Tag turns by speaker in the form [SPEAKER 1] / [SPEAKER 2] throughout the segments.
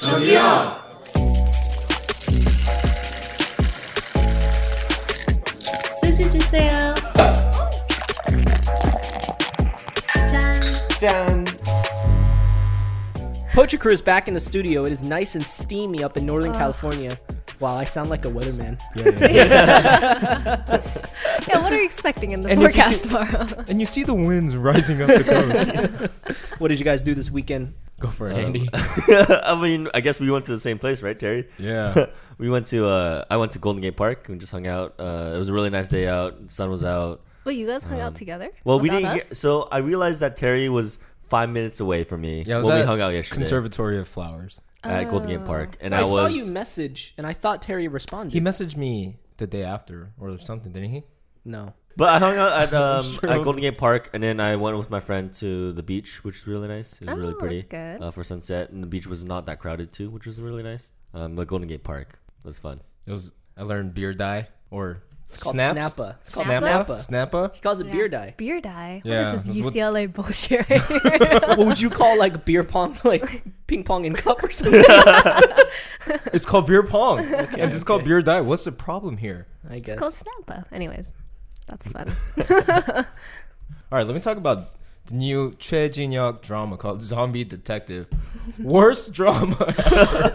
[SPEAKER 1] 저기요.
[SPEAKER 2] 소주 주세요. 짠.
[SPEAKER 3] Done. Poacher Crew is back in the studio. It is nice and steamy up in Northern California. Wow, I sound like a weatherman.
[SPEAKER 4] Yeah, what are you expecting in the
[SPEAKER 5] And if you
[SPEAKER 4] forecast tomorrow?
[SPEAKER 5] And you see the winds rising up the coast.
[SPEAKER 3] What did you guys do this weekend?
[SPEAKER 5] Go for
[SPEAKER 1] Uh,
[SPEAKER 5] it, Andy.
[SPEAKER 1] I mean, I guess we went to the same place, right, Terry?
[SPEAKER 5] Yeah.
[SPEAKER 1] we went to. Uh, I went to Golden Gate Park. We just hung out. Uh, it was a really nice day out. The sun was out.
[SPEAKER 4] well, you guys hung out together.
[SPEAKER 1] Well, we
[SPEAKER 4] without
[SPEAKER 1] didn't. Hear,
[SPEAKER 4] us?
[SPEAKER 1] so I realized that Terry was five minutes away from me
[SPEAKER 5] Yeah, it was
[SPEAKER 1] when we
[SPEAKER 5] at
[SPEAKER 1] hung out yesterday
[SPEAKER 5] Conservatory of Flowers.
[SPEAKER 1] at Golden
[SPEAKER 4] Oh.
[SPEAKER 1] Gate Park, and
[SPEAKER 3] I,
[SPEAKER 1] I,
[SPEAKER 3] saw
[SPEAKER 1] was.
[SPEAKER 3] you message, and I thought Terry responded.
[SPEAKER 5] He messaged me the day after or something, didn't he?
[SPEAKER 3] no.
[SPEAKER 1] but I hung out at um,
[SPEAKER 5] sure.
[SPEAKER 1] at Golden Gate Park, and then I went with my friend to the beach, which was really nice. It was
[SPEAKER 4] Oh,
[SPEAKER 1] really
[SPEAKER 4] that's
[SPEAKER 1] pretty
[SPEAKER 4] good.
[SPEAKER 1] Uh, for sunset, and the beach was not that crowded too, which was really nice. Um, but Golden Gate Park was fun.
[SPEAKER 5] It was I learned beer dye or
[SPEAKER 3] called
[SPEAKER 5] snaps?
[SPEAKER 3] Snappa. It's called Snappa.
[SPEAKER 5] Snappa. Snappa.
[SPEAKER 3] He calls it beer dye.
[SPEAKER 4] beer dye.
[SPEAKER 5] Yeah,
[SPEAKER 4] what is this
[SPEAKER 5] that's what-
[SPEAKER 4] UCLA bullshit? right here?
[SPEAKER 3] what would you call like beer pong, like ping pong in cup or something?
[SPEAKER 5] It's called beer pong. and it's called
[SPEAKER 3] okay.
[SPEAKER 5] beer dye. What's the problem here?
[SPEAKER 3] I guess.
[SPEAKER 4] it's called Snappa. Anyways, that's fun.
[SPEAKER 5] All right, let me talk about the new Choi Jin-hyuk drama called Zombie Detective. Worst drama.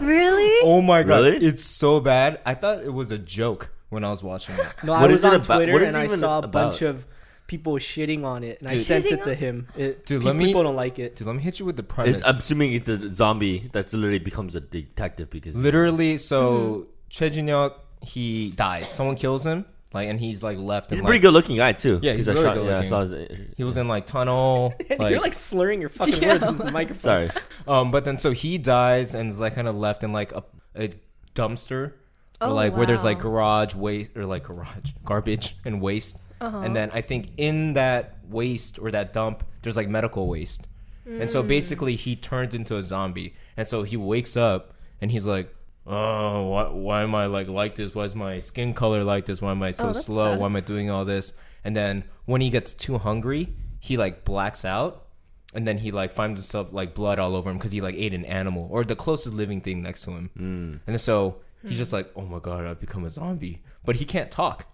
[SPEAKER 4] really?
[SPEAKER 5] Oh my god,
[SPEAKER 1] Really?
[SPEAKER 5] it's so bad. I thought it was a joke when I was watching it.
[SPEAKER 3] no, I
[SPEAKER 1] What
[SPEAKER 3] was
[SPEAKER 1] is it
[SPEAKER 3] on
[SPEAKER 1] about-
[SPEAKER 3] Twitter
[SPEAKER 1] what is
[SPEAKER 3] and
[SPEAKER 1] it
[SPEAKER 3] I
[SPEAKER 1] even
[SPEAKER 3] saw a bunch
[SPEAKER 1] about?
[SPEAKER 3] of people shitting on it, and I
[SPEAKER 1] Dude.
[SPEAKER 3] sent
[SPEAKER 4] Shitting
[SPEAKER 3] it to
[SPEAKER 4] on-
[SPEAKER 3] him. It,
[SPEAKER 5] Dude,
[SPEAKER 3] pe-
[SPEAKER 5] let me-
[SPEAKER 3] people don't like it.
[SPEAKER 5] Dude, let me hit you with the premise.
[SPEAKER 1] It's, I'm assuming it's a zombie that's literally becomes a detective because
[SPEAKER 5] Literally,
[SPEAKER 4] Mm-hmm.
[SPEAKER 5] so Choi Jin-hyuk he dies. Someone kills him, like, and he's like left.
[SPEAKER 1] he's a
[SPEAKER 5] in,
[SPEAKER 1] pretty
[SPEAKER 5] like,
[SPEAKER 1] good looking guy too.
[SPEAKER 5] Yeah, he's
[SPEAKER 1] 'cause I
[SPEAKER 5] really
[SPEAKER 1] shot- Yeah, I
[SPEAKER 5] good-looking.
[SPEAKER 1] saw his-
[SPEAKER 5] He was in like tunnel.
[SPEAKER 3] You're like slurring your fucking words into the microphone.
[SPEAKER 1] Sorry.
[SPEAKER 5] Um, but then so he dies and is like kind of left in like a, a dumpster, or
[SPEAKER 4] Oh,
[SPEAKER 5] like where there's like
[SPEAKER 4] wow.
[SPEAKER 5] garage waste or like garage garbage and waste.
[SPEAKER 4] Uh-huh.
[SPEAKER 5] And then I think in that waste or that dump, there's like medical waste. And
[SPEAKER 4] Mm.
[SPEAKER 5] so basically, he turns into a zombie. And so he wakes up and he's like, "Oh, why, why am I like like this? Why is my skin color like this? Why am I so
[SPEAKER 4] Oh, that
[SPEAKER 5] slow? Why am I
[SPEAKER 4] sucks.
[SPEAKER 5] doing all this?" And then when he gets too hungry, he like blacks out and then he like finds himself like blood all over him because he like ate an animal or the closest living thing next to him mm. and so he's
[SPEAKER 4] Hmm.
[SPEAKER 5] just like oh my god i've become a zombie but he can't talk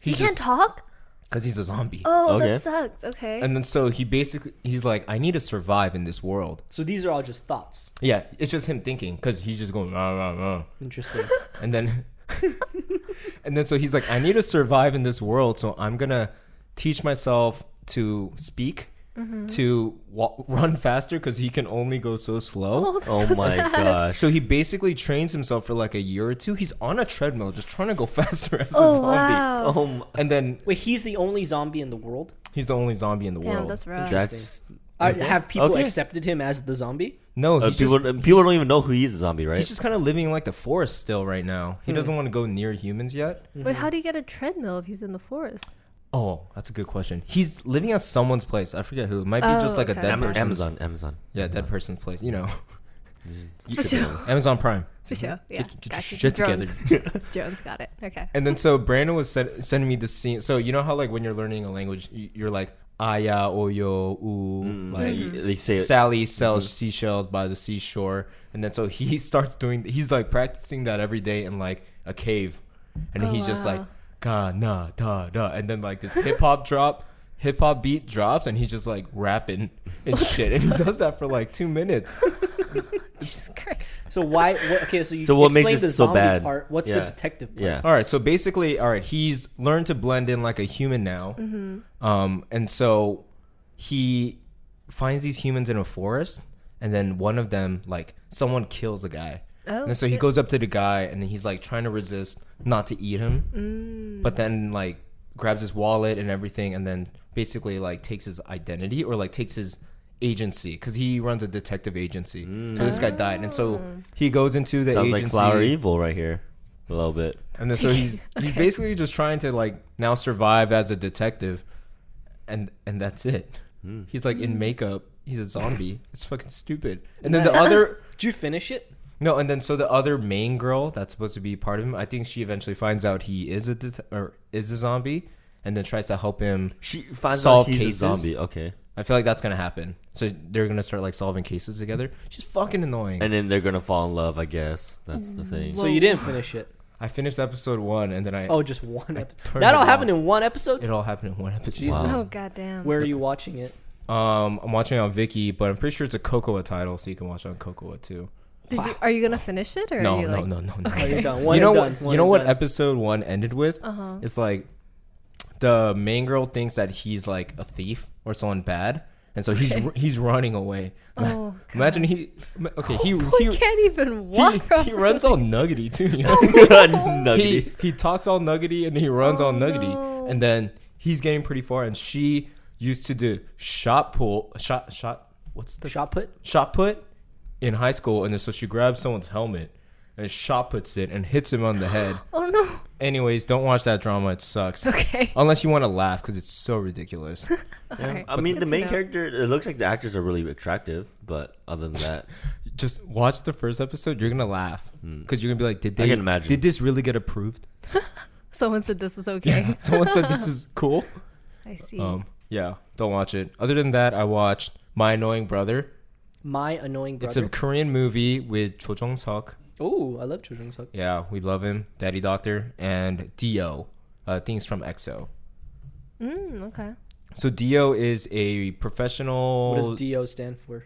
[SPEAKER 4] He
[SPEAKER 5] he's
[SPEAKER 4] can't talk.
[SPEAKER 5] because he's a zombie
[SPEAKER 4] Oh,
[SPEAKER 1] Okay.
[SPEAKER 4] that sucks. Okay.
[SPEAKER 5] and then so he basically he's like i need to survive in this world
[SPEAKER 3] So these are all just thoughts.
[SPEAKER 5] yeah it's just him thinking because he's just going rah, rah, rah.
[SPEAKER 3] Interesting.
[SPEAKER 5] and then and then so he's like i need to survive in this world so i'm gonna teach myself to speak
[SPEAKER 4] Mm-hmm.
[SPEAKER 5] to wa- run faster because he can only go so slow
[SPEAKER 4] oh, that's
[SPEAKER 1] Oh
[SPEAKER 4] so
[SPEAKER 1] my
[SPEAKER 4] sad.
[SPEAKER 1] gosh.
[SPEAKER 5] So he basically trains himself for like a year or two. He's on a treadmill, just trying to go faster as a
[SPEAKER 4] Oh
[SPEAKER 5] zombie.
[SPEAKER 4] wow.
[SPEAKER 1] Oh my,
[SPEAKER 5] And then
[SPEAKER 3] Wait, he's the only zombie in the world.
[SPEAKER 5] he's the only zombie in the
[SPEAKER 4] Damn,
[SPEAKER 5] world.
[SPEAKER 4] that's rough.
[SPEAKER 1] that's
[SPEAKER 3] Uh, have people
[SPEAKER 1] Okay.
[SPEAKER 3] accepted him as the zombie?
[SPEAKER 5] no,
[SPEAKER 1] uh,
[SPEAKER 5] he's
[SPEAKER 1] people.
[SPEAKER 5] just,
[SPEAKER 1] people don't even know who he is a zombie, right?
[SPEAKER 5] he's just kind of living in like the forest still right now.
[SPEAKER 4] Hmm.
[SPEAKER 5] He doesn't want to go near humans yet.
[SPEAKER 4] Wait, how do you get a treadmill if he's in the forest?
[SPEAKER 5] Oh, that's a good question. He's living at someone's place. I forget who. It might be
[SPEAKER 4] Oh,
[SPEAKER 5] just like
[SPEAKER 4] okay.
[SPEAKER 5] a dead
[SPEAKER 1] Am-
[SPEAKER 5] person's-
[SPEAKER 1] Amazon. Amazon.
[SPEAKER 5] Yeah, dead person's place. You know,
[SPEAKER 4] For sure.
[SPEAKER 5] Amazon Prime.
[SPEAKER 4] For sure. Yeah.
[SPEAKER 5] Get- get your
[SPEAKER 4] gotcha.
[SPEAKER 5] shit together.
[SPEAKER 4] Drones. Drones got it. Okay.
[SPEAKER 5] And then so Brandon was sen- sending me the scene. So you know how like when you're learning a language, you- you're like aya oyo u like.
[SPEAKER 1] Like, They say it. Mm-hmm.
[SPEAKER 5] Sally sells seashells by the seashore, and then so he starts doing. He's like practicing that every day in like a cave, and
[SPEAKER 4] Oh,
[SPEAKER 5] he's just like
[SPEAKER 4] wow.
[SPEAKER 5] ga na da da, and then like this hip hop drop, hip hop beat drops, and he's just like rapping and shit, and he does that for like two minutes.
[SPEAKER 4] Jesus Christ.
[SPEAKER 3] So why? What, okay, so you.
[SPEAKER 1] So what makes
[SPEAKER 3] explained
[SPEAKER 1] this
[SPEAKER 3] the
[SPEAKER 1] so
[SPEAKER 3] zombie
[SPEAKER 1] bad?
[SPEAKER 3] Part. What's the
[SPEAKER 1] Yeah.
[SPEAKER 3] detective part?
[SPEAKER 1] Yeah.
[SPEAKER 5] All right, so basically, all right, he's learned to blend in like a human now,
[SPEAKER 4] Mm-hmm.
[SPEAKER 5] um, and so he finds these humans in a forest, and then one of them, like, someone kills a guy,
[SPEAKER 4] Oh,
[SPEAKER 5] and so he
[SPEAKER 4] shit.
[SPEAKER 5] goes up to the guy, and then he's like trying to resist not to eat him,
[SPEAKER 4] Mm.
[SPEAKER 5] but then like grabs his wallet and everything, and then basically like takes his identity or like takes his agency because he runs a detective agency. So this guy died, and so
[SPEAKER 4] Oh.
[SPEAKER 5] he goes into the
[SPEAKER 1] Sounds
[SPEAKER 5] agency.
[SPEAKER 1] like Flower Evil right here, a little bit.
[SPEAKER 5] And then so he's he's basically just trying to like now survive as a detective, and and that's it.
[SPEAKER 3] Hmm.
[SPEAKER 5] He's like in makeup. He's a zombie. it's fucking stupid. And then the other
[SPEAKER 3] Did you finish it?
[SPEAKER 5] no, and then so the other main girl that's supposed to be part of him. I think she eventually finds out he is a det- or is a zombie, and then tries to help him.
[SPEAKER 1] She finds
[SPEAKER 5] Solve
[SPEAKER 1] out he's
[SPEAKER 5] cases.
[SPEAKER 1] a zombie. Okay.
[SPEAKER 5] I feel like that's gonna happen. So they're gonna start like solving cases together. She's fucking annoying.
[SPEAKER 1] and then they're gonna fall in love. I guess that's the thing.
[SPEAKER 3] So you didn't finish it.
[SPEAKER 5] I finished episode one, and then I
[SPEAKER 3] Oh, just one episode.
[SPEAKER 5] turned
[SPEAKER 3] That
[SPEAKER 5] it
[SPEAKER 3] all happened
[SPEAKER 5] off.
[SPEAKER 3] in one episode.
[SPEAKER 5] it all happened in one episode.
[SPEAKER 3] Jesus.
[SPEAKER 4] Oh goddamn.
[SPEAKER 3] Where are you watching it?
[SPEAKER 5] Um, I'm watching it on Vicky, but I'm pretty sure it's a Cocoa title, so you can watch it on Cocoa too.
[SPEAKER 4] Did you, are you gonna finish it or
[SPEAKER 5] No,
[SPEAKER 4] are you
[SPEAKER 5] no,
[SPEAKER 4] like
[SPEAKER 5] no, no, no.
[SPEAKER 3] Oh, you're done. One
[SPEAKER 5] You know
[SPEAKER 3] and
[SPEAKER 5] what?
[SPEAKER 3] done. One
[SPEAKER 5] You know
[SPEAKER 3] and
[SPEAKER 5] what?
[SPEAKER 3] done.
[SPEAKER 5] Episode one ended with. Uh-huh. It's like the main girl thinks that he's like a thief or someone bad, and so he's he's running away.
[SPEAKER 4] Oh,
[SPEAKER 5] imagine he. ima- Okay, he
[SPEAKER 4] He
[SPEAKER 5] he,
[SPEAKER 4] can't even walk.
[SPEAKER 5] he, he
[SPEAKER 4] properly.
[SPEAKER 5] runs all nuggety too. You know?
[SPEAKER 1] Nuggety.
[SPEAKER 5] he he talks all nuggety and he runs all nuggety
[SPEAKER 4] Oh, no.
[SPEAKER 5] and then he's getting pretty far and she used to do shot pull shot shot what's the shot,
[SPEAKER 3] Shot put.
[SPEAKER 5] put in high school and then so she grabs someone's helmet and shot puts it and hits him on the head
[SPEAKER 4] Oh no.
[SPEAKER 5] anyways don't watch that drama it sucks
[SPEAKER 4] Okay.
[SPEAKER 5] unless you want to laugh because it's so ridiculous
[SPEAKER 1] Yeah.
[SPEAKER 4] Alright.
[SPEAKER 1] I mean,
[SPEAKER 4] Good
[SPEAKER 1] the
[SPEAKER 4] to
[SPEAKER 1] main
[SPEAKER 4] know.
[SPEAKER 1] character. It looks like the actors are really attractive, but other than that,
[SPEAKER 5] just watch the first episode you're gonna laugh because you're gonna be like did they
[SPEAKER 1] Hmm. I can imagine.
[SPEAKER 5] did this really get approved
[SPEAKER 4] Someone said this was okay.
[SPEAKER 5] someone said this is cool
[SPEAKER 4] I see.
[SPEAKER 5] um yeah don't watch it other than that i watched my annoying brother
[SPEAKER 3] My annoying
[SPEAKER 5] It's a
[SPEAKER 3] brother.
[SPEAKER 5] Korean movie with Cho Jung Suk.
[SPEAKER 3] Oh, I love children's hook.
[SPEAKER 5] Yeah, we love him, Daddy Doctor, and Dio. Uh, things from EXO.
[SPEAKER 4] mm, okay.
[SPEAKER 5] So Dio is a professional.
[SPEAKER 3] What does DO stand for?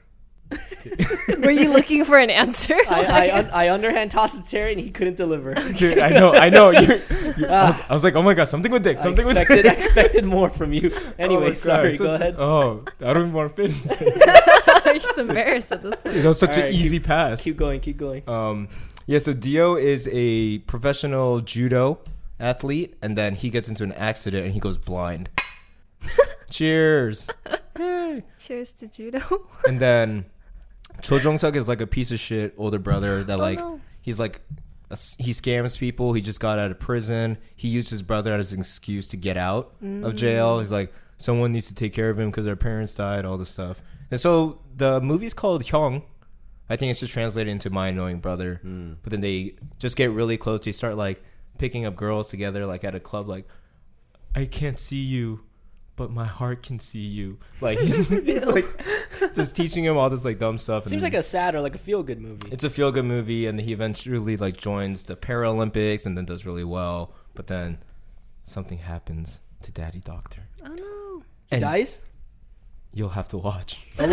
[SPEAKER 4] Were you looking for an answer?
[SPEAKER 3] I I, un- I underhand tossed it to Terry and he couldn't deliver.
[SPEAKER 5] Dude, I know, I know. You're, you're- I, was,
[SPEAKER 3] Ah.
[SPEAKER 5] I was like, oh my god, something with dick,
[SPEAKER 3] I
[SPEAKER 5] something with
[SPEAKER 3] expected, I expected more from you. Anyway,
[SPEAKER 5] Oh my God,
[SPEAKER 3] sorry.
[SPEAKER 5] so
[SPEAKER 3] go
[SPEAKER 5] t-
[SPEAKER 3] ahead.
[SPEAKER 5] Oh, I don't even want to finish. it.
[SPEAKER 4] I'm just embarrassed at this point.
[SPEAKER 5] That was such an
[SPEAKER 3] Alright, keep-
[SPEAKER 5] easy pass.
[SPEAKER 3] keep going. Keep going.
[SPEAKER 5] Um, yeah, so Dio is a professional judo athlete, and then he gets into an accident and he goes blind. Cheers. Yay.
[SPEAKER 4] Cheers to judo.
[SPEAKER 5] and then Cho Jong Suk is like a piece of shit older brother
[SPEAKER 3] Oh,
[SPEAKER 5] that like
[SPEAKER 4] no.
[SPEAKER 5] he's like a s he scams people. He just got out of prison. He used his brother as an excuse to get out of jail. He's like someone needs to take care of him because their parents died. All this stuff. And so the movie's called Hyung. I think it's just translated into My Annoying Brother.
[SPEAKER 1] hmm.
[SPEAKER 5] But then they just get really close. They start like picking up girls together, like at a club. Like I can't see you, but my heart can see you. Like he's, he's like just teaching him all this like dumb stuff. And
[SPEAKER 3] Seems like a sad or like a feel good movie.
[SPEAKER 5] it's a feel good movie, and he eventually like joins the Paralympics and then does really well. But then something happens to Daddy Doctor,
[SPEAKER 4] Oh no.
[SPEAKER 5] and
[SPEAKER 3] Dies.
[SPEAKER 5] you'll have to watch.
[SPEAKER 3] Ooh,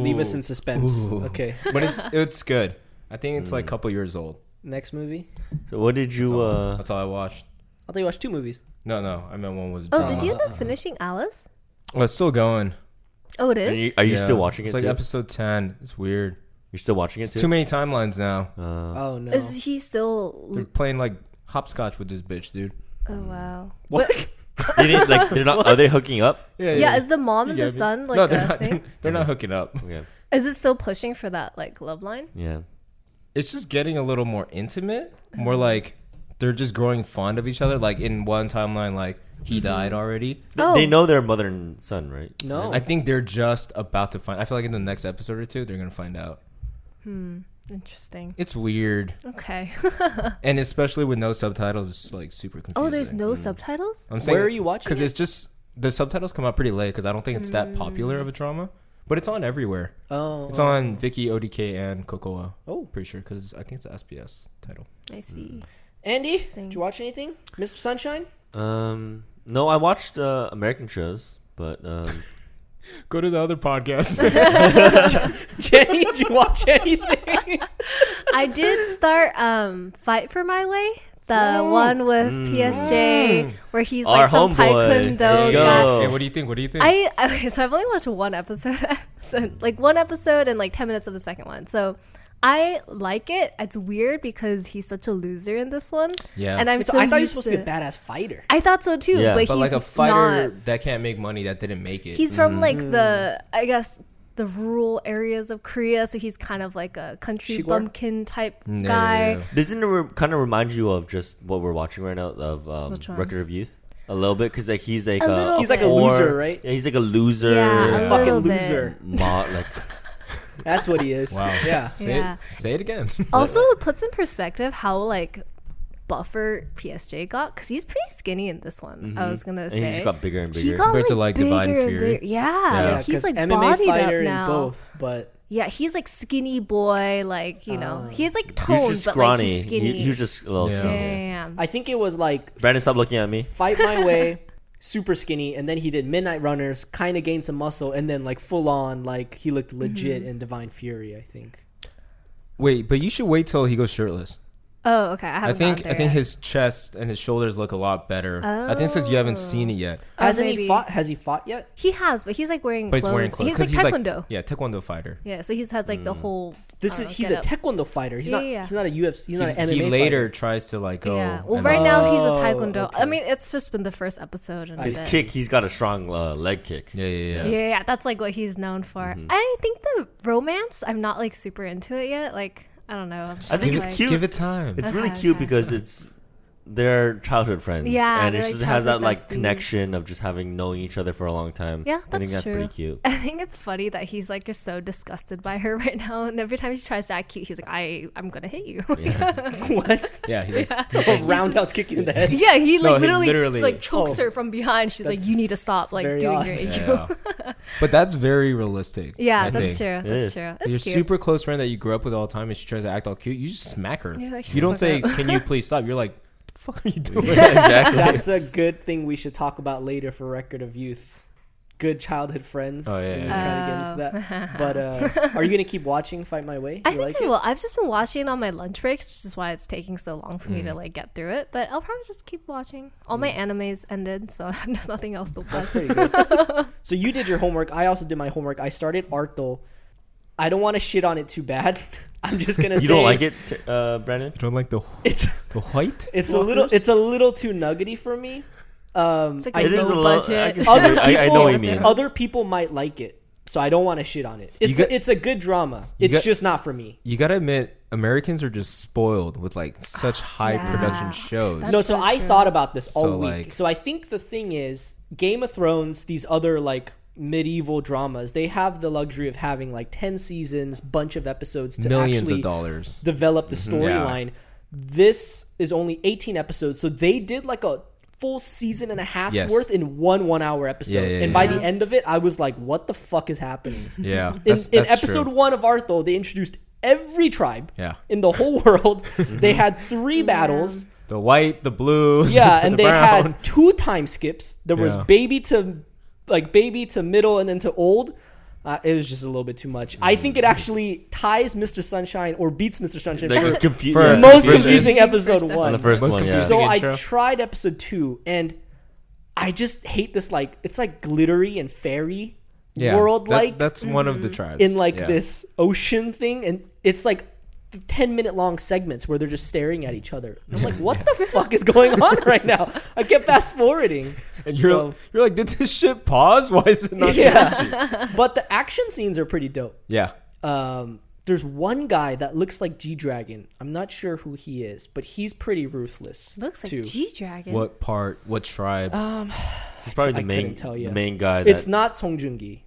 [SPEAKER 3] leave us in suspense.
[SPEAKER 5] Ooh.
[SPEAKER 3] Okay.
[SPEAKER 5] But it's it's good. I think it's
[SPEAKER 1] Mm.
[SPEAKER 5] like a couple years old.
[SPEAKER 3] Next movie.
[SPEAKER 1] so what did you? uh
[SPEAKER 5] That's all I watched.
[SPEAKER 3] I thought you watched two movies.
[SPEAKER 5] No, no, I meant one was.
[SPEAKER 4] Oh,
[SPEAKER 5] drama.
[SPEAKER 4] did you end up finishing Alice?
[SPEAKER 5] Oh, it's still going.
[SPEAKER 4] Oh, it
[SPEAKER 1] Are
[SPEAKER 4] is.
[SPEAKER 1] you, are you
[SPEAKER 5] Yeah.
[SPEAKER 1] still watching it?
[SPEAKER 5] It's like
[SPEAKER 1] too?
[SPEAKER 5] episode ten. It's weird.
[SPEAKER 1] You're still watching it too.
[SPEAKER 5] Too many timelines now.
[SPEAKER 1] Uh,
[SPEAKER 3] Oh no.
[SPEAKER 4] Is he
[SPEAKER 5] They're
[SPEAKER 4] still?
[SPEAKER 5] playing like hopscotch with this bitch, dude.
[SPEAKER 4] Oh wow.
[SPEAKER 3] What?
[SPEAKER 1] they didn't, like they're not. Are they hooking up?
[SPEAKER 4] Yeah, is the mom and
[SPEAKER 5] You
[SPEAKER 4] the
[SPEAKER 5] get me?
[SPEAKER 4] son like
[SPEAKER 5] no,
[SPEAKER 4] a
[SPEAKER 5] they're not,
[SPEAKER 4] thing?
[SPEAKER 5] They're not hooking up.
[SPEAKER 1] Okay.
[SPEAKER 4] Is it still pushing for that like love line?
[SPEAKER 1] Yeah.
[SPEAKER 5] It's just getting a little more intimate, more like they're just growing fond of each other. Like in one timeline, like he
[SPEAKER 3] Mm-hmm.
[SPEAKER 5] died already.
[SPEAKER 1] They,
[SPEAKER 4] Oh.
[SPEAKER 1] they know they're mother and son, right?
[SPEAKER 3] No.
[SPEAKER 5] I think they're just about to find. I feel like in the next episode or two, they're gonna find out.
[SPEAKER 4] Interesting.
[SPEAKER 5] It's weird,
[SPEAKER 4] Okay.
[SPEAKER 5] and especially with no subtitles, it's like super confusing.
[SPEAKER 4] oh, there's no
[SPEAKER 5] Mm.
[SPEAKER 4] subtitles.
[SPEAKER 5] I'm
[SPEAKER 3] Where are you watching
[SPEAKER 5] Because
[SPEAKER 3] it?
[SPEAKER 5] it's just the subtitles come out pretty late. Because I don't think it's that popular of a drama, but it's on everywhere.
[SPEAKER 3] Mm. oh.
[SPEAKER 5] It's on Vicky, ODK, and Cocoa.
[SPEAKER 3] Oh.
[SPEAKER 5] pretty sure because I think it's an SBS title.
[SPEAKER 4] I
[SPEAKER 3] Mm.
[SPEAKER 4] see.
[SPEAKER 3] Andy,
[SPEAKER 4] Interesting.
[SPEAKER 3] did you watch anything? Mr. Sunshine?
[SPEAKER 1] Um. No, I watched uh, American shows, but um,
[SPEAKER 5] Go to the other podcast.
[SPEAKER 3] Jenny, did you watch anything?
[SPEAKER 4] I did start um fight for my way. The one with PSJ where he's
[SPEAKER 1] Mm. Our
[SPEAKER 4] like some
[SPEAKER 1] homeboy.
[SPEAKER 4] taekwondo
[SPEAKER 1] Let's
[SPEAKER 4] guy.
[SPEAKER 1] go.
[SPEAKER 5] Hey, what do you think? What do you think?
[SPEAKER 4] I okay, so I've only watched one episode, so, like one episode and like ten minutes of the second one. So I like it. It's weird because he's such a loser in this one.
[SPEAKER 5] Yeah.
[SPEAKER 4] and I'm
[SPEAKER 3] So
[SPEAKER 4] so
[SPEAKER 3] I thought you were
[SPEAKER 4] used
[SPEAKER 3] supposed to be a
[SPEAKER 4] it.
[SPEAKER 3] badass fighter.
[SPEAKER 4] I thought so too,
[SPEAKER 1] Yeah.
[SPEAKER 4] but,
[SPEAKER 5] but
[SPEAKER 4] he's
[SPEAKER 5] like a fighter
[SPEAKER 4] not.
[SPEAKER 5] that can't make money that didn't make it.
[SPEAKER 4] He's
[SPEAKER 3] Mm.
[SPEAKER 4] from like the I guess the rural areas of Korea, so he's kind of like a country
[SPEAKER 3] Shigor?
[SPEAKER 4] bumpkin type
[SPEAKER 5] Yeah, yeah,
[SPEAKER 4] guy.
[SPEAKER 5] yeah.
[SPEAKER 1] doesn't it re- kind of remind you of just what we're watching right now of um,
[SPEAKER 4] Which one?
[SPEAKER 1] Record of Youth? A little bit, because like he's like
[SPEAKER 4] A
[SPEAKER 1] a,
[SPEAKER 4] little
[SPEAKER 3] He's like a
[SPEAKER 1] whore.
[SPEAKER 3] loser, right?
[SPEAKER 1] Yeah, he's like a loser.
[SPEAKER 4] Yeah, a
[SPEAKER 1] fucking
[SPEAKER 4] little
[SPEAKER 3] Fucking
[SPEAKER 4] bit.
[SPEAKER 3] loser.
[SPEAKER 1] mo- like
[SPEAKER 3] That's what he is.
[SPEAKER 5] Wow.
[SPEAKER 3] Yeah.
[SPEAKER 5] Say,
[SPEAKER 4] Yeah.
[SPEAKER 5] it, say it again.
[SPEAKER 4] Also, it puts in perspective how like buffer PSJ got because he's pretty skinny in this one. I was gonna say
[SPEAKER 1] Mm-hmm. And he just got bigger and
[SPEAKER 4] He
[SPEAKER 1] bigger.
[SPEAKER 4] got,
[SPEAKER 5] Compared to, like,
[SPEAKER 4] bigger
[SPEAKER 5] Divine
[SPEAKER 4] and
[SPEAKER 5] Fury.
[SPEAKER 4] bigger. Yeah,
[SPEAKER 1] Yeah,
[SPEAKER 4] like, he's
[SPEAKER 3] 'cause
[SPEAKER 4] like
[SPEAKER 3] MMA
[SPEAKER 4] bodied up
[SPEAKER 3] fighter
[SPEAKER 4] now.
[SPEAKER 3] in both, but
[SPEAKER 4] Yeah, he's like skinny boy, like you
[SPEAKER 3] Oh.
[SPEAKER 4] know, he's like
[SPEAKER 1] He
[SPEAKER 4] toned,
[SPEAKER 1] was just
[SPEAKER 4] but
[SPEAKER 1] scrawny.
[SPEAKER 4] like he's
[SPEAKER 1] He-
[SPEAKER 4] skinny.
[SPEAKER 1] he, was just a little
[SPEAKER 5] Yeah.
[SPEAKER 4] yeah,
[SPEAKER 1] skinny.
[SPEAKER 4] yeah, yeah.
[SPEAKER 3] I think it was like
[SPEAKER 1] Brandon, stop looking at me.
[SPEAKER 3] fight my way, super skinny, and then he did Midnight Runners, kind of gained some muscle, and then like full on, like he
[SPEAKER 4] Mm-hmm.
[SPEAKER 3] looked legit in Divine Fury. I think.
[SPEAKER 5] Wait, but you should wait till he goes shirtless.
[SPEAKER 4] Oh, okay. I
[SPEAKER 5] I
[SPEAKER 4] haven't.
[SPEAKER 5] think
[SPEAKER 4] gotten
[SPEAKER 5] I
[SPEAKER 4] there
[SPEAKER 5] think his chest and his shoulders look a lot better. I think it's because you haven't seen it yet.
[SPEAKER 4] Oh,
[SPEAKER 3] Hasn't
[SPEAKER 4] maybe.
[SPEAKER 3] he fought? Has he fought yet?
[SPEAKER 4] yet. he has, but he's like wearing
[SPEAKER 5] But he's
[SPEAKER 4] clothes.
[SPEAKER 5] wearing clothes.
[SPEAKER 4] He's
[SPEAKER 5] 'cause
[SPEAKER 4] like taekwondo.
[SPEAKER 5] yeah, taekwondo fighter.
[SPEAKER 4] yeah. so he's has like
[SPEAKER 1] Mm.
[SPEAKER 4] the whole.
[SPEAKER 3] This
[SPEAKER 4] I
[SPEAKER 3] is
[SPEAKER 4] don't
[SPEAKER 3] he's
[SPEAKER 4] know,
[SPEAKER 3] a
[SPEAKER 4] get Oh, up.
[SPEAKER 3] taekwondo fighter. He's
[SPEAKER 4] Yeah,
[SPEAKER 3] not.
[SPEAKER 4] yeah, yeah.
[SPEAKER 3] He's not a UFC. He's not an MMA.
[SPEAKER 5] He, he later
[SPEAKER 3] fighter.
[SPEAKER 5] tries to like go.
[SPEAKER 4] Yeah. Well,
[SPEAKER 5] and-
[SPEAKER 4] right now he's a
[SPEAKER 3] Oh,
[SPEAKER 4] taekwondo. I
[SPEAKER 3] okay.
[SPEAKER 4] mean, it's just been the first episode. And
[SPEAKER 1] His
[SPEAKER 4] that's it.
[SPEAKER 1] kick, he's got a strong uh, leg kick.
[SPEAKER 5] Yeah, yeah, yeah.
[SPEAKER 4] Yeah, yeah, that's like what he's known for. I think the romance. I'm not like super into it yet. Like I don't know. I'm just
[SPEAKER 1] I think
[SPEAKER 4] like-
[SPEAKER 1] it's
[SPEAKER 5] Just
[SPEAKER 1] cute.
[SPEAKER 5] give it time.
[SPEAKER 1] It's
[SPEAKER 4] Okay,
[SPEAKER 1] really cute
[SPEAKER 4] okay.
[SPEAKER 1] because it's their childhood friends.
[SPEAKER 4] Yeah,
[SPEAKER 1] and it
[SPEAKER 4] they're,
[SPEAKER 1] just
[SPEAKER 4] like,
[SPEAKER 1] has that
[SPEAKER 4] childhood
[SPEAKER 1] like
[SPEAKER 4] besties.
[SPEAKER 1] connection of just having known each other for a long time.
[SPEAKER 4] Yeah,
[SPEAKER 1] I think
[SPEAKER 4] that's
[SPEAKER 1] that's
[SPEAKER 4] true.
[SPEAKER 1] pretty cute.
[SPEAKER 4] I think it's funny that he's like just so disgusted by her right now, and every time she tries to act cute, he's like, "I, I'm gonna hit you." Yeah,
[SPEAKER 3] what?
[SPEAKER 5] yeah, he's like,
[SPEAKER 3] A roundhouse kick you in the head.
[SPEAKER 4] he like
[SPEAKER 5] No, he
[SPEAKER 4] literally,
[SPEAKER 5] literally-
[SPEAKER 4] like chokes
[SPEAKER 3] Oh.
[SPEAKER 4] her from behind. She's like, "You need to stop like
[SPEAKER 3] very
[SPEAKER 4] doing
[SPEAKER 3] odd.
[SPEAKER 4] your AQ."
[SPEAKER 5] yeah. but that's very realistic.
[SPEAKER 4] Yeah,
[SPEAKER 5] I
[SPEAKER 4] that's
[SPEAKER 5] think.
[SPEAKER 4] true. That's
[SPEAKER 1] is.
[SPEAKER 4] true.
[SPEAKER 5] Your
[SPEAKER 4] That's cute.
[SPEAKER 5] super close friend that you grew up with all the time, and she tries to act all cute. You just smack her.
[SPEAKER 4] You're like,
[SPEAKER 5] you don't
[SPEAKER 4] "Shut the
[SPEAKER 5] say,
[SPEAKER 4] fuck up."
[SPEAKER 5] "Can you please stop?" You're like, "The fuck are you doing?"
[SPEAKER 4] Oh.
[SPEAKER 1] exactly.
[SPEAKER 3] That's a good thing we should talk about later for Record of Youth. Good childhood friends.
[SPEAKER 5] Oh, yeah,
[SPEAKER 3] and
[SPEAKER 4] yeah,
[SPEAKER 3] we're trying to get into that. But uh, are you gonna keep watching Fight My Way? You
[SPEAKER 4] Oh. I think
[SPEAKER 3] like
[SPEAKER 4] I
[SPEAKER 3] it?
[SPEAKER 4] will. I've just been watching it on my lunch breaks, which is why it's taking so long for me to like get through it. But I'll probably just keep watching. All my animes ended, so there's nothing else to watch.
[SPEAKER 3] That's pretty good. so you did your homework. I also did my homework. I started Arthdal. I don't want to shit on it too bad. I'm just gonna.
[SPEAKER 1] You
[SPEAKER 3] say
[SPEAKER 1] don't like it, t- uh, Brandon?
[SPEAKER 5] You don't like the
[SPEAKER 3] It's
[SPEAKER 5] the white.
[SPEAKER 3] it's a little it's a little too nuggety for me. Um,
[SPEAKER 4] It's like
[SPEAKER 3] I
[SPEAKER 4] a
[SPEAKER 1] It
[SPEAKER 3] know
[SPEAKER 1] is
[SPEAKER 4] low
[SPEAKER 1] a lo- I
[SPEAKER 4] budget.
[SPEAKER 1] can see
[SPEAKER 3] other
[SPEAKER 1] it.
[SPEAKER 3] people,
[SPEAKER 1] I- I know what you mean.
[SPEAKER 3] Other people might like it, so I don't want to shit on it. It's
[SPEAKER 5] got-
[SPEAKER 3] it's a good drama.
[SPEAKER 5] You
[SPEAKER 3] It's
[SPEAKER 5] got-
[SPEAKER 3] just not for me.
[SPEAKER 5] You gotta admit, Americans are just spoiled with like such high
[SPEAKER 4] Yeah.
[SPEAKER 5] production shows.
[SPEAKER 4] That's
[SPEAKER 3] no, so,
[SPEAKER 4] so
[SPEAKER 3] I
[SPEAKER 4] true.
[SPEAKER 3] thought about this all
[SPEAKER 5] So,
[SPEAKER 3] week.
[SPEAKER 5] like-
[SPEAKER 3] so I think the thing is, Game of Thrones, these other like medieval dramas, they have the luxury of having like ten seasons, bunch of episodes to
[SPEAKER 5] millions
[SPEAKER 3] actually
[SPEAKER 5] of dollars.
[SPEAKER 3] develop the
[SPEAKER 5] Mm-hmm. yeah.
[SPEAKER 3] storyline. This is only 18 episodes, so they did like a full season and a half's
[SPEAKER 5] Yes.
[SPEAKER 3] worth in one one hour episode.
[SPEAKER 5] yeah,
[SPEAKER 3] and by
[SPEAKER 5] yeah.
[SPEAKER 3] the end of it, I was like, what the fuck is happening?
[SPEAKER 5] Yeah,
[SPEAKER 3] Mm-hmm. in,
[SPEAKER 5] that's,
[SPEAKER 3] in
[SPEAKER 5] that's true.
[SPEAKER 3] episode one of Artho, they introduced every tribe
[SPEAKER 5] Yeah.
[SPEAKER 3] in the whole world. they had three battles.
[SPEAKER 5] the white, the blue,
[SPEAKER 3] Yeah,
[SPEAKER 5] the
[SPEAKER 3] and they
[SPEAKER 5] brown.
[SPEAKER 3] had two time skips. There was
[SPEAKER 5] Yeah.
[SPEAKER 3] baby to like baby to middle and then to old. Uh, it was just a little bit too much. I think
[SPEAKER 5] Mm.
[SPEAKER 3] it actually ties Mr. Sunshine or beats Mr. Sunshine
[SPEAKER 1] Like,
[SPEAKER 3] for
[SPEAKER 1] confu-
[SPEAKER 5] for-
[SPEAKER 1] yeah,
[SPEAKER 5] The
[SPEAKER 3] most
[SPEAKER 5] First
[SPEAKER 3] confusing episode
[SPEAKER 4] First
[SPEAKER 1] On
[SPEAKER 3] one.
[SPEAKER 1] the first
[SPEAKER 5] Most
[SPEAKER 1] one, yeah.
[SPEAKER 5] confusing.
[SPEAKER 3] so I
[SPEAKER 5] intro.
[SPEAKER 3] tried episode two, and I just hate this like it's like glittery and fairy
[SPEAKER 5] Yeah,
[SPEAKER 3] world like
[SPEAKER 5] that- that's one of the tribes
[SPEAKER 3] Mm-hmm. in like
[SPEAKER 5] Yeah.
[SPEAKER 3] this ocean thing, and it's like ten minute long segments where they're just staring at each other. And I'm like, what the fuck is going on right now? I kept fast forwarding.
[SPEAKER 5] And you're
[SPEAKER 3] So-
[SPEAKER 5] you're like, did this shit pause? Why is it not?
[SPEAKER 3] yeah, but the action scenes are pretty dope.
[SPEAKER 5] Yeah,
[SPEAKER 3] um, there's one guy that looks like G Dragon. I'm not sure who he is, but he's pretty ruthless.
[SPEAKER 4] Looks
[SPEAKER 3] too.
[SPEAKER 4] like G Dragon.
[SPEAKER 5] What part? What tribe?
[SPEAKER 3] Uh,
[SPEAKER 1] He's probably the
[SPEAKER 3] I
[SPEAKER 1] main,
[SPEAKER 3] couldn't tell ya.
[SPEAKER 1] the main guy. That,
[SPEAKER 3] It's not Song Joong Ki.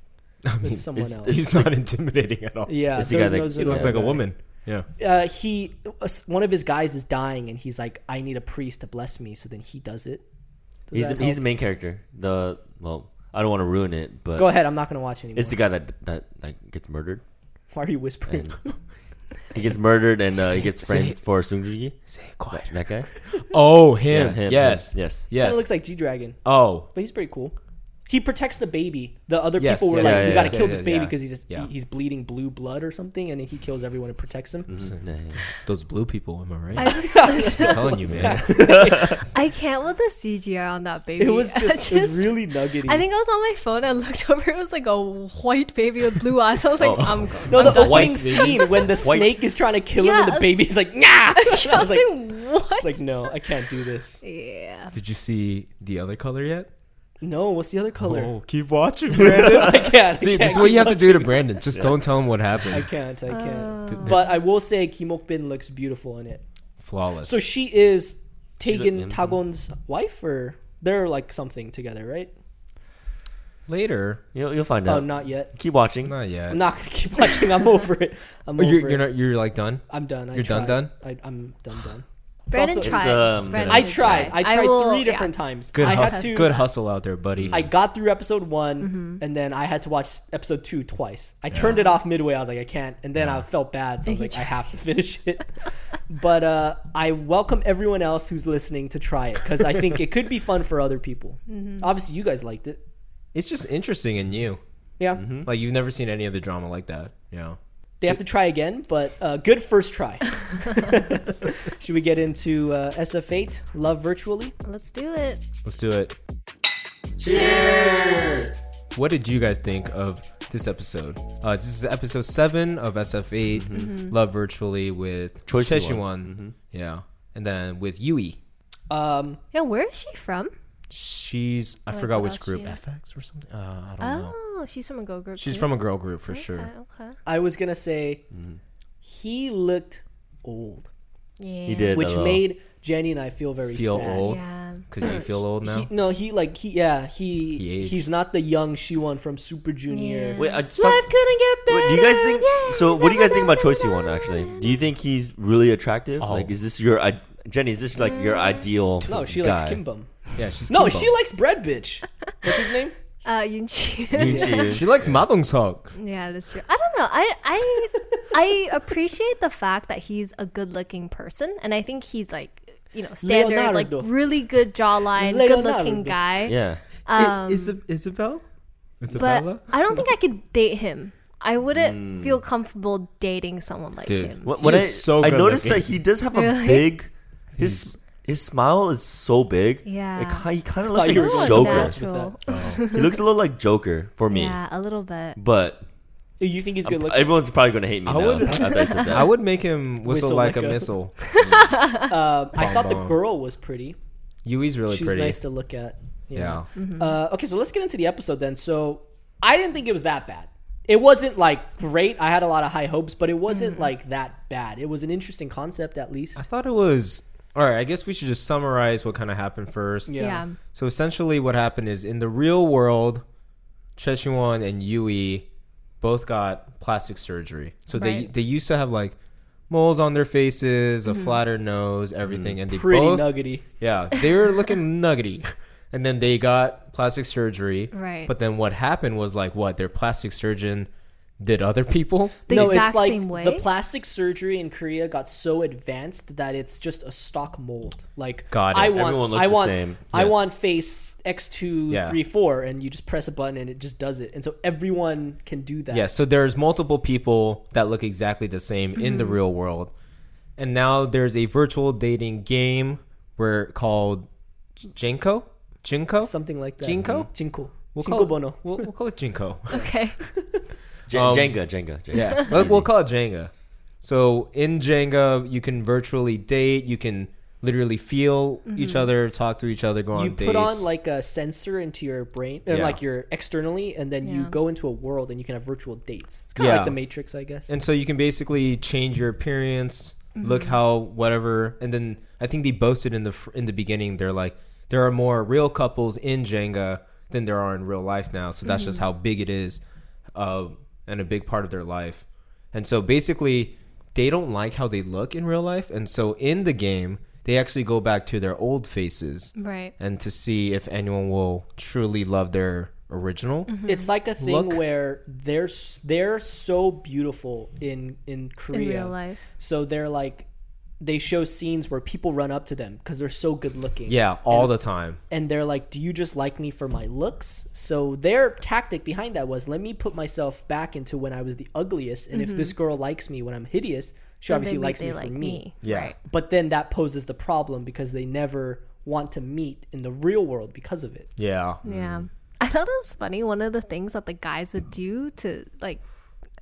[SPEAKER 3] it's someone
[SPEAKER 1] it's-
[SPEAKER 3] else.
[SPEAKER 5] He's not intimidating at all.
[SPEAKER 3] yeah,
[SPEAKER 1] it's the guy
[SPEAKER 3] there-
[SPEAKER 1] that-
[SPEAKER 3] there's
[SPEAKER 1] it
[SPEAKER 5] he looks
[SPEAKER 3] another
[SPEAKER 5] like a
[SPEAKER 3] guy.
[SPEAKER 5] woman. Yeah,
[SPEAKER 3] Uh, he, uh, one of his guys is dying, and he's like, "I need a priest to bless me." So then he does it. Does
[SPEAKER 1] he's
[SPEAKER 3] that
[SPEAKER 1] he's the
[SPEAKER 3] help?
[SPEAKER 1] main character. The well, I don't want to ruin it, but
[SPEAKER 3] Go ahead. I'm not gonna watch anymore.
[SPEAKER 1] it's the guy that that like gets murdered.
[SPEAKER 3] Why are you whispering?
[SPEAKER 1] He gets murdered and uh, he gets
[SPEAKER 5] Say
[SPEAKER 1] framed
[SPEAKER 5] it.
[SPEAKER 1] for Sunjugi.
[SPEAKER 5] say it quieter.
[SPEAKER 1] That guy.
[SPEAKER 5] Oh, him.
[SPEAKER 1] Yeah, him,
[SPEAKER 5] yes,
[SPEAKER 1] him, yes.
[SPEAKER 5] yes.
[SPEAKER 3] Kind of looks like G Dragon,
[SPEAKER 5] oh,
[SPEAKER 3] but he's pretty cool. He protects the baby. The other
[SPEAKER 5] Yes,
[SPEAKER 3] people were
[SPEAKER 5] yes,
[SPEAKER 3] like,
[SPEAKER 1] yeah,
[SPEAKER 3] "You
[SPEAKER 1] yeah,
[SPEAKER 3] gotta
[SPEAKER 1] yeah,
[SPEAKER 3] kill
[SPEAKER 5] yeah,
[SPEAKER 3] this baby
[SPEAKER 5] yeah.
[SPEAKER 3] because he's just,
[SPEAKER 5] Yeah.
[SPEAKER 3] he's bleeding blue blood or something," and then he kills everyone and protects him.
[SPEAKER 1] Yeah, yeah.
[SPEAKER 5] those blue people. Am I right?
[SPEAKER 4] I just,
[SPEAKER 5] I'm telling you, man.
[SPEAKER 4] I can't with the CGI on that baby.
[SPEAKER 3] It was
[SPEAKER 4] I
[SPEAKER 3] just, it was really nuggety.
[SPEAKER 4] I think I was on my phone and looked over. It was like a white baby with blue eyes. I was like,
[SPEAKER 1] Oh.
[SPEAKER 4] I'm going.
[SPEAKER 3] No, the
[SPEAKER 1] the
[SPEAKER 3] opening
[SPEAKER 1] white baby.
[SPEAKER 3] scene when the
[SPEAKER 1] White.
[SPEAKER 3] snake is trying to kill
[SPEAKER 4] Yeah,
[SPEAKER 3] him and
[SPEAKER 4] I
[SPEAKER 3] the
[SPEAKER 4] was-
[SPEAKER 3] baby's like, nah! And I was like,
[SPEAKER 4] what?
[SPEAKER 3] like, no, I can't do this.
[SPEAKER 4] yeah.
[SPEAKER 5] Did you see the other color yet?
[SPEAKER 3] No, what's the other color?
[SPEAKER 5] Oh, keep watching, Brandon.
[SPEAKER 3] I can't. I
[SPEAKER 5] See, this
[SPEAKER 3] can't
[SPEAKER 5] is what
[SPEAKER 3] keep
[SPEAKER 5] you have to
[SPEAKER 3] watching.
[SPEAKER 5] do to Brandon. Just don't tell him what
[SPEAKER 3] I
[SPEAKER 5] happens.
[SPEAKER 3] can't. I can't. But I will say Kimok Bin looks beautiful in it.
[SPEAKER 5] Flawless.
[SPEAKER 3] So she is
[SPEAKER 1] She
[SPEAKER 3] Tagen
[SPEAKER 1] look-
[SPEAKER 3] Tagon's wife, or they're like something together, right?
[SPEAKER 5] Later,
[SPEAKER 1] You'll, you'll find
[SPEAKER 3] Oh,
[SPEAKER 1] out.
[SPEAKER 3] not yet.
[SPEAKER 1] Keep watching.
[SPEAKER 5] not yet.
[SPEAKER 3] I'm not gonna keep watching. I'm over it. I'm
[SPEAKER 5] Oh,
[SPEAKER 3] over
[SPEAKER 5] you're,
[SPEAKER 3] it.
[SPEAKER 5] you're not. You're like done.
[SPEAKER 3] I'm done. I
[SPEAKER 5] You're done,
[SPEAKER 3] tried. I, I'm done. Done.
[SPEAKER 4] Brandon
[SPEAKER 3] also-
[SPEAKER 4] tried.
[SPEAKER 3] It's,
[SPEAKER 1] um,
[SPEAKER 4] Brandon
[SPEAKER 3] I
[SPEAKER 4] did
[SPEAKER 3] tried.
[SPEAKER 4] try.
[SPEAKER 3] I tried
[SPEAKER 4] will-
[SPEAKER 3] three
[SPEAKER 4] yeah.
[SPEAKER 3] different times.
[SPEAKER 5] Good,
[SPEAKER 3] I
[SPEAKER 5] hustle,
[SPEAKER 3] had to.
[SPEAKER 5] good hustle out there, buddy.
[SPEAKER 3] Mm-hmm. I got through episode one, and then I had to watch episode two twice. I turned it off midway. I was like, I can't. And then I felt bad, so I was like, I have to finish it. but uh, I welcome everyone else who's listening to try it because I think it could be fun for other people. Obviously, you guys liked it.
[SPEAKER 5] it's just interesting and new.
[SPEAKER 3] Yeah,
[SPEAKER 5] Like you've never seen any other drama like that. Yeah.
[SPEAKER 3] they have to try again, but uh, good first try. Should we get into uh, SF8 Love Virtually?
[SPEAKER 4] Let's do it.
[SPEAKER 5] Let's do it. Cheers. What did you guys think of this episode? Uh, this is episode seven of SF8, Love Virtually with
[SPEAKER 1] Choi
[SPEAKER 5] Choi
[SPEAKER 1] Siwon.
[SPEAKER 5] Siwon. Mm-hmm. Yeah, and then with Yui.
[SPEAKER 3] Um,
[SPEAKER 4] Yeah, where is she from?
[SPEAKER 5] She's I
[SPEAKER 4] Like,
[SPEAKER 5] forgot
[SPEAKER 4] what
[SPEAKER 5] which
[SPEAKER 4] else
[SPEAKER 5] group
[SPEAKER 4] she is?
[SPEAKER 5] FX or something. Uh, I don't know.
[SPEAKER 4] Oh, she's from a girl group.
[SPEAKER 5] She's
[SPEAKER 4] too.
[SPEAKER 5] from a girl group for
[SPEAKER 4] Okay,
[SPEAKER 5] sure.
[SPEAKER 4] okay.
[SPEAKER 3] I was gonna say he looked old,
[SPEAKER 4] Yeah.
[SPEAKER 1] He did.
[SPEAKER 3] which
[SPEAKER 1] hello.
[SPEAKER 3] made Jenny and I feel very
[SPEAKER 5] Feel
[SPEAKER 3] sad.
[SPEAKER 5] old
[SPEAKER 4] Yeah.
[SPEAKER 5] because you feel old now.
[SPEAKER 3] He, no, he like he yeah he,
[SPEAKER 5] He aged.
[SPEAKER 3] he's not the young Shiwon from Super Junior.
[SPEAKER 4] Yeah.
[SPEAKER 1] Wait, I just
[SPEAKER 3] Life
[SPEAKER 1] talked-
[SPEAKER 3] couldn't get better.
[SPEAKER 1] Wait, do you guys think?
[SPEAKER 4] Yeah,
[SPEAKER 1] so, what do you guys think about Choi
[SPEAKER 4] da, da,
[SPEAKER 1] Siwon?
[SPEAKER 4] da,
[SPEAKER 1] Actually, do you think he's really attractive?
[SPEAKER 5] Oh.
[SPEAKER 1] Like, is this your I- Jenny? Is this like your ideal?
[SPEAKER 3] Mm. no, she
[SPEAKER 1] guy?
[SPEAKER 3] likes Kim Bum.
[SPEAKER 5] Yeah, she's
[SPEAKER 3] No,
[SPEAKER 5] Kimbo.
[SPEAKER 3] she likes Bread Bitch. What's his name?
[SPEAKER 4] Uh, Yunji.
[SPEAKER 1] Yoon Ji-yoon.
[SPEAKER 5] she likes Madong's Hawk.
[SPEAKER 4] Yeah, that's true. I don't know. I I I appreciate the fact that he's a good-looking person, and I think he's like you know standard,
[SPEAKER 3] Leonardo.
[SPEAKER 4] like really good jawline,
[SPEAKER 3] Leonardo.
[SPEAKER 4] good-looking guy.
[SPEAKER 1] Yeah.
[SPEAKER 4] Um,
[SPEAKER 5] Isabel?
[SPEAKER 4] but I don't think I could date him. I wouldn't feel comfortable dating someone like
[SPEAKER 5] Dude.
[SPEAKER 4] him.
[SPEAKER 1] When, when
[SPEAKER 5] He
[SPEAKER 1] I
[SPEAKER 5] is so
[SPEAKER 1] I
[SPEAKER 5] good
[SPEAKER 1] noticed
[SPEAKER 5] looking.
[SPEAKER 1] that he does have a
[SPEAKER 4] Really?
[SPEAKER 1] big his his smile is so big.
[SPEAKER 4] Yeah.
[SPEAKER 1] It ki- he kind of
[SPEAKER 3] thought
[SPEAKER 1] looks
[SPEAKER 3] you were
[SPEAKER 4] Oh,
[SPEAKER 1] like
[SPEAKER 4] it's
[SPEAKER 3] going
[SPEAKER 1] Joker.
[SPEAKER 3] that.
[SPEAKER 4] natural.
[SPEAKER 1] he looks a little like Joker for me.
[SPEAKER 4] Yeah, a little bit.
[SPEAKER 1] But
[SPEAKER 3] You think he's good looking?
[SPEAKER 1] everyone's probably gonna hate me now
[SPEAKER 5] would-
[SPEAKER 1] after I said that.
[SPEAKER 5] I would make him
[SPEAKER 3] Whistle
[SPEAKER 5] whistle, like,
[SPEAKER 3] like
[SPEAKER 5] a
[SPEAKER 3] a-
[SPEAKER 5] missile.
[SPEAKER 3] Um, I thought the
[SPEAKER 5] Bong.
[SPEAKER 3] girl was pretty.
[SPEAKER 5] Yui's really
[SPEAKER 3] She's
[SPEAKER 5] pretty.
[SPEAKER 3] nice to look at. you
[SPEAKER 5] yeah.
[SPEAKER 3] know. Uh, okay, so let's get into the episode then. So I didn't think it was that bad. It wasn't like great. I had a lot of high hopes, but it wasn't like that bad. It was an interesting concept, at least.
[SPEAKER 5] I thought it was all right. I guess we should just summarize what kind of happened first.
[SPEAKER 3] Yeah.
[SPEAKER 4] Yeah.
[SPEAKER 5] So essentially, what happened is in the real world, Chechuan and Yui both got plastic surgery. So they
[SPEAKER 4] Right.
[SPEAKER 5] they used to have like moles on their faces, a flatter nose, everything, and they
[SPEAKER 3] Pretty
[SPEAKER 5] both
[SPEAKER 3] nuggety.
[SPEAKER 5] yeah they were looking nuggety. And then they got plastic surgery.
[SPEAKER 4] Right.
[SPEAKER 5] But then what happened was like what their plastic surgeon did other people.
[SPEAKER 4] The
[SPEAKER 3] no,
[SPEAKER 4] exact
[SPEAKER 3] it's like
[SPEAKER 4] same way.
[SPEAKER 3] the plastic surgery in Korea got so advanced that it's just a stock mold. Like
[SPEAKER 5] Got it.
[SPEAKER 3] I want,
[SPEAKER 1] Everyone looks
[SPEAKER 3] I
[SPEAKER 1] the
[SPEAKER 3] want,
[SPEAKER 1] same.
[SPEAKER 3] I
[SPEAKER 5] Yes.
[SPEAKER 3] want face X two
[SPEAKER 5] Yeah.
[SPEAKER 3] three four, and you just press a button and it just does it, and so everyone can do that.
[SPEAKER 5] Yeah, so there's multiple people that look exactly the same in
[SPEAKER 3] Mm-hmm.
[SPEAKER 5] the real world. And now there's a virtual dating game where called Jinko? Jinko?
[SPEAKER 3] something like that. Mm-hmm.
[SPEAKER 5] Jinko?
[SPEAKER 3] Jinko,
[SPEAKER 5] We'll
[SPEAKER 3] Jinko
[SPEAKER 5] call it-
[SPEAKER 3] Bono.
[SPEAKER 5] We'll, we'll call it Jinko.
[SPEAKER 4] okay.
[SPEAKER 1] J-
[SPEAKER 5] Um,
[SPEAKER 1] Jenga, Jenga, Jenga.
[SPEAKER 5] yeah. We'll, we'll call it Jenga. So in Jenga, you can virtually date, you can literally feel each other, talk to each other, go
[SPEAKER 3] Mm-hmm. You
[SPEAKER 5] on dates.
[SPEAKER 3] put on like a sensor into your brain, uh,
[SPEAKER 5] Yeah.
[SPEAKER 3] like your externally, and then you
[SPEAKER 4] Yeah.
[SPEAKER 3] go into a world and you can have virtual dates. It's kind of
[SPEAKER 5] Yeah.
[SPEAKER 3] like the Matrix, I guess.
[SPEAKER 5] And so you can basically change your appearance, look how whatever, and then I think they boasted in the fr- in the beginning. They're like, there are more real couples in Jenga than there are in real life now. So that's just how big it is, uh, and a big part of their life. And so basically, they don't like how they look in real life, and so in the game, they actually go back to their old faces
[SPEAKER 4] Right.
[SPEAKER 5] and to see if anyone will truly love their original.
[SPEAKER 3] It's like a thing
[SPEAKER 5] Look.
[SPEAKER 3] where they're s- they're so beautiful in in Korea.
[SPEAKER 4] In real life.
[SPEAKER 3] So they're like they show scenes where people run up to them because they're so good looking.
[SPEAKER 5] Yeah, all the time.
[SPEAKER 3] And they're like, "Do you just like me for my looks?" So their tactic behind that was, "Let me put myself back into when I was the ugliest, and if this girl likes me when I'm hideous,
[SPEAKER 4] Mm-hmm. Then
[SPEAKER 3] she
[SPEAKER 4] they
[SPEAKER 3] obviously
[SPEAKER 4] meet,
[SPEAKER 3] likes
[SPEAKER 4] they
[SPEAKER 3] me
[SPEAKER 4] like
[SPEAKER 3] for me.
[SPEAKER 4] me.
[SPEAKER 5] Yeah.
[SPEAKER 4] Right.
[SPEAKER 3] But then that poses the problem because they never want to meet in the real world because of it.
[SPEAKER 5] Yeah.
[SPEAKER 4] Yeah.
[SPEAKER 3] Mm.
[SPEAKER 4] I thought it was funny. One of the things that the guys would do to like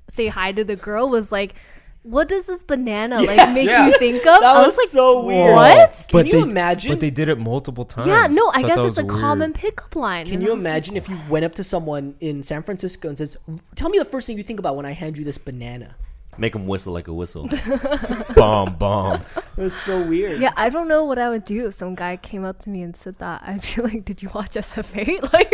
[SPEAKER 4] say hi to the girl was like, "What does this banana like make
[SPEAKER 5] Yeah.
[SPEAKER 4] you think of?"
[SPEAKER 3] That
[SPEAKER 4] Oh, I
[SPEAKER 3] was
[SPEAKER 4] like,
[SPEAKER 3] so weird.
[SPEAKER 4] What?
[SPEAKER 3] Can you imagine?
[SPEAKER 5] But they did it multiple times.
[SPEAKER 4] Yeah, no, I
[SPEAKER 5] So
[SPEAKER 4] guess
[SPEAKER 5] that
[SPEAKER 4] it's a
[SPEAKER 5] was weird.
[SPEAKER 4] common pickup line.
[SPEAKER 3] Can
[SPEAKER 4] And
[SPEAKER 3] you
[SPEAKER 4] I was like,
[SPEAKER 3] imagine if you went up to someone in San Francisco and says, "Tell me the first thing you think about when I hand you this banana"?
[SPEAKER 1] Make him whistle like a whistle.
[SPEAKER 5] bomb bomb.
[SPEAKER 3] It was so weird.
[SPEAKER 4] Yeah, I don't know what I would do if some guy came up to me and said that. I'd be like, "Did you watch SFA?" Like,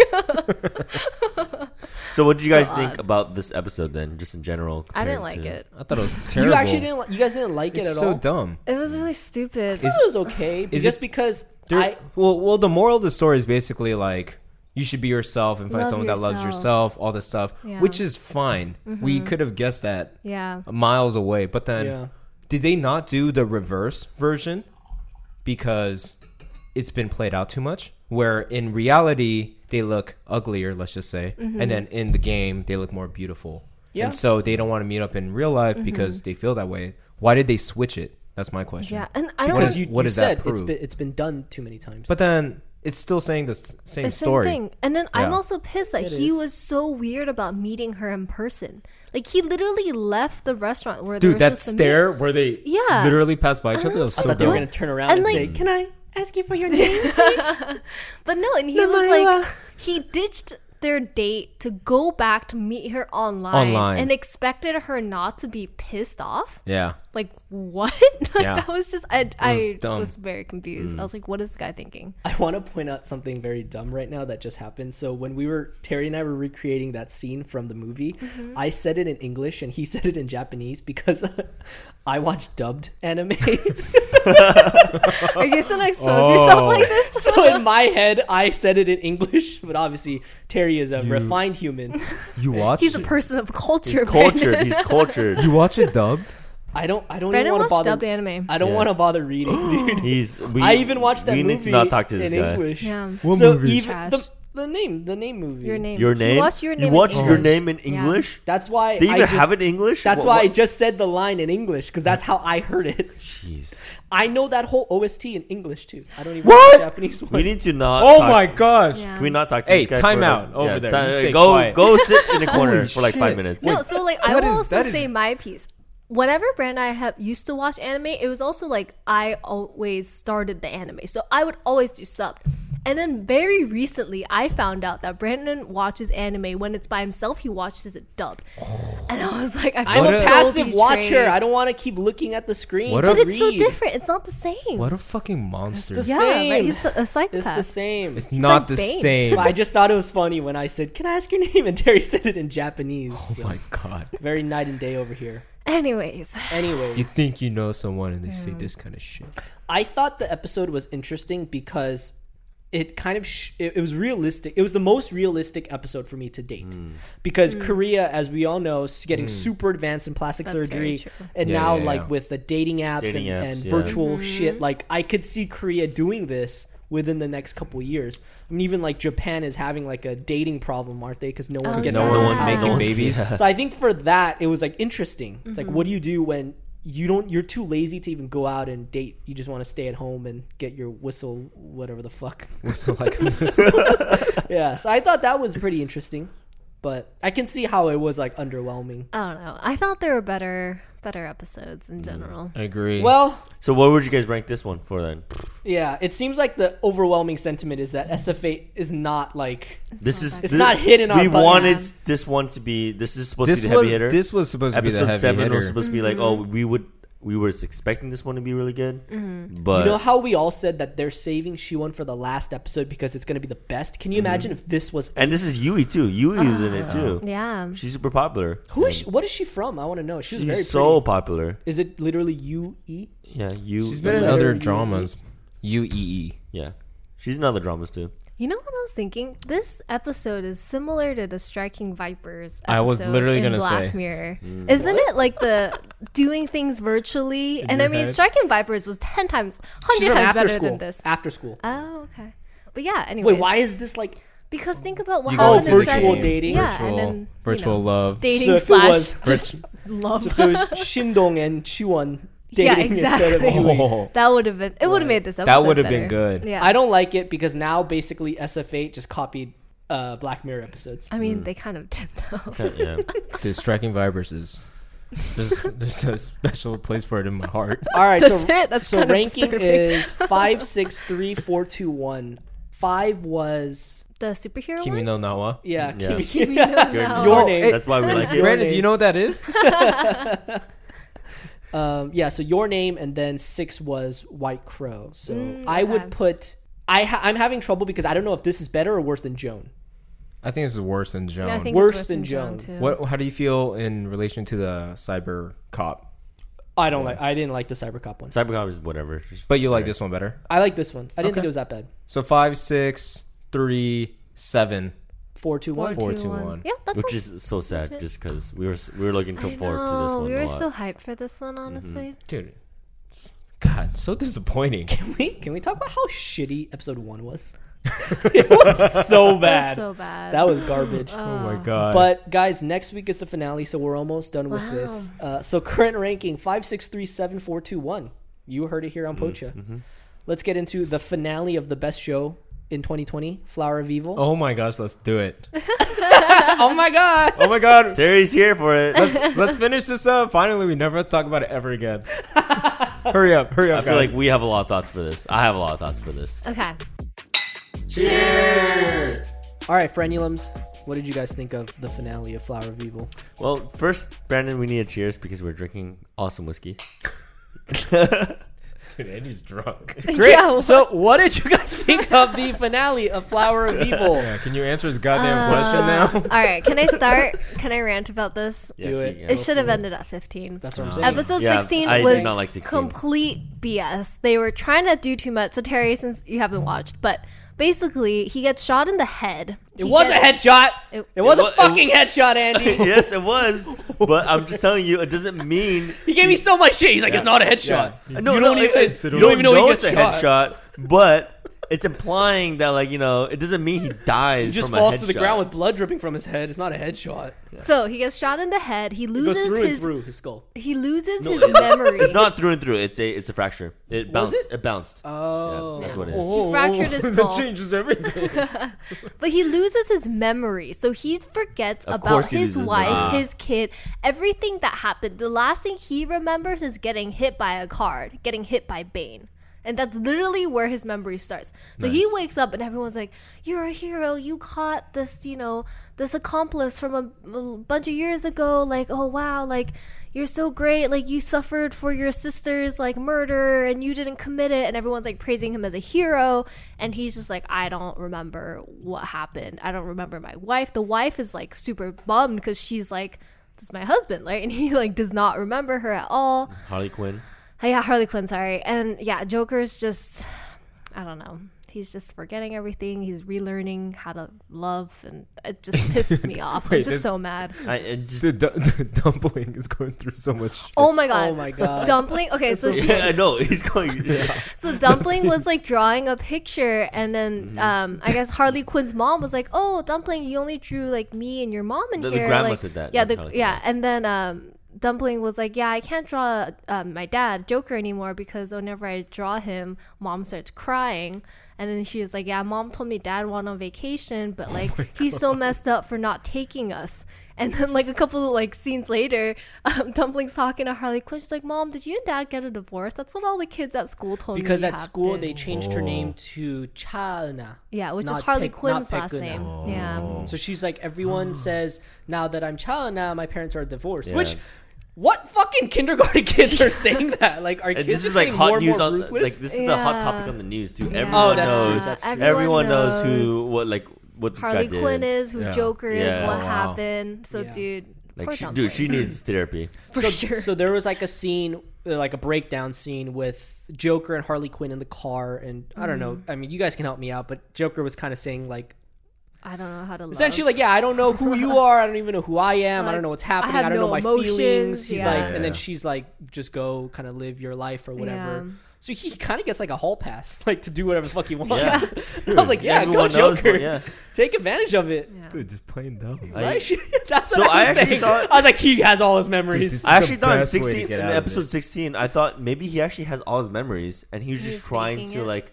[SPEAKER 1] So, what did you guys
[SPEAKER 4] So
[SPEAKER 1] think
[SPEAKER 4] odd.
[SPEAKER 1] about this episode then, just in general?
[SPEAKER 4] I didn't
[SPEAKER 1] compared
[SPEAKER 4] like
[SPEAKER 1] to-
[SPEAKER 4] it.
[SPEAKER 5] I thought it was
[SPEAKER 3] You
[SPEAKER 5] terrible.
[SPEAKER 3] actually didn't. li- You guys didn't like
[SPEAKER 5] It's
[SPEAKER 3] it at
[SPEAKER 5] so
[SPEAKER 3] all.
[SPEAKER 5] dumb.
[SPEAKER 4] It was really stupid.
[SPEAKER 3] I
[SPEAKER 5] Is-
[SPEAKER 3] thought it was okay.
[SPEAKER 5] is
[SPEAKER 3] just
[SPEAKER 5] it-
[SPEAKER 3] because
[SPEAKER 5] There-
[SPEAKER 3] I
[SPEAKER 5] well, well, the moral of the story is basically like you should be yourself and find
[SPEAKER 4] Love
[SPEAKER 5] someone that loves
[SPEAKER 4] yourself.
[SPEAKER 5] yourself, all this stuff,
[SPEAKER 4] Yeah.
[SPEAKER 5] which is fine. We
[SPEAKER 3] Mm-hmm.
[SPEAKER 5] could have guessed that
[SPEAKER 4] yeah.
[SPEAKER 5] miles away. But then,
[SPEAKER 3] Yeah.
[SPEAKER 5] did they not do the reverse version because it's been played out too much? Where in reality they look uglier, let's just say, and then in the game they look more beautiful.
[SPEAKER 3] Yeah.
[SPEAKER 5] And so they don't want to meet up in real life because they feel that way. Why did they switch it? That's my question.
[SPEAKER 4] Yeah. And I don't want
[SPEAKER 3] because
[SPEAKER 5] Because does-
[SPEAKER 3] you,
[SPEAKER 5] what
[SPEAKER 3] you
[SPEAKER 5] does that
[SPEAKER 3] said it's
[SPEAKER 5] prove?
[SPEAKER 3] been it's been done too many times.
[SPEAKER 5] But then it's still saying the s- same
[SPEAKER 4] the same
[SPEAKER 5] story.
[SPEAKER 4] thing. And then I'm
[SPEAKER 5] Yeah.
[SPEAKER 4] also pissed that
[SPEAKER 3] It
[SPEAKER 4] he
[SPEAKER 3] is.
[SPEAKER 4] was so weird about meeting her in person. Like he literally left the restaurant where they were
[SPEAKER 5] Dude, that
[SPEAKER 4] supposed
[SPEAKER 5] stare where they
[SPEAKER 4] Yeah.
[SPEAKER 5] literally passed by each other that was
[SPEAKER 4] I
[SPEAKER 5] so
[SPEAKER 3] I thought they were
[SPEAKER 5] dumb.
[SPEAKER 3] gonna turn around
[SPEAKER 4] And,
[SPEAKER 3] and,
[SPEAKER 4] like-
[SPEAKER 3] say, "Can I ask you for your name?"
[SPEAKER 4] to meet. But no, and he was
[SPEAKER 3] Namaya.
[SPEAKER 1] uh,
[SPEAKER 4] like he ditched their date to go back to meet her online,
[SPEAKER 5] Online.
[SPEAKER 4] and expected her not to be pissed off.
[SPEAKER 5] Yeah,
[SPEAKER 4] Like what? like
[SPEAKER 5] Yeah.
[SPEAKER 4] that was just I
[SPEAKER 5] was
[SPEAKER 4] I
[SPEAKER 5] dumb.
[SPEAKER 4] was very confused.
[SPEAKER 1] Mm.
[SPEAKER 4] I was like, what is this guy thinking?
[SPEAKER 3] I want to point out something very dumb right now that just happened. So when we were Terry and I were recreating that scene from the movie,
[SPEAKER 4] Mm-hmm.
[SPEAKER 3] I said it in English and he said it in Japanese because I watch dubbed anime.
[SPEAKER 4] Are you guys gonna expose yourself like
[SPEAKER 1] Oh.
[SPEAKER 4] this?
[SPEAKER 3] so in my head, I said it in English, but obviously Terry is a refined human.
[SPEAKER 5] you watch.
[SPEAKER 4] He's a person of culture.
[SPEAKER 1] He's
[SPEAKER 4] Brandon.
[SPEAKER 1] cultured. He's cultured.
[SPEAKER 5] you watch it dubbed.
[SPEAKER 3] I don't. I don't even
[SPEAKER 4] Brandon
[SPEAKER 3] want to
[SPEAKER 4] watched
[SPEAKER 3] bother.
[SPEAKER 4] dubbed anime.
[SPEAKER 3] I don't
[SPEAKER 5] Yeah.
[SPEAKER 3] want to bother reading, dude.
[SPEAKER 1] He's. We,
[SPEAKER 3] I even watched that
[SPEAKER 1] we
[SPEAKER 3] movie
[SPEAKER 1] need to not talk to this
[SPEAKER 3] in
[SPEAKER 1] guy.
[SPEAKER 3] English.
[SPEAKER 4] yeah.
[SPEAKER 5] What
[SPEAKER 3] so
[SPEAKER 5] movie?
[SPEAKER 3] even the,
[SPEAKER 4] Trash.
[SPEAKER 3] the name, the name movie.
[SPEAKER 4] Your name.
[SPEAKER 1] Your name.
[SPEAKER 4] You watch your name. in
[SPEAKER 1] watch your
[SPEAKER 4] English.
[SPEAKER 1] name in
[SPEAKER 4] Yeah.
[SPEAKER 1] English.
[SPEAKER 3] That's why
[SPEAKER 1] They
[SPEAKER 3] I
[SPEAKER 1] even
[SPEAKER 3] just,
[SPEAKER 1] have it in English.
[SPEAKER 3] That's
[SPEAKER 1] Wha-
[SPEAKER 3] why I
[SPEAKER 1] what-
[SPEAKER 3] just said the line in English because that's how I heard it.
[SPEAKER 1] Jeez.
[SPEAKER 3] I know that whole OST in English too. I don't even
[SPEAKER 5] What?
[SPEAKER 3] know the Japanese one.
[SPEAKER 1] We need to not.
[SPEAKER 5] Oh
[SPEAKER 1] talk-
[SPEAKER 5] my gosh!
[SPEAKER 4] Yeah.
[SPEAKER 1] Can we not talk to
[SPEAKER 5] Hey,
[SPEAKER 1] this guy?
[SPEAKER 5] time
[SPEAKER 1] for
[SPEAKER 5] out
[SPEAKER 1] like-
[SPEAKER 5] over there. You stay
[SPEAKER 1] go,
[SPEAKER 5] quiet.
[SPEAKER 1] go sit in a corner
[SPEAKER 5] Holy
[SPEAKER 1] for like five
[SPEAKER 5] shit.
[SPEAKER 1] minutes.
[SPEAKER 4] No, so like I
[SPEAKER 5] that
[SPEAKER 4] will
[SPEAKER 5] is-
[SPEAKER 4] also
[SPEAKER 5] that is-
[SPEAKER 4] say my piece. Whenever Brand and I have used to watch anime, it was also like I always started the anime, so I would always do sub. And then very recently, I found out that Brandon watches anime when it's by himself. He watches it dubbed, and I was like, I
[SPEAKER 3] I'm
[SPEAKER 4] felt
[SPEAKER 5] What
[SPEAKER 3] a
[SPEAKER 5] a-
[SPEAKER 4] so
[SPEAKER 3] passive
[SPEAKER 4] betrayed.
[SPEAKER 3] watcher. I don't want to keep looking at the screen.
[SPEAKER 5] What
[SPEAKER 3] to
[SPEAKER 5] a-
[SPEAKER 4] But it's so
[SPEAKER 3] read.
[SPEAKER 4] different. It's not the same.
[SPEAKER 5] What a fucking monster!
[SPEAKER 3] the
[SPEAKER 5] It's,
[SPEAKER 4] yeah,
[SPEAKER 3] Same.
[SPEAKER 4] right. He's a- a
[SPEAKER 3] It's
[SPEAKER 4] psychopath.
[SPEAKER 3] the same.
[SPEAKER 5] not
[SPEAKER 4] like
[SPEAKER 5] the
[SPEAKER 4] Bane.
[SPEAKER 5] same.
[SPEAKER 3] But I just thought it was funny when I said, "Can I ask your name?" and Terry said it in Japanese.
[SPEAKER 5] oh
[SPEAKER 3] So,
[SPEAKER 5] my god!
[SPEAKER 3] very night and day over here.
[SPEAKER 4] Anyways,
[SPEAKER 3] Anyway,
[SPEAKER 5] You think you know someone and they say this kind of shit?
[SPEAKER 3] I thought the episode was interesting because it kind of sh- it, it was realistic. It was the most realistic episode for me to date
[SPEAKER 5] Hmm.
[SPEAKER 3] because Korea, as we all know, is getting super advanced in plastic
[SPEAKER 4] Hmm. That's very
[SPEAKER 3] surgery,
[SPEAKER 4] true.
[SPEAKER 3] and
[SPEAKER 5] Yeah,
[SPEAKER 3] now
[SPEAKER 5] yeah,
[SPEAKER 3] like
[SPEAKER 5] yeah.
[SPEAKER 3] with the dating apps
[SPEAKER 1] Dating
[SPEAKER 3] and,
[SPEAKER 1] apps,
[SPEAKER 3] and
[SPEAKER 1] yeah.
[SPEAKER 3] virtual
[SPEAKER 4] Mm-hmm.
[SPEAKER 3] shit, like I could see Korea doing this within the next couple years. I mean, even like Japan is having like a dating problem, aren't they? Because no one
[SPEAKER 4] Oh,
[SPEAKER 3] gets
[SPEAKER 5] No
[SPEAKER 4] yeah.
[SPEAKER 3] out of
[SPEAKER 5] one
[SPEAKER 3] the house.
[SPEAKER 5] making
[SPEAKER 1] No one's-
[SPEAKER 5] babies.
[SPEAKER 3] So I think for that, it was like interesting. It's like, what do you do when you don't? You're too lazy to even go out and date. You just want to stay at home and get your whistle, whatever the fuck.
[SPEAKER 5] So like,
[SPEAKER 3] yeah. So I thought that was pretty interesting, but I can see how it was like underwhelming.
[SPEAKER 4] I don't know. I thought there were better better episodes in general.
[SPEAKER 5] I agree.
[SPEAKER 3] Well,
[SPEAKER 1] So what would you guys rank this one for then?
[SPEAKER 3] yeah. It seems like the overwhelming sentiment is that SFA is not like
[SPEAKER 1] This is
[SPEAKER 3] It's
[SPEAKER 1] thi-
[SPEAKER 3] not hidden on
[SPEAKER 1] We
[SPEAKER 3] button.
[SPEAKER 1] wanted this one to be. This is supposed
[SPEAKER 5] this
[SPEAKER 1] to be the heavy
[SPEAKER 5] was
[SPEAKER 1] hitter.
[SPEAKER 5] this was supposed to be the
[SPEAKER 1] Episode
[SPEAKER 5] heavy
[SPEAKER 1] seven
[SPEAKER 5] hitter.
[SPEAKER 1] was supposed to be like, oh,
[SPEAKER 3] Mm-hmm.
[SPEAKER 1] we would we were expecting this one to be really good, but
[SPEAKER 3] Mm-hmm. You know how we all said that they're saving Shiwon for the last episode because it's going to be the best? Can you
[SPEAKER 1] Mm-hmm.
[SPEAKER 3] imagine if this was
[SPEAKER 1] and this is Yui too. Yui is in it
[SPEAKER 3] Ah.
[SPEAKER 1] too.
[SPEAKER 4] Yeah.
[SPEAKER 1] She's super popular.
[SPEAKER 3] Who is she, what is she from? I want to know. She's,
[SPEAKER 1] She's
[SPEAKER 3] very
[SPEAKER 1] so
[SPEAKER 3] pretty.
[SPEAKER 1] popular.
[SPEAKER 3] Is it literally U E?
[SPEAKER 1] Yeah, you.
[SPEAKER 5] She's been in
[SPEAKER 3] Letter
[SPEAKER 5] other
[SPEAKER 3] U E E.
[SPEAKER 5] dramas. U E E.
[SPEAKER 1] Yeah, she's in other dramas too.
[SPEAKER 4] You know what I was thinking? This episode is similar to the Striking Vipers. Episode
[SPEAKER 5] I was literally
[SPEAKER 4] in
[SPEAKER 5] gonna
[SPEAKER 4] Black
[SPEAKER 5] say. Mm.
[SPEAKER 4] Mirror, isn't it? Like the doing things virtually, and I
[SPEAKER 5] your
[SPEAKER 4] mean,
[SPEAKER 5] head.
[SPEAKER 4] Striking Vipers was ten times,
[SPEAKER 3] She's
[SPEAKER 4] hundred
[SPEAKER 3] from
[SPEAKER 4] times
[SPEAKER 3] after
[SPEAKER 4] better
[SPEAKER 3] school.
[SPEAKER 4] than this.
[SPEAKER 3] After school.
[SPEAKER 4] Oh, okay. But yeah, anyway.
[SPEAKER 3] Wait, why is this like?
[SPEAKER 4] Because think about what
[SPEAKER 5] You
[SPEAKER 3] go
[SPEAKER 4] happened
[SPEAKER 3] into
[SPEAKER 4] in
[SPEAKER 3] the
[SPEAKER 4] Striking-
[SPEAKER 3] game. dating.
[SPEAKER 4] Yeah,
[SPEAKER 5] Virtual,
[SPEAKER 4] and then
[SPEAKER 5] virtual
[SPEAKER 4] you know,
[SPEAKER 5] love.
[SPEAKER 4] dating
[SPEAKER 3] So if it
[SPEAKER 4] slash
[SPEAKER 3] was-
[SPEAKER 4] just love.
[SPEAKER 3] So if it was Shindong and Chiwon dating
[SPEAKER 4] Yeah,
[SPEAKER 3] instead of
[SPEAKER 4] exactly.
[SPEAKER 3] Yui.
[SPEAKER 5] Oh.
[SPEAKER 4] that would have been. It would have made this episode.
[SPEAKER 5] would have been
[SPEAKER 4] better.
[SPEAKER 5] good.
[SPEAKER 4] Yeah.
[SPEAKER 3] I don't like it because now basically SF8 just copied uh, Black Mirror episodes.
[SPEAKER 4] I
[SPEAKER 5] Mm.
[SPEAKER 4] mean, they kind of did though.
[SPEAKER 1] Yeah,
[SPEAKER 5] Dude, striking vibers is there's, there's a special place for it in my heart.
[SPEAKER 3] All right,
[SPEAKER 4] That's
[SPEAKER 3] so,
[SPEAKER 4] it. That's
[SPEAKER 3] so
[SPEAKER 4] kind of
[SPEAKER 3] ranking
[SPEAKER 4] disturbing.
[SPEAKER 3] is five, six, three, four, two, one. Five was
[SPEAKER 4] The superhero
[SPEAKER 5] Kimi
[SPEAKER 4] one.
[SPEAKER 5] no Nawa.
[SPEAKER 3] yeah,
[SPEAKER 1] Yeah.
[SPEAKER 3] Kimi-
[SPEAKER 1] Good.
[SPEAKER 4] No.
[SPEAKER 3] Your name.
[SPEAKER 1] That's why we like it.
[SPEAKER 5] Brandon, do you know what that is?
[SPEAKER 3] Um, yeah, so your name and then six was White Crow. So I
[SPEAKER 4] Mm, okay.
[SPEAKER 3] would put I ha- I'm having trouble because I don't know if this is better or worse than Joan.
[SPEAKER 5] I think this is worse than Joan.
[SPEAKER 4] I think
[SPEAKER 3] Worse
[SPEAKER 4] it's worse
[SPEAKER 3] than
[SPEAKER 4] than Joan,
[SPEAKER 3] Joan.
[SPEAKER 4] too.
[SPEAKER 5] what? How do you feel in relation to the cyber cop?
[SPEAKER 3] I don't like. I didn't like the Cybercop one.
[SPEAKER 1] Cybercop is whatever. Just-
[SPEAKER 5] But you like this one better.
[SPEAKER 3] I like this one. I didn't
[SPEAKER 5] Okay.
[SPEAKER 3] think it was that bad.
[SPEAKER 5] So five, six, three, seven.
[SPEAKER 3] Four two one.
[SPEAKER 5] Four, two, one.
[SPEAKER 4] Yeah, that's
[SPEAKER 1] which
[SPEAKER 4] all-
[SPEAKER 1] is so sad,
[SPEAKER 4] legit.
[SPEAKER 1] just because we were s- we were looking
[SPEAKER 4] I
[SPEAKER 1] to forward to this
[SPEAKER 4] know,
[SPEAKER 1] one
[SPEAKER 4] We
[SPEAKER 1] a
[SPEAKER 4] were
[SPEAKER 1] lot.
[SPEAKER 4] so hyped for this
[SPEAKER 3] Mm-hmm.
[SPEAKER 4] one, honestly.
[SPEAKER 5] Dude, God, so disappointing.
[SPEAKER 3] Can we can we talk about how shitty episode one was? it was so
[SPEAKER 4] That was
[SPEAKER 3] bad.
[SPEAKER 4] so bad. Uh,
[SPEAKER 3] That was garbage.
[SPEAKER 5] oh my God.
[SPEAKER 3] But guys, next week is the finale, so we're almost done with this. Uh, so current ranking five six three seven four two one. You heard it here
[SPEAKER 5] Mm,
[SPEAKER 3] on Pocha.
[SPEAKER 5] mm-hmm.
[SPEAKER 3] Let's get into the finale of the best show in 2020, Flower of Evil.
[SPEAKER 5] oh my gosh, let's do it.
[SPEAKER 3] oh my god!
[SPEAKER 5] Oh my God.
[SPEAKER 1] Terry's here for it.
[SPEAKER 5] Let's let's finish this up. Finally, we never have to talk about it ever again. hurry up, hurry
[SPEAKER 1] I
[SPEAKER 5] up,
[SPEAKER 1] feel
[SPEAKER 5] guys.
[SPEAKER 1] like we have a lot of thoughts for this. I have a lot of thoughts for this.
[SPEAKER 4] okay.
[SPEAKER 3] All right, frenulums. What did you guys think of the finale of Flower of Evil?
[SPEAKER 1] Well, first, Brandon, we need a cheers because we're drinking awesome whiskey.
[SPEAKER 5] Dude, Andy's drunk.
[SPEAKER 3] Great.
[SPEAKER 4] Yeah, what-
[SPEAKER 3] so, what did you guys think of the finale of Flower of Evil?
[SPEAKER 5] Yeah, can you answer his goddamn question now?
[SPEAKER 4] All right, can Uh, I start? Can I rant about this?
[SPEAKER 1] Yes,
[SPEAKER 3] it.
[SPEAKER 1] you-
[SPEAKER 4] It should have ended at 15.
[SPEAKER 3] That's what I'm saying.
[SPEAKER 4] Episode
[SPEAKER 1] Yeah,
[SPEAKER 4] 16
[SPEAKER 1] I
[SPEAKER 4] was
[SPEAKER 1] did not like 16.
[SPEAKER 4] complete BS. They were trying to do too much. So, Terry, since you haven't watched, but basically, he gets shot in the head.
[SPEAKER 3] it was a headshot. It,
[SPEAKER 4] It-
[SPEAKER 3] was
[SPEAKER 1] It wa-
[SPEAKER 3] a
[SPEAKER 1] it wa-
[SPEAKER 3] fucking headshot, Andy.
[SPEAKER 1] yes, it was. But I'm just telling you, it doesn't mean
[SPEAKER 3] He gave me so much shit. He's like, it's not a headshot.
[SPEAKER 1] no,
[SPEAKER 3] You
[SPEAKER 1] no,
[SPEAKER 3] don't
[SPEAKER 1] it-
[SPEAKER 3] even-
[SPEAKER 1] it-
[SPEAKER 3] you don't even know he
[SPEAKER 1] it's a
[SPEAKER 3] gets
[SPEAKER 1] headshot, but it's implying that like you know it doesn't mean he dies.
[SPEAKER 3] He just
[SPEAKER 1] from a
[SPEAKER 3] falls to the
[SPEAKER 1] headshot.
[SPEAKER 3] ground with blood dripping from his head. It's not a headshot.
[SPEAKER 4] So, he gets shot in the head. He
[SPEAKER 3] It goes
[SPEAKER 4] loses
[SPEAKER 3] through and
[SPEAKER 4] his
[SPEAKER 3] through his skull.
[SPEAKER 4] he loses his memory.
[SPEAKER 1] It's not through and through. It's a it's a fracture. It bounced.
[SPEAKER 3] it?
[SPEAKER 1] It? bounced.
[SPEAKER 3] Oh.
[SPEAKER 1] that's what it is.
[SPEAKER 4] He fractured his
[SPEAKER 5] that
[SPEAKER 4] skull.
[SPEAKER 5] changes everything.
[SPEAKER 4] But he loses his memory, so he forgets about
[SPEAKER 1] course he
[SPEAKER 4] his
[SPEAKER 1] loses Ah. his
[SPEAKER 4] wife,
[SPEAKER 1] memory.
[SPEAKER 4] his kid, everything that happened. The last thing he remembers is getting hit by a car, getting hit by Bane. And that's literally where his memory starts. So he wakes up and everyone's like, "You're a hero. You caught this, you know, this accomplice from a, a bunch of years ago. Like, oh wow, like you're so great. Like you suffered for your sister's like murder and you didn't commit it." And everyone's like praising him as a hero, and he's just like, "I don't remember what happened. I don't remember my wife." The wife is like super bummed because she's like, "This is my husband," right? And he like does not remember her at all.
[SPEAKER 1] Harley Quinn.
[SPEAKER 4] Oh, yeah, Harley Quinn, sorry. And yeah, Joker's just, I don't know. He's just forgetting everything. He's relearning how to love, and it just pisses me off.
[SPEAKER 5] wait,
[SPEAKER 4] I'm just
[SPEAKER 5] this-
[SPEAKER 4] so mad.
[SPEAKER 1] I it just.
[SPEAKER 5] Dude, d- dumpling is going through so much.
[SPEAKER 4] Oh my god!
[SPEAKER 3] Oh my god.
[SPEAKER 4] Dumpling. Okay, so she,
[SPEAKER 1] Yeah, I know he's going.
[SPEAKER 4] so Dumpling was like drawing a picture, and
[SPEAKER 1] Mm-hmm.
[SPEAKER 4] then um, I guess Harley Quinn's mom was like, "Oh, Dumpling, you only drew like me and your mom in
[SPEAKER 1] The- the
[SPEAKER 4] here."
[SPEAKER 1] grandma
[SPEAKER 4] like-
[SPEAKER 1] said that,
[SPEAKER 4] Yeah,
[SPEAKER 1] not
[SPEAKER 4] the,
[SPEAKER 1] Harley Quinn.
[SPEAKER 4] yeah, and then um, Dumpling was like, "Yeah, I can't draw um, my dad Joker anymore because whenever I draw him, mom starts crying." And then she was like, "Yeah, mom told me dad went on vacation, but like he's so messed up for not taking us." And then like a couple of like scenes later, um, Dumpling's talking to Harley Quinn. She's like, "Mom, did you and dad get a divorce? That's what all the kids at school told me."
[SPEAKER 3] Because
[SPEAKER 4] you
[SPEAKER 3] at
[SPEAKER 4] have
[SPEAKER 3] school
[SPEAKER 4] to."
[SPEAKER 3] they changed her name
[SPEAKER 1] Oh.
[SPEAKER 3] to Chana.
[SPEAKER 4] Yeah, which
[SPEAKER 3] Not
[SPEAKER 4] is Harley
[SPEAKER 3] Peg-
[SPEAKER 4] Quinn's
[SPEAKER 3] not
[SPEAKER 4] last
[SPEAKER 3] Peguna.
[SPEAKER 4] name.
[SPEAKER 1] Oh.
[SPEAKER 4] Yeah.
[SPEAKER 3] So she's like,
[SPEAKER 1] Hmm.
[SPEAKER 3] everyone says now that I'm Chana, my parents are divorced.
[SPEAKER 1] Yeah.
[SPEAKER 3] Which, what fucking kindergarten kids are saying that? Like, are
[SPEAKER 1] And
[SPEAKER 3] kids
[SPEAKER 1] this is
[SPEAKER 3] just
[SPEAKER 1] like
[SPEAKER 3] getting more
[SPEAKER 1] hot
[SPEAKER 3] and
[SPEAKER 1] news
[SPEAKER 3] more
[SPEAKER 1] on
[SPEAKER 3] ruthless?
[SPEAKER 1] like this is the hot
[SPEAKER 4] Yeah.
[SPEAKER 1] topic on the news too.
[SPEAKER 4] Yeah.
[SPEAKER 1] Everyone
[SPEAKER 3] Oh, that's true,
[SPEAKER 1] knows.
[SPEAKER 3] that's true.
[SPEAKER 1] Everyone
[SPEAKER 4] Everyone
[SPEAKER 1] knows who
[SPEAKER 4] knows.
[SPEAKER 1] what like what this
[SPEAKER 4] Harley
[SPEAKER 1] guy did.
[SPEAKER 4] Quinn is, who
[SPEAKER 5] Yeah.
[SPEAKER 4] Joker is,
[SPEAKER 1] Yeah.
[SPEAKER 4] what
[SPEAKER 1] Oh,
[SPEAKER 5] wow.
[SPEAKER 4] happened. So,
[SPEAKER 3] Yeah.
[SPEAKER 4] dude,
[SPEAKER 1] Like
[SPEAKER 4] poor
[SPEAKER 1] she,
[SPEAKER 4] Dumpling.
[SPEAKER 1] dude, she needs therapy.
[SPEAKER 4] for
[SPEAKER 3] so,
[SPEAKER 4] sure.
[SPEAKER 3] so there was like a scene, uh, like a breakdown scene with Joker and Harley Quinn in the car, and I don't know.
[SPEAKER 4] Mm-hmm.
[SPEAKER 3] I mean, you guys can help me out, but Joker was kind of saying like,
[SPEAKER 4] I don't know how to. Love.
[SPEAKER 3] essentially, like, yeah, I don't know who you are, I don't even know who I am, I
[SPEAKER 4] Like,
[SPEAKER 3] don't know what's
[SPEAKER 4] I
[SPEAKER 3] happening, I,
[SPEAKER 4] have
[SPEAKER 3] don't know
[SPEAKER 4] no
[SPEAKER 3] my
[SPEAKER 4] emotions,
[SPEAKER 3] feelings. He's
[SPEAKER 4] yeah.
[SPEAKER 3] like,
[SPEAKER 5] Yeah.
[SPEAKER 3] and then she's like, just go, kind of live your life or whatever.
[SPEAKER 4] Yeah.
[SPEAKER 3] So he kind of gets like a hall pass, like to do whatever the fuck he wants.
[SPEAKER 1] Yeah.
[SPEAKER 3] I was like, yeah, go
[SPEAKER 1] Everyone knows.
[SPEAKER 3] Joker,
[SPEAKER 1] Yeah.
[SPEAKER 3] take advantage of it.
[SPEAKER 4] Yeah.
[SPEAKER 5] Dude, just plain dumb.
[SPEAKER 1] I-
[SPEAKER 3] Right? That's
[SPEAKER 1] So
[SPEAKER 3] what I,
[SPEAKER 1] I
[SPEAKER 3] was
[SPEAKER 1] actually
[SPEAKER 3] saying.
[SPEAKER 1] thought-
[SPEAKER 3] I was like, he has all his memories.
[SPEAKER 5] this-
[SPEAKER 1] I actually
[SPEAKER 5] the
[SPEAKER 1] thought in
[SPEAKER 5] best way to
[SPEAKER 1] 16,
[SPEAKER 5] get
[SPEAKER 1] in
[SPEAKER 5] out of
[SPEAKER 1] episode
[SPEAKER 5] this.
[SPEAKER 1] 16, I thought maybe he actually has all his memories and he was just
[SPEAKER 4] He's
[SPEAKER 1] trying
[SPEAKER 4] faking
[SPEAKER 1] to
[SPEAKER 4] it.
[SPEAKER 1] like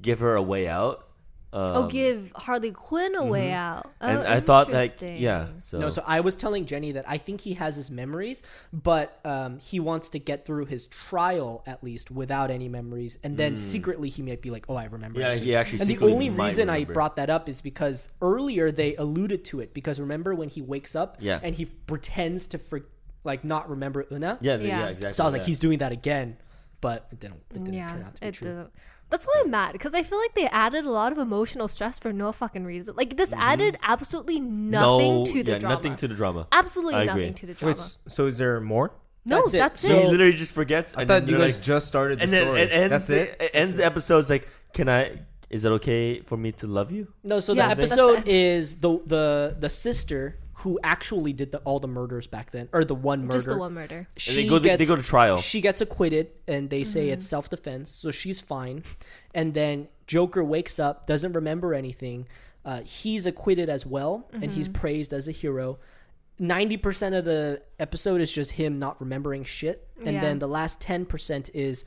[SPEAKER 1] give her a way out. Um,
[SPEAKER 4] oh, give Harley Quinn a way
[SPEAKER 3] mm-hmm.
[SPEAKER 4] out. Oh,
[SPEAKER 1] and I thought that,
[SPEAKER 4] interesting.
[SPEAKER 1] yeah. So,
[SPEAKER 3] No, so I was telling Jenny that I think he has his memories, but um, he wants to get through his trial at least without any memories, and then secretly he might be like, "Oh, I remember."
[SPEAKER 1] Hmm. yeah,
[SPEAKER 3] everything."
[SPEAKER 1] he actually.
[SPEAKER 3] and the
[SPEAKER 1] secretly
[SPEAKER 3] only
[SPEAKER 1] might
[SPEAKER 3] reason I
[SPEAKER 1] remember.
[SPEAKER 3] brought that up is because earlier they alluded to it. Because remember when he wakes up
[SPEAKER 1] Yeah.
[SPEAKER 3] and he pretends to for, like not remember Una.
[SPEAKER 1] Yeah, yeah,
[SPEAKER 4] Yeah.
[SPEAKER 1] exactly.
[SPEAKER 3] So I was like,
[SPEAKER 1] yeah.
[SPEAKER 3] he's doing that again, but it didn't. It didn't
[SPEAKER 4] yeah,
[SPEAKER 3] turn out to be
[SPEAKER 4] it
[SPEAKER 3] true.
[SPEAKER 4] didn't. That's why I'm mad because I feel like they added a lot of emotional stress for no fucking reason. Like this added absolutely nothing
[SPEAKER 1] Mm-hmm. no,
[SPEAKER 4] to the
[SPEAKER 1] yeah,
[SPEAKER 4] drama.
[SPEAKER 1] nothing to the drama.
[SPEAKER 4] absolutely
[SPEAKER 1] I
[SPEAKER 4] nothing
[SPEAKER 1] agree.
[SPEAKER 4] to the drama.
[SPEAKER 5] Wait, s- so is there more?
[SPEAKER 4] no,
[SPEAKER 3] that's
[SPEAKER 4] that's
[SPEAKER 3] it.
[SPEAKER 4] it.
[SPEAKER 3] So-
[SPEAKER 1] he literally just forgets.
[SPEAKER 5] I
[SPEAKER 1] and
[SPEAKER 5] thought
[SPEAKER 1] then
[SPEAKER 5] you
[SPEAKER 1] they're
[SPEAKER 5] guys
[SPEAKER 1] like-
[SPEAKER 5] just started the
[SPEAKER 1] and then
[SPEAKER 5] story.
[SPEAKER 1] it ends.
[SPEAKER 5] That's it.
[SPEAKER 1] It ends the episodes like, "Can I? Is it okay for me to love you?"
[SPEAKER 3] No, so
[SPEAKER 4] Yeah,
[SPEAKER 3] the
[SPEAKER 4] but that's
[SPEAKER 3] episode
[SPEAKER 4] it.
[SPEAKER 3] is the the the sister who actually did the, all the murders back then, or the one murder.
[SPEAKER 4] Just the one murder.
[SPEAKER 1] And
[SPEAKER 3] She
[SPEAKER 1] they go. They,
[SPEAKER 3] gets,
[SPEAKER 1] they go to trial.
[SPEAKER 3] She gets acquitted, and they say it's self defense, so she's fine. And then Joker wakes up, doesn't remember anything. Uh, he's acquitted as well, and he's praised as a hero. Ninety percent of the episode is just him not remembering shit, and
[SPEAKER 4] Yeah.
[SPEAKER 3] then the last ten percent is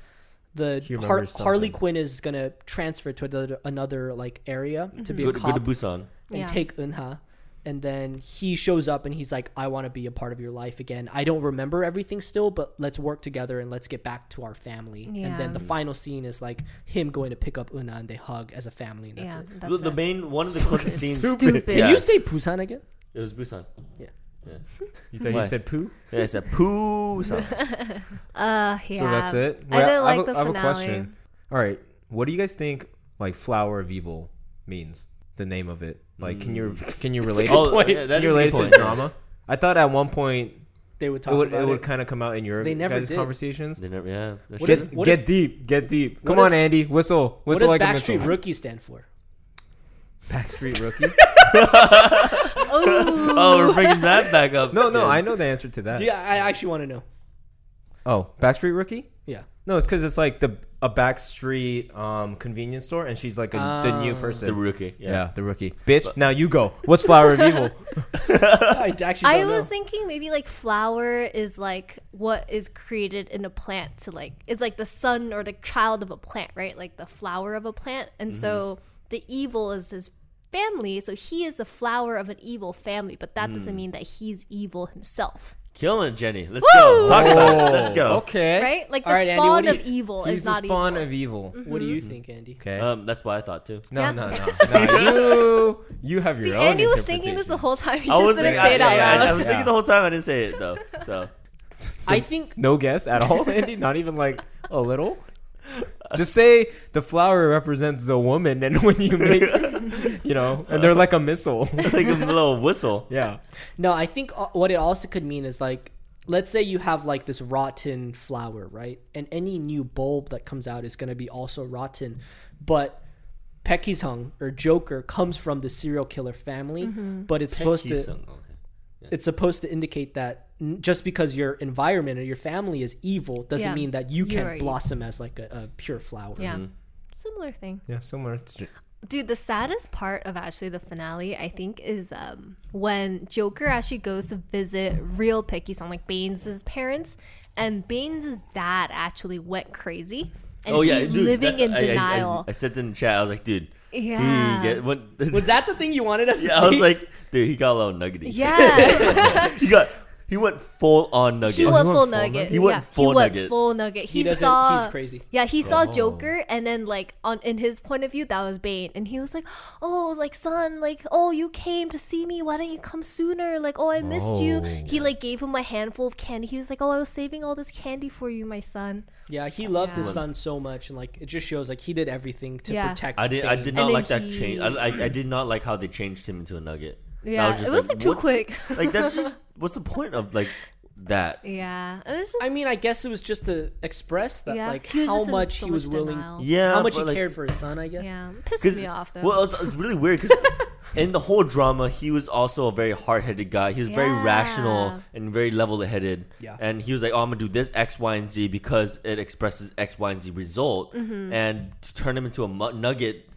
[SPEAKER 3] the
[SPEAKER 5] He
[SPEAKER 3] Har-
[SPEAKER 5] remembers
[SPEAKER 3] Harley
[SPEAKER 5] something.
[SPEAKER 3] Quinn is gonna transfer to another, another like area to be
[SPEAKER 1] Go
[SPEAKER 3] a
[SPEAKER 1] to,
[SPEAKER 3] cop
[SPEAKER 1] go to Busan.
[SPEAKER 3] and
[SPEAKER 4] Yeah.
[SPEAKER 3] take Unha. And then he shows up and he's like, I want to be a part of your life again. I don't remember everything still, but let's work together and let's get back to our family. And then
[SPEAKER 4] Yeah.
[SPEAKER 3] the final scene is like him going to pick up Una and they hug as a family and that's
[SPEAKER 4] yeah,
[SPEAKER 3] it.
[SPEAKER 4] that's
[SPEAKER 1] the
[SPEAKER 4] it.
[SPEAKER 1] main one of the closest scenes.
[SPEAKER 4] Stupid.
[SPEAKER 1] Yeah.
[SPEAKER 3] Can you say Busan again?
[SPEAKER 1] It was Busan.
[SPEAKER 3] Yeah.
[SPEAKER 1] Yeah.
[SPEAKER 5] You thought
[SPEAKER 1] Why?
[SPEAKER 5] you said poo?
[SPEAKER 1] Yeah, it's a poo song.
[SPEAKER 4] Uh, yeah.
[SPEAKER 5] So that's it.
[SPEAKER 4] I
[SPEAKER 5] Wait,
[SPEAKER 4] didn't like
[SPEAKER 5] have a-
[SPEAKER 4] the
[SPEAKER 5] I have
[SPEAKER 4] finale.
[SPEAKER 5] a question. All right, what do you guys think? Like flower of evil means the name of it. Like, can you can you relate? it?
[SPEAKER 1] oh,
[SPEAKER 3] point.
[SPEAKER 1] yeah, that
[SPEAKER 5] Can you
[SPEAKER 1] is a
[SPEAKER 5] relate
[SPEAKER 1] good
[SPEAKER 5] it to
[SPEAKER 1] point.
[SPEAKER 5] drama? I thought at one point
[SPEAKER 3] They would talk
[SPEAKER 5] it would
[SPEAKER 3] about
[SPEAKER 5] it
[SPEAKER 3] it.
[SPEAKER 5] would kind of come out in your
[SPEAKER 3] They never
[SPEAKER 5] guys'
[SPEAKER 3] did.
[SPEAKER 5] conversations.
[SPEAKER 1] They never, yeah. that's
[SPEAKER 3] What
[SPEAKER 1] true.
[SPEAKER 3] is-
[SPEAKER 5] Get, get deep, get deep. Come
[SPEAKER 3] does-
[SPEAKER 5] on, Andy, whistle,
[SPEAKER 3] what
[SPEAKER 5] whistle
[SPEAKER 3] does
[SPEAKER 5] like a
[SPEAKER 3] Backstreet
[SPEAKER 5] missile.
[SPEAKER 3] Rookie stand for?
[SPEAKER 5] Backstreet rookie.
[SPEAKER 4] Ooh.
[SPEAKER 1] oh, we're bringing that back up.
[SPEAKER 5] No, no,
[SPEAKER 1] again.
[SPEAKER 5] I know the answer to that.
[SPEAKER 3] Do you, I actually want to know.
[SPEAKER 5] Oh, Backstreet rookie.
[SPEAKER 3] Yeah.
[SPEAKER 5] No, it's because it's like the a Backstreet um, convenience store, and she's like a, the new
[SPEAKER 4] Oh.
[SPEAKER 3] Ah.
[SPEAKER 5] person.
[SPEAKER 1] the rookie.
[SPEAKER 5] yeah.
[SPEAKER 1] Yeah.
[SPEAKER 5] the rookie. Bitch, now you go. What's flower of evil?
[SPEAKER 3] I actually
[SPEAKER 4] I
[SPEAKER 3] don't
[SPEAKER 4] was
[SPEAKER 3] know.
[SPEAKER 4] thinking maybe like flower is like what is created in a plant to like it's like the son or the child of a plant, right? Like the flower of a plant. And so the evil is his family, so he is the flower of an evil family, but that doesn't mean that he's evil himself.
[SPEAKER 1] Killing Jenny. Let's go. Talk about it. Let's go.
[SPEAKER 5] Okay.
[SPEAKER 4] Right? Like the
[SPEAKER 3] All right, Andy, what
[SPEAKER 4] spawn
[SPEAKER 3] do you-
[SPEAKER 4] of evil
[SPEAKER 5] He's
[SPEAKER 4] is
[SPEAKER 5] the
[SPEAKER 4] not
[SPEAKER 5] spawn
[SPEAKER 4] evil. Mm-hmm. Uh,
[SPEAKER 5] of evil.
[SPEAKER 3] What do you
[SPEAKER 4] Mm.
[SPEAKER 3] think, Andy?
[SPEAKER 5] Okay.
[SPEAKER 1] Um, that's what I thought too.
[SPEAKER 5] no,
[SPEAKER 4] yeah.
[SPEAKER 5] no, no, no. You, you have your
[SPEAKER 4] See,
[SPEAKER 5] own.
[SPEAKER 4] Andy was thinking this the whole time. He just didn't
[SPEAKER 1] thinking-
[SPEAKER 4] say it
[SPEAKER 1] I,
[SPEAKER 4] out
[SPEAKER 1] yeah, I-
[SPEAKER 4] loud.
[SPEAKER 1] I was
[SPEAKER 5] Yeah.
[SPEAKER 1] thinking the whole time. I didn't say it though. So
[SPEAKER 3] I think
[SPEAKER 5] No guess at all, Andy. Not even like a little. Just say the flower represents a woman, and when you make, you know, and they're like a missile.
[SPEAKER 1] like a little whistle.
[SPEAKER 5] Yeah.
[SPEAKER 3] No, I think uh, what it also could mean is like, let's say you have like this rotten flower, right? And any new bulb that comes out is going to be also rotten. But Pekisung or Joker comes from the serial killer family,
[SPEAKER 4] Mm-hmm.
[SPEAKER 3] but it's supposed to
[SPEAKER 1] Kisung, okay.
[SPEAKER 3] it's supposed to indicate that n- just because your environment or your family is evil doesn't
[SPEAKER 4] Yeah.
[SPEAKER 3] mean that you
[SPEAKER 4] You are
[SPEAKER 3] can't
[SPEAKER 4] evil.
[SPEAKER 3] blossom as like a, a pure flower.
[SPEAKER 4] Yeah. Similar thing.
[SPEAKER 5] Yeah. Similar. To,
[SPEAKER 4] Dude, the saddest part of actually the finale, I think, is um, when Joker actually goes to visit real Picky's on like Baines' parents, and Baines' dad actually went crazy. And
[SPEAKER 1] Oh yeah,
[SPEAKER 4] he's
[SPEAKER 1] dude,
[SPEAKER 4] living in
[SPEAKER 1] that- I- I- I-
[SPEAKER 4] denial.
[SPEAKER 1] I, said in the chat. I was like, dude. he
[SPEAKER 4] Yeah.
[SPEAKER 1] get- when-
[SPEAKER 3] Was that the thing you wanted us to
[SPEAKER 1] Yeah,
[SPEAKER 3] see?
[SPEAKER 1] I was like, dude, he got a little nuggety.
[SPEAKER 4] yeah,
[SPEAKER 1] he got. He went full on nugget.
[SPEAKER 4] he
[SPEAKER 5] went
[SPEAKER 4] went Oh, full
[SPEAKER 5] full
[SPEAKER 4] nugget.
[SPEAKER 5] nugget?
[SPEAKER 1] He went
[SPEAKER 4] yeah,
[SPEAKER 1] full
[SPEAKER 4] he went
[SPEAKER 1] nugget.
[SPEAKER 4] Full nugget. He,
[SPEAKER 3] He doesn't-
[SPEAKER 4] saw.
[SPEAKER 3] he's crazy.
[SPEAKER 4] Yeah, he saw Joker, and then like on in his point of view, that was Bane, and he was like, "Oh, like son, like oh, you came to see me. Why didn't you come sooner? Like oh, I missed you."
[SPEAKER 5] Oh.
[SPEAKER 4] He like gave him a handful of candy. He was like, "Oh, I was saving all this candy for you, my son."
[SPEAKER 3] yeah, he loved his
[SPEAKER 4] Yeah.
[SPEAKER 3] son so much, and like it just shows like he did everything to
[SPEAKER 4] Yeah.
[SPEAKER 3] protect.
[SPEAKER 1] I did. I
[SPEAKER 3] Bane.
[SPEAKER 1] did
[SPEAKER 4] And
[SPEAKER 1] not
[SPEAKER 4] then
[SPEAKER 1] like that
[SPEAKER 4] he-
[SPEAKER 1] change. I, I, I did not like how they changed him into a nugget. And I
[SPEAKER 4] Yeah, it was, like, too
[SPEAKER 1] what's-
[SPEAKER 4] quick.
[SPEAKER 1] like that's just what's the point of like that?
[SPEAKER 4] Yeah, and it's just,
[SPEAKER 3] I mean, I guess it was just to express that,
[SPEAKER 4] yeah,
[SPEAKER 3] like,
[SPEAKER 4] he was
[SPEAKER 3] how
[SPEAKER 4] just in
[SPEAKER 3] much
[SPEAKER 4] so
[SPEAKER 3] he was willing,
[SPEAKER 4] denial.
[SPEAKER 1] Yeah,
[SPEAKER 3] how much
[SPEAKER 1] but,
[SPEAKER 3] he
[SPEAKER 1] like,
[SPEAKER 3] cared for his son. I guess.
[SPEAKER 4] yeah,
[SPEAKER 1] Because
[SPEAKER 4] pissed me off though.
[SPEAKER 1] well, it's, it's really weird because in the whole drama, he was also a very hard-headed guy. He was very
[SPEAKER 4] Yeah.
[SPEAKER 1] rational and very level-headed.
[SPEAKER 3] Yeah.
[SPEAKER 1] And he was like, "Oh, I'm gonna do this X, Y, and Z because it expresses X, Y, and Z result."
[SPEAKER 4] Mm-hmm.
[SPEAKER 1] And to turn him into a mu- nugget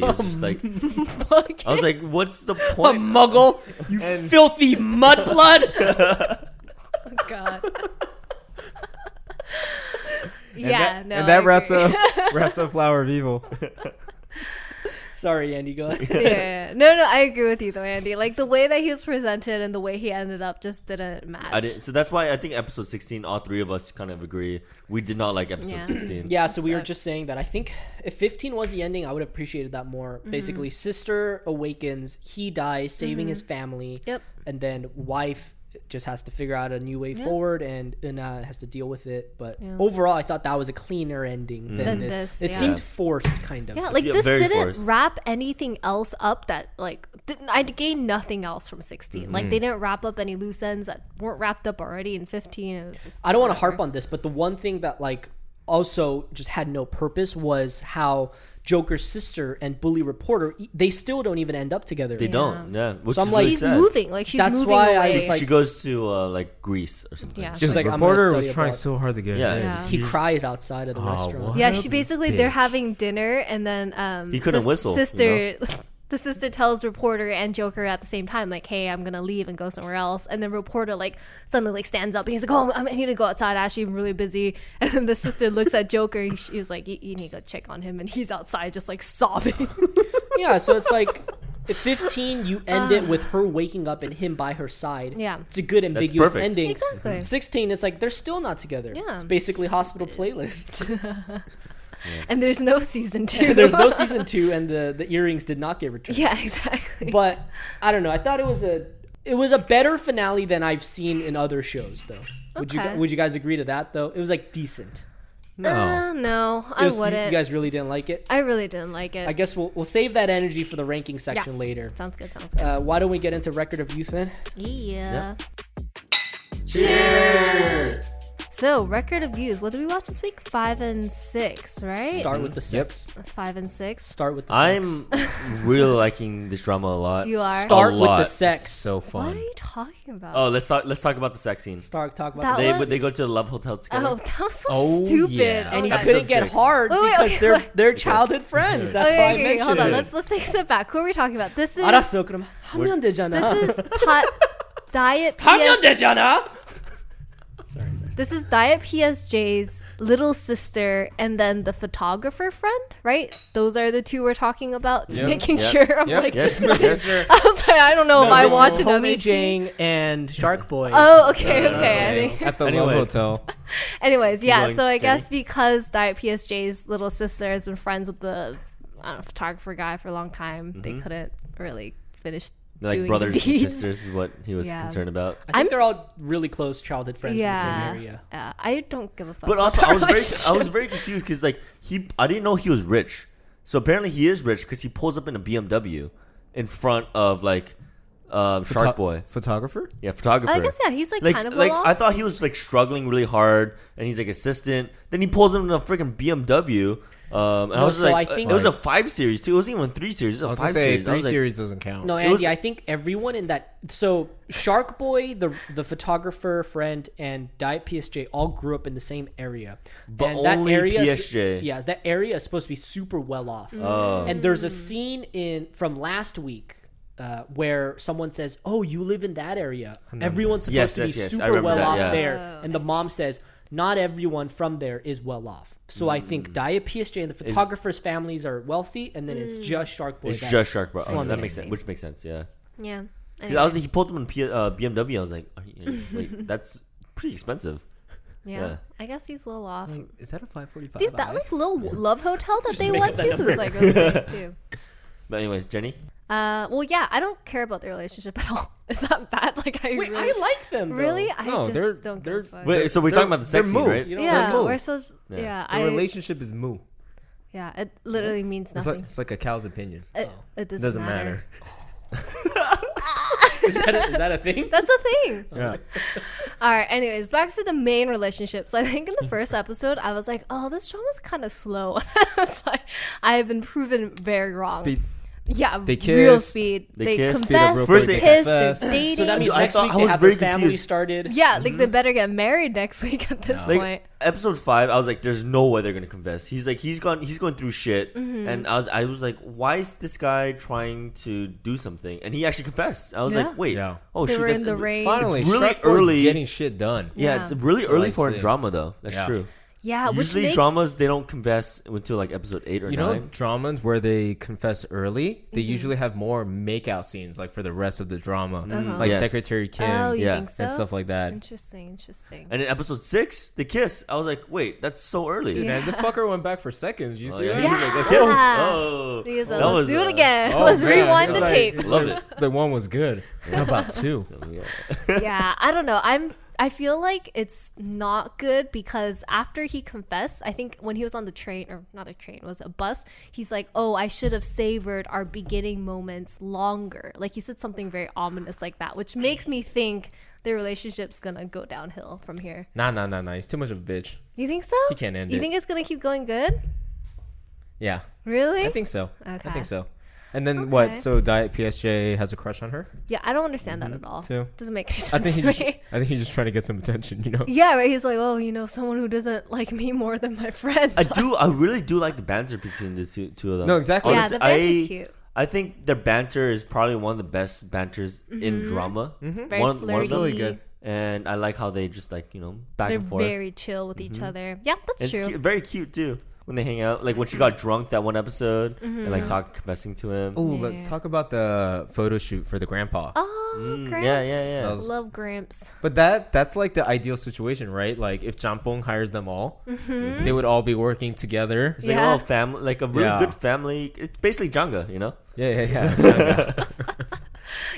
[SPEAKER 1] is just like I
[SPEAKER 4] Oh,
[SPEAKER 1] was like, "What's the
[SPEAKER 3] A
[SPEAKER 1] point?"
[SPEAKER 3] muggle, you filthy mudblood!
[SPEAKER 4] God.
[SPEAKER 5] and
[SPEAKER 4] yeah,
[SPEAKER 5] that,
[SPEAKER 4] no,
[SPEAKER 5] and that
[SPEAKER 4] I
[SPEAKER 5] wraps
[SPEAKER 4] agree.
[SPEAKER 5] up wraps up flower of evil.
[SPEAKER 3] Sorry, Andy. Go. ahead.
[SPEAKER 4] yeah. No, no, I agree with you though, Andy. Like the way that he was presented and the way he ended up just didn't match.
[SPEAKER 1] I didn't, so that's why I think episode 16, all three of us kind of agree. We did not like episode
[SPEAKER 4] Yeah.
[SPEAKER 1] 16.
[SPEAKER 3] Yeah, so we were
[SPEAKER 4] Sucks.
[SPEAKER 3] just saying that I think if 15 was the ending, I would have appreciated that more.
[SPEAKER 4] Mm-hmm.
[SPEAKER 3] Basically, sister awakens, he dies, saving his family,
[SPEAKER 4] Yep.
[SPEAKER 3] and then wife just has to figure out a new way
[SPEAKER 4] Yeah.
[SPEAKER 3] forward, and Una has to deal with it. But
[SPEAKER 4] Yeah.
[SPEAKER 3] overall, I thought that was a cleaner ending
[SPEAKER 1] Mm.
[SPEAKER 3] than,
[SPEAKER 4] Than
[SPEAKER 3] this.
[SPEAKER 4] this,
[SPEAKER 3] It
[SPEAKER 4] yeah.
[SPEAKER 3] seemed forced, kind of.
[SPEAKER 4] Yeah, like
[SPEAKER 1] Yeah,
[SPEAKER 4] this
[SPEAKER 1] very
[SPEAKER 4] didn't
[SPEAKER 1] forced.
[SPEAKER 4] wrap anything else up that like didn't, I gained nothing else from 16. Like they didn't wrap up any loose ends that weren't wrapped up already in 15. It was just
[SPEAKER 3] I don't want to harp on this, but the one thing that like also just had no purpose was how Joker's sister and Bully Reporter e- they still don't even end up together.
[SPEAKER 1] They don't. Yeah. Which
[SPEAKER 3] So I'm
[SPEAKER 1] is
[SPEAKER 3] like-
[SPEAKER 1] really
[SPEAKER 4] she's
[SPEAKER 1] sad.
[SPEAKER 4] moving like she's
[SPEAKER 3] That's
[SPEAKER 4] moving
[SPEAKER 3] why I
[SPEAKER 4] away.
[SPEAKER 3] was like-
[SPEAKER 1] she goes to uh, like Greece or something.
[SPEAKER 4] Yeah.
[SPEAKER 1] She's
[SPEAKER 5] Just like
[SPEAKER 3] I'm gonna
[SPEAKER 5] reporter
[SPEAKER 3] study
[SPEAKER 5] was trying
[SPEAKER 3] abroad.
[SPEAKER 5] so hard to get.
[SPEAKER 1] yeah.
[SPEAKER 5] in.
[SPEAKER 4] Yeah.
[SPEAKER 3] He cries outside
[SPEAKER 1] Oh,
[SPEAKER 3] of the restaurant.
[SPEAKER 5] what?
[SPEAKER 4] yeah,
[SPEAKER 5] What
[SPEAKER 4] she
[SPEAKER 5] a
[SPEAKER 4] basically they're
[SPEAKER 5] bitch.
[SPEAKER 4] having dinner and then um
[SPEAKER 1] He couldn't
[SPEAKER 4] the
[SPEAKER 1] whistle, you
[SPEAKER 4] Sister the sister tells reporter and Joker at the same time like, "Hey, I'm going to leave and go somewhere else." And then reporter like suddenly like stands up and he's like, "Oh, I'm- I need to go outside. Actually, I'm really busy." And then the sister looks at Joker. He, she was like, "You you need to go check on him." And he's outside just like sobbing.
[SPEAKER 3] Yeah, so it's like at 15, you end it with her waking up and him by her side.
[SPEAKER 4] Yeah.
[SPEAKER 3] It's a good ambiguous
[SPEAKER 1] perfect.
[SPEAKER 3] ending.
[SPEAKER 4] Exactly.
[SPEAKER 3] 16, it's like they're still not together.
[SPEAKER 4] Yeah.
[SPEAKER 3] It's basically hospital playlist.
[SPEAKER 4] and there's no season 2.
[SPEAKER 3] There's no season two, and the, the earrings did not get returned.
[SPEAKER 4] Yeah, exactly.
[SPEAKER 3] But I don't know. I thought it was a it was a better finale than I've seen in other shows, though. Would
[SPEAKER 4] Okay.
[SPEAKER 3] you Would you guys agree to that? Though it was like decent.
[SPEAKER 4] Uh, no,
[SPEAKER 3] It
[SPEAKER 4] I
[SPEAKER 3] was- you-
[SPEAKER 4] wouldn't.
[SPEAKER 3] You guys really didn't like it.
[SPEAKER 4] I really didn't like it.
[SPEAKER 3] I guess we'll we'll save that energy for the ranking section later.
[SPEAKER 4] sounds good, sounds good.
[SPEAKER 3] Uh, why don't we get into record of youth then?
[SPEAKER 4] yeah. So, Record of Youth. What did we watch this week? Five and six, right?
[SPEAKER 3] Start with the six.
[SPEAKER 4] Five and six.
[SPEAKER 3] Start with the
[SPEAKER 1] Mm-hmm. I'm
[SPEAKER 3] sex.
[SPEAKER 1] really liking this drama a lot.
[SPEAKER 4] You are.
[SPEAKER 1] A
[SPEAKER 3] Start with the
[SPEAKER 1] lot.
[SPEAKER 3] sex.
[SPEAKER 5] So
[SPEAKER 4] What
[SPEAKER 5] fun.
[SPEAKER 4] are you talking about?
[SPEAKER 1] Oh, let's talk. Let's talk about the sex scene.
[SPEAKER 3] Start talk about
[SPEAKER 4] That
[SPEAKER 3] the
[SPEAKER 1] They
[SPEAKER 4] was-
[SPEAKER 1] they go to the love hotel together.
[SPEAKER 4] Oh, that was so
[SPEAKER 5] Oh,
[SPEAKER 4] stupid.
[SPEAKER 5] yeah.
[SPEAKER 4] Oh,
[SPEAKER 3] and he
[SPEAKER 4] God.
[SPEAKER 3] couldn't get
[SPEAKER 1] Episode six.
[SPEAKER 3] hard
[SPEAKER 4] Wait, wait,
[SPEAKER 3] because
[SPEAKER 4] okay,
[SPEAKER 3] they're
[SPEAKER 4] wait.
[SPEAKER 3] they're childhood friends. That's
[SPEAKER 4] Okay,
[SPEAKER 3] why I
[SPEAKER 4] okay, okay,
[SPEAKER 3] mentioned
[SPEAKER 4] hold on.
[SPEAKER 3] it.
[SPEAKER 4] Let's let's take a step back. Who are we talking about? This is
[SPEAKER 3] 알았어, 그럼 함연대
[SPEAKER 4] this
[SPEAKER 3] 잖아.
[SPEAKER 4] is ti- diet. PS,
[SPEAKER 3] 함연대 잖아. Sorry, sorry.
[SPEAKER 4] this is diet PSJ's little sister, and then the photographer friend. Right? Those are the two we're talking about. Just
[SPEAKER 5] Yep.
[SPEAKER 4] making
[SPEAKER 1] Yep.
[SPEAKER 4] sure. I'm
[SPEAKER 5] Yep.
[SPEAKER 4] like,
[SPEAKER 1] Yes,
[SPEAKER 4] just making
[SPEAKER 1] yes.
[SPEAKER 4] sure. I was like, I don't know if I
[SPEAKER 3] This is
[SPEAKER 4] watched another
[SPEAKER 3] Tony
[SPEAKER 4] scene.
[SPEAKER 3] Jang and Shark Boy.
[SPEAKER 4] Oh, okay, okay. I
[SPEAKER 5] Hey,
[SPEAKER 4] think-
[SPEAKER 5] At the
[SPEAKER 1] Anyways.
[SPEAKER 5] Love Hotel.
[SPEAKER 4] Anyways, yeah.
[SPEAKER 1] going,
[SPEAKER 4] So I guess
[SPEAKER 1] Jenny?
[SPEAKER 4] because Diet PSJ's little sister has been friends with the I don't know, photographer guy for a long time, they couldn't really finish.
[SPEAKER 1] Mm-hmm. They're like
[SPEAKER 4] doing
[SPEAKER 1] brothers
[SPEAKER 4] the
[SPEAKER 1] and
[SPEAKER 4] deeds.
[SPEAKER 1] sisters is what he was
[SPEAKER 4] Yeah.
[SPEAKER 1] concerned about.
[SPEAKER 3] I think they're all really close childhood friends
[SPEAKER 4] Yeah,
[SPEAKER 3] in the same area.
[SPEAKER 4] yeah. I don't give a fuck.
[SPEAKER 1] But
[SPEAKER 4] about
[SPEAKER 1] also,
[SPEAKER 4] that
[SPEAKER 1] I was
[SPEAKER 4] relationship.
[SPEAKER 1] very I was very confused because like he I didn't know he was rich. So apparently he is rich because he pulls up in a BMW in front of like um, Shark Boy,
[SPEAKER 5] Photographer?
[SPEAKER 1] yeah, photographer.
[SPEAKER 4] I guess yeah, he's like,
[SPEAKER 1] Like,
[SPEAKER 4] kind of
[SPEAKER 1] like
[SPEAKER 4] well off.
[SPEAKER 1] I thought he was like struggling really hard, and he's like assistant. Then he pulls him in a freaking BMW, um, and I
[SPEAKER 3] No,
[SPEAKER 1] was
[SPEAKER 3] so
[SPEAKER 1] like,
[SPEAKER 3] I think-
[SPEAKER 1] it was a five series too. It wasn't even three series. It
[SPEAKER 5] I
[SPEAKER 1] was
[SPEAKER 5] was
[SPEAKER 1] a five
[SPEAKER 5] gonna say
[SPEAKER 1] series. I
[SPEAKER 5] three
[SPEAKER 1] was like,
[SPEAKER 5] series doesn't count.
[SPEAKER 3] No,
[SPEAKER 1] It was-
[SPEAKER 3] Andy, I think everyone in that. So Shark Boy, the the photographer friend, and Diet PSJ all grew up in the same area.
[SPEAKER 1] But
[SPEAKER 3] and
[SPEAKER 1] only
[SPEAKER 3] is-
[SPEAKER 1] PSJ.
[SPEAKER 3] Yeah, that area is supposed to be super well off.
[SPEAKER 1] Oh. Mm.
[SPEAKER 3] And there's a scene in from last week. Uh, where someone says, "Oh, you live in that area. Everyone's supposed
[SPEAKER 1] Yes,
[SPEAKER 3] to
[SPEAKER 1] yes,
[SPEAKER 3] be
[SPEAKER 1] yes. I
[SPEAKER 3] super
[SPEAKER 1] remember
[SPEAKER 3] well
[SPEAKER 1] that,
[SPEAKER 3] off
[SPEAKER 1] yeah.
[SPEAKER 3] there," and the mom says, "Not everyone from there is well off." So I
[SPEAKER 1] Mm.
[SPEAKER 3] think Diet PSJ and the photographer's families are wealthy, and then it's just Shark Boy.
[SPEAKER 1] it's
[SPEAKER 3] that-
[SPEAKER 1] just Shark Boy. Okay,
[SPEAKER 3] Slumming
[SPEAKER 1] that
[SPEAKER 3] it.
[SPEAKER 1] makes sense. Which makes sense. Yeah.
[SPEAKER 4] yeah.
[SPEAKER 1] Because I was he pulled them in P- uh, BMW. I was like, are you, are you- wait, that's pretty expensive.
[SPEAKER 4] yeah.
[SPEAKER 1] yeah.
[SPEAKER 4] I guess he's well off.
[SPEAKER 5] Is that a 545?
[SPEAKER 4] Dude, that like little love hotel that they went to was like really nice too.
[SPEAKER 1] But anyways, Jenny,
[SPEAKER 4] Uh, well, yeah, I don't care about their relationship at all. Is that bad? Like, I
[SPEAKER 3] Wait,
[SPEAKER 4] really,
[SPEAKER 3] I like them. though.
[SPEAKER 4] really, I
[SPEAKER 5] No,
[SPEAKER 4] just
[SPEAKER 5] they're-
[SPEAKER 4] don't
[SPEAKER 5] they're-
[SPEAKER 4] give a fuck.
[SPEAKER 1] Wait, so we're
[SPEAKER 5] They're-
[SPEAKER 1] talking about the sex
[SPEAKER 5] they're
[SPEAKER 1] scene,
[SPEAKER 5] moved.
[SPEAKER 1] right?
[SPEAKER 3] You know,
[SPEAKER 4] yeah,
[SPEAKER 5] no.
[SPEAKER 4] we're so yeah.
[SPEAKER 5] The
[SPEAKER 4] I,
[SPEAKER 5] relationship is moo.
[SPEAKER 4] yeah, it literally means
[SPEAKER 5] It's
[SPEAKER 4] nothing.
[SPEAKER 5] like, it's like a cow's opinion.
[SPEAKER 4] It, it doesn't,
[SPEAKER 5] It doesn't
[SPEAKER 4] matter.
[SPEAKER 5] matter.
[SPEAKER 3] is, that a, is that a thing?
[SPEAKER 4] That's the thing.
[SPEAKER 5] Yeah.
[SPEAKER 4] All right. Anyways, back to the main relationship. So I think in the first episode, I was like, "Oh, this drama's kind of slow." I was like, "I have been proven very wrong."
[SPEAKER 5] Speed-
[SPEAKER 4] Yeah,
[SPEAKER 5] They
[SPEAKER 4] real
[SPEAKER 5] kissed.
[SPEAKER 4] speed.
[SPEAKER 1] They
[SPEAKER 4] They,
[SPEAKER 1] kissed.
[SPEAKER 5] Speed
[SPEAKER 4] confessed.
[SPEAKER 5] up real
[SPEAKER 1] First
[SPEAKER 4] they
[SPEAKER 1] quick.
[SPEAKER 4] kissed.
[SPEAKER 5] They
[SPEAKER 4] They're
[SPEAKER 5] confessed.
[SPEAKER 4] dating.
[SPEAKER 3] So that means
[SPEAKER 1] I
[SPEAKER 3] next
[SPEAKER 1] thought-
[SPEAKER 3] week
[SPEAKER 1] I
[SPEAKER 3] they
[SPEAKER 1] was
[SPEAKER 3] have their
[SPEAKER 1] very
[SPEAKER 3] family
[SPEAKER 1] confused.
[SPEAKER 3] started.
[SPEAKER 4] yeah, like
[SPEAKER 5] Mm-hmm.
[SPEAKER 4] they better get married next week at this
[SPEAKER 1] Like
[SPEAKER 4] point.
[SPEAKER 1] episode five, I was like, "There's no way they're gonna confess." He's like, he's gone, he's going through shit,
[SPEAKER 4] Mm-hmm.
[SPEAKER 1] and I was, I was like, "Why is this guy trying to do something?" And he actually confessed. I was
[SPEAKER 4] Yeah.
[SPEAKER 1] like, "Wait,
[SPEAKER 5] Yeah.
[SPEAKER 1] oh
[SPEAKER 4] They
[SPEAKER 1] shoot,
[SPEAKER 4] were
[SPEAKER 1] that's
[SPEAKER 4] in the rain.
[SPEAKER 5] Finally,
[SPEAKER 1] It's really
[SPEAKER 5] Shark Boy
[SPEAKER 1] early.
[SPEAKER 5] getting shit done.
[SPEAKER 1] Yeah,
[SPEAKER 4] Yeah.
[SPEAKER 1] it's really early
[SPEAKER 5] I
[SPEAKER 1] for a
[SPEAKER 5] see.
[SPEAKER 1] drama though. That's
[SPEAKER 5] Yeah.
[SPEAKER 1] true.
[SPEAKER 4] Yeah, which
[SPEAKER 1] Usually
[SPEAKER 4] makes
[SPEAKER 1] dramas they don't confess until like episode eight or
[SPEAKER 5] You know,
[SPEAKER 1] nine.
[SPEAKER 5] dramas where they confess early, they usually have more makeout scenes, like for the rest of the drama, like
[SPEAKER 1] Yes.
[SPEAKER 5] Secretary Kim
[SPEAKER 4] Oh, you
[SPEAKER 1] Yeah.
[SPEAKER 4] think so?
[SPEAKER 5] and stuff like that.
[SPEAKER 4] Interesting, interesting.
[SPEAKER 1] and in episode six, they kiss. I was like, wait, that's so early.
[SPEAKER 5] Dude, man, the fucker went back for seconds. You
[SPEAKER 1] Oh,
[SPEAKER 5] see
[SPEAKER 1] yeah.
[SPEAKER 5] that?
[SPEAKER 1] He's
[SPEAKER 4] Yeah.
[SPEAKER 1] like, "They kissed."
[SPEAKER 4] Yeah.
[SPEAKER 1] Oh,
[SPEAKER 4] Because, uh,
[SPEAKER 1] that
[SPEAKER 4] let's
[SPEAKER 1] was,
[SPEAKER 4] do
[SPEAKER 1] uh,
[SPEAKER 4] it again.
[SPEAKER 5] oh,
[SPEAKER 4] let's
[SPEAKER 5] man,
[SPEAKER 4] rewind
[SPEAKER 5] it's
[SPEAKER 4] the
[SPEAKER 5] like-
[SPEAKER 4] tape.
[SPEAKER 1] Love it.
[SPEAKER 5] It's like one was good. How about two?
[SPEAKER 4] yeah, I don't know. I'm I feel like it's not good because after he confessed, I think when he was on the train or not a train, it was a bus, he's like, "Oh, I should have savored our beginning moments longer." Like he said something very ominous like that, which makes me think their relationship's gonna go downhill from here.
[SPEAKER 5] Nah, nah, nah, nah. He's too much of a bitch.
[SPEAKER 4] You think so?
[SPEAKER 5] He can't end
[SPEAKER 4] You
[SPEAKER 5] it.
[SPEAKER 4] think it's gonna keep going good?
[SPEAKER 5] Yeah,
[SPEAKER 4] Really?
[SPEAKER 5] I think so.
[SPEAKER 4] Okay.
[SPEAKER 5] I think so. And then
[SPEAKER 4] Okay.
[SPEAKER 5] what? So Diet PSJ has a crush on her.
[SPEAKER 4] yeah, I don't understand that at all.
[SPEAKER 5] Mm-hmm. Too.
[SPEAKER 4] Doesn't make any sense
[SPEAKER 5] I think he's.
[SPEAKER 4] to
[SPEAKER 5] Just,
[SPEAKER 4] me.
[SPEAKER 5] I think he's just trying to get some attention. You know.
[SPEAKER 4] Yeah, right. He's like, oh, you know, someone who doesn't like me more than my friend.
[SPEAKER 1] I do. I really do like the banter between the two, two of them.
[SPEAKER 5] No, exactly.
[SPEAKER 4] Yeah, the
[SPEAKER 1] Honestly,
[SPEAKER 4] banter's
[SPEAKER 1] I,
[SPEAKER 4] cute.
[SPEAKER 1] I think their banter is probably one of the best banters in drama.
[SPEAKER 4] Mm-hmm.
[SPEAKER 5] Mm-hmm.
[SPEAKER 4] Very
[SPEAKER 1] one, of- one of
[SPEAKER 4] flirty.
[SPEAKER 1] them.
[SPEAKER 5] Really good.
[SPEAKER 1] And I like how they just like you know back
[SPEAKER 4] They're
[SPEAKER 1] and forth.
[SPEAKER 4] very chill with each other. Yeah,
[SPEAKER 1] And
[SPEAKER 4] that's
[SPEAKER 1] it's
[SPEAKER 4] true.
[SPEAKER 1] cute- very cute too when they hang out. Like when she got drunk that one episode
[SPEAKER 4] Mm-hmm.
[SPEAKER 1] and like talk confessing to him.
[SPEAKER 5] Oh, let's talk about the photo shoot for the grandpa.
[SPEAKER 4] Oh, Gramps.
[SPEAKER 1] Mm, yeah, yeah, yeah.
[SPEAKER 5] That was-
[SPEAKER 4] Love Gramps.
[SPEAKER 5] But that that's like the ideal situation, right? Like if Jampong hires them all, they would all be working together.
[SPEAKER 1] It's like
[SPEAKER 4] Mm-hmm. Yeah.
[SPEAKER 1] a little family, like a really
[SPEAKER 5] Yeah.
[SPEAKER 1] good family. It's basically Jenga, you know.
[SPEAKER 5] Yeah, yeah, yeah.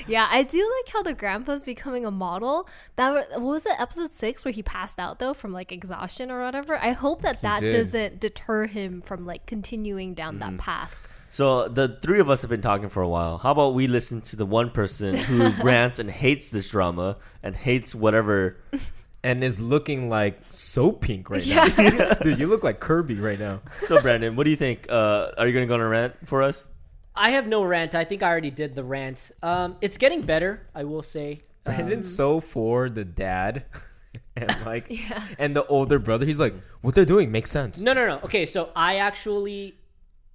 [SPEAKER 4] Yeah, I do like how the grandpa's becoming a model. That wa- what was it, episode six, where he passed out though from like exhaustion or whatever. I hope that that
[SPEAKER 5] did.
[SPEAKER 4] doesn't deter him from like continuing down
[SPEAKER 1] Mm-hmm.
[SPEAKER 4] that path.
[SPEAKER 1] So the three of us have been talking for a while. How about we listen to the one person who rants and hates this drama and hates whatever
[SPEAKER 5] and is looking like so pink right
[SPEAKER 4] Yeah,
[SPEAKER 5] now. Dude, you look like Kirby right now.
[SPEAKER 1] So Brandon, what do you think? Uh, are you gonna go on a rant for us?
[SPEAKER 3] I have no rant. I think I already did the rant. Um, it's getting better, I will say. Uh,
[SPEAKER 5] Brandon's so for the dad and like and the older brother. He's like, what they're doing makes sense.
[SPEAKER 3] no, no, no. Okay, so I actually,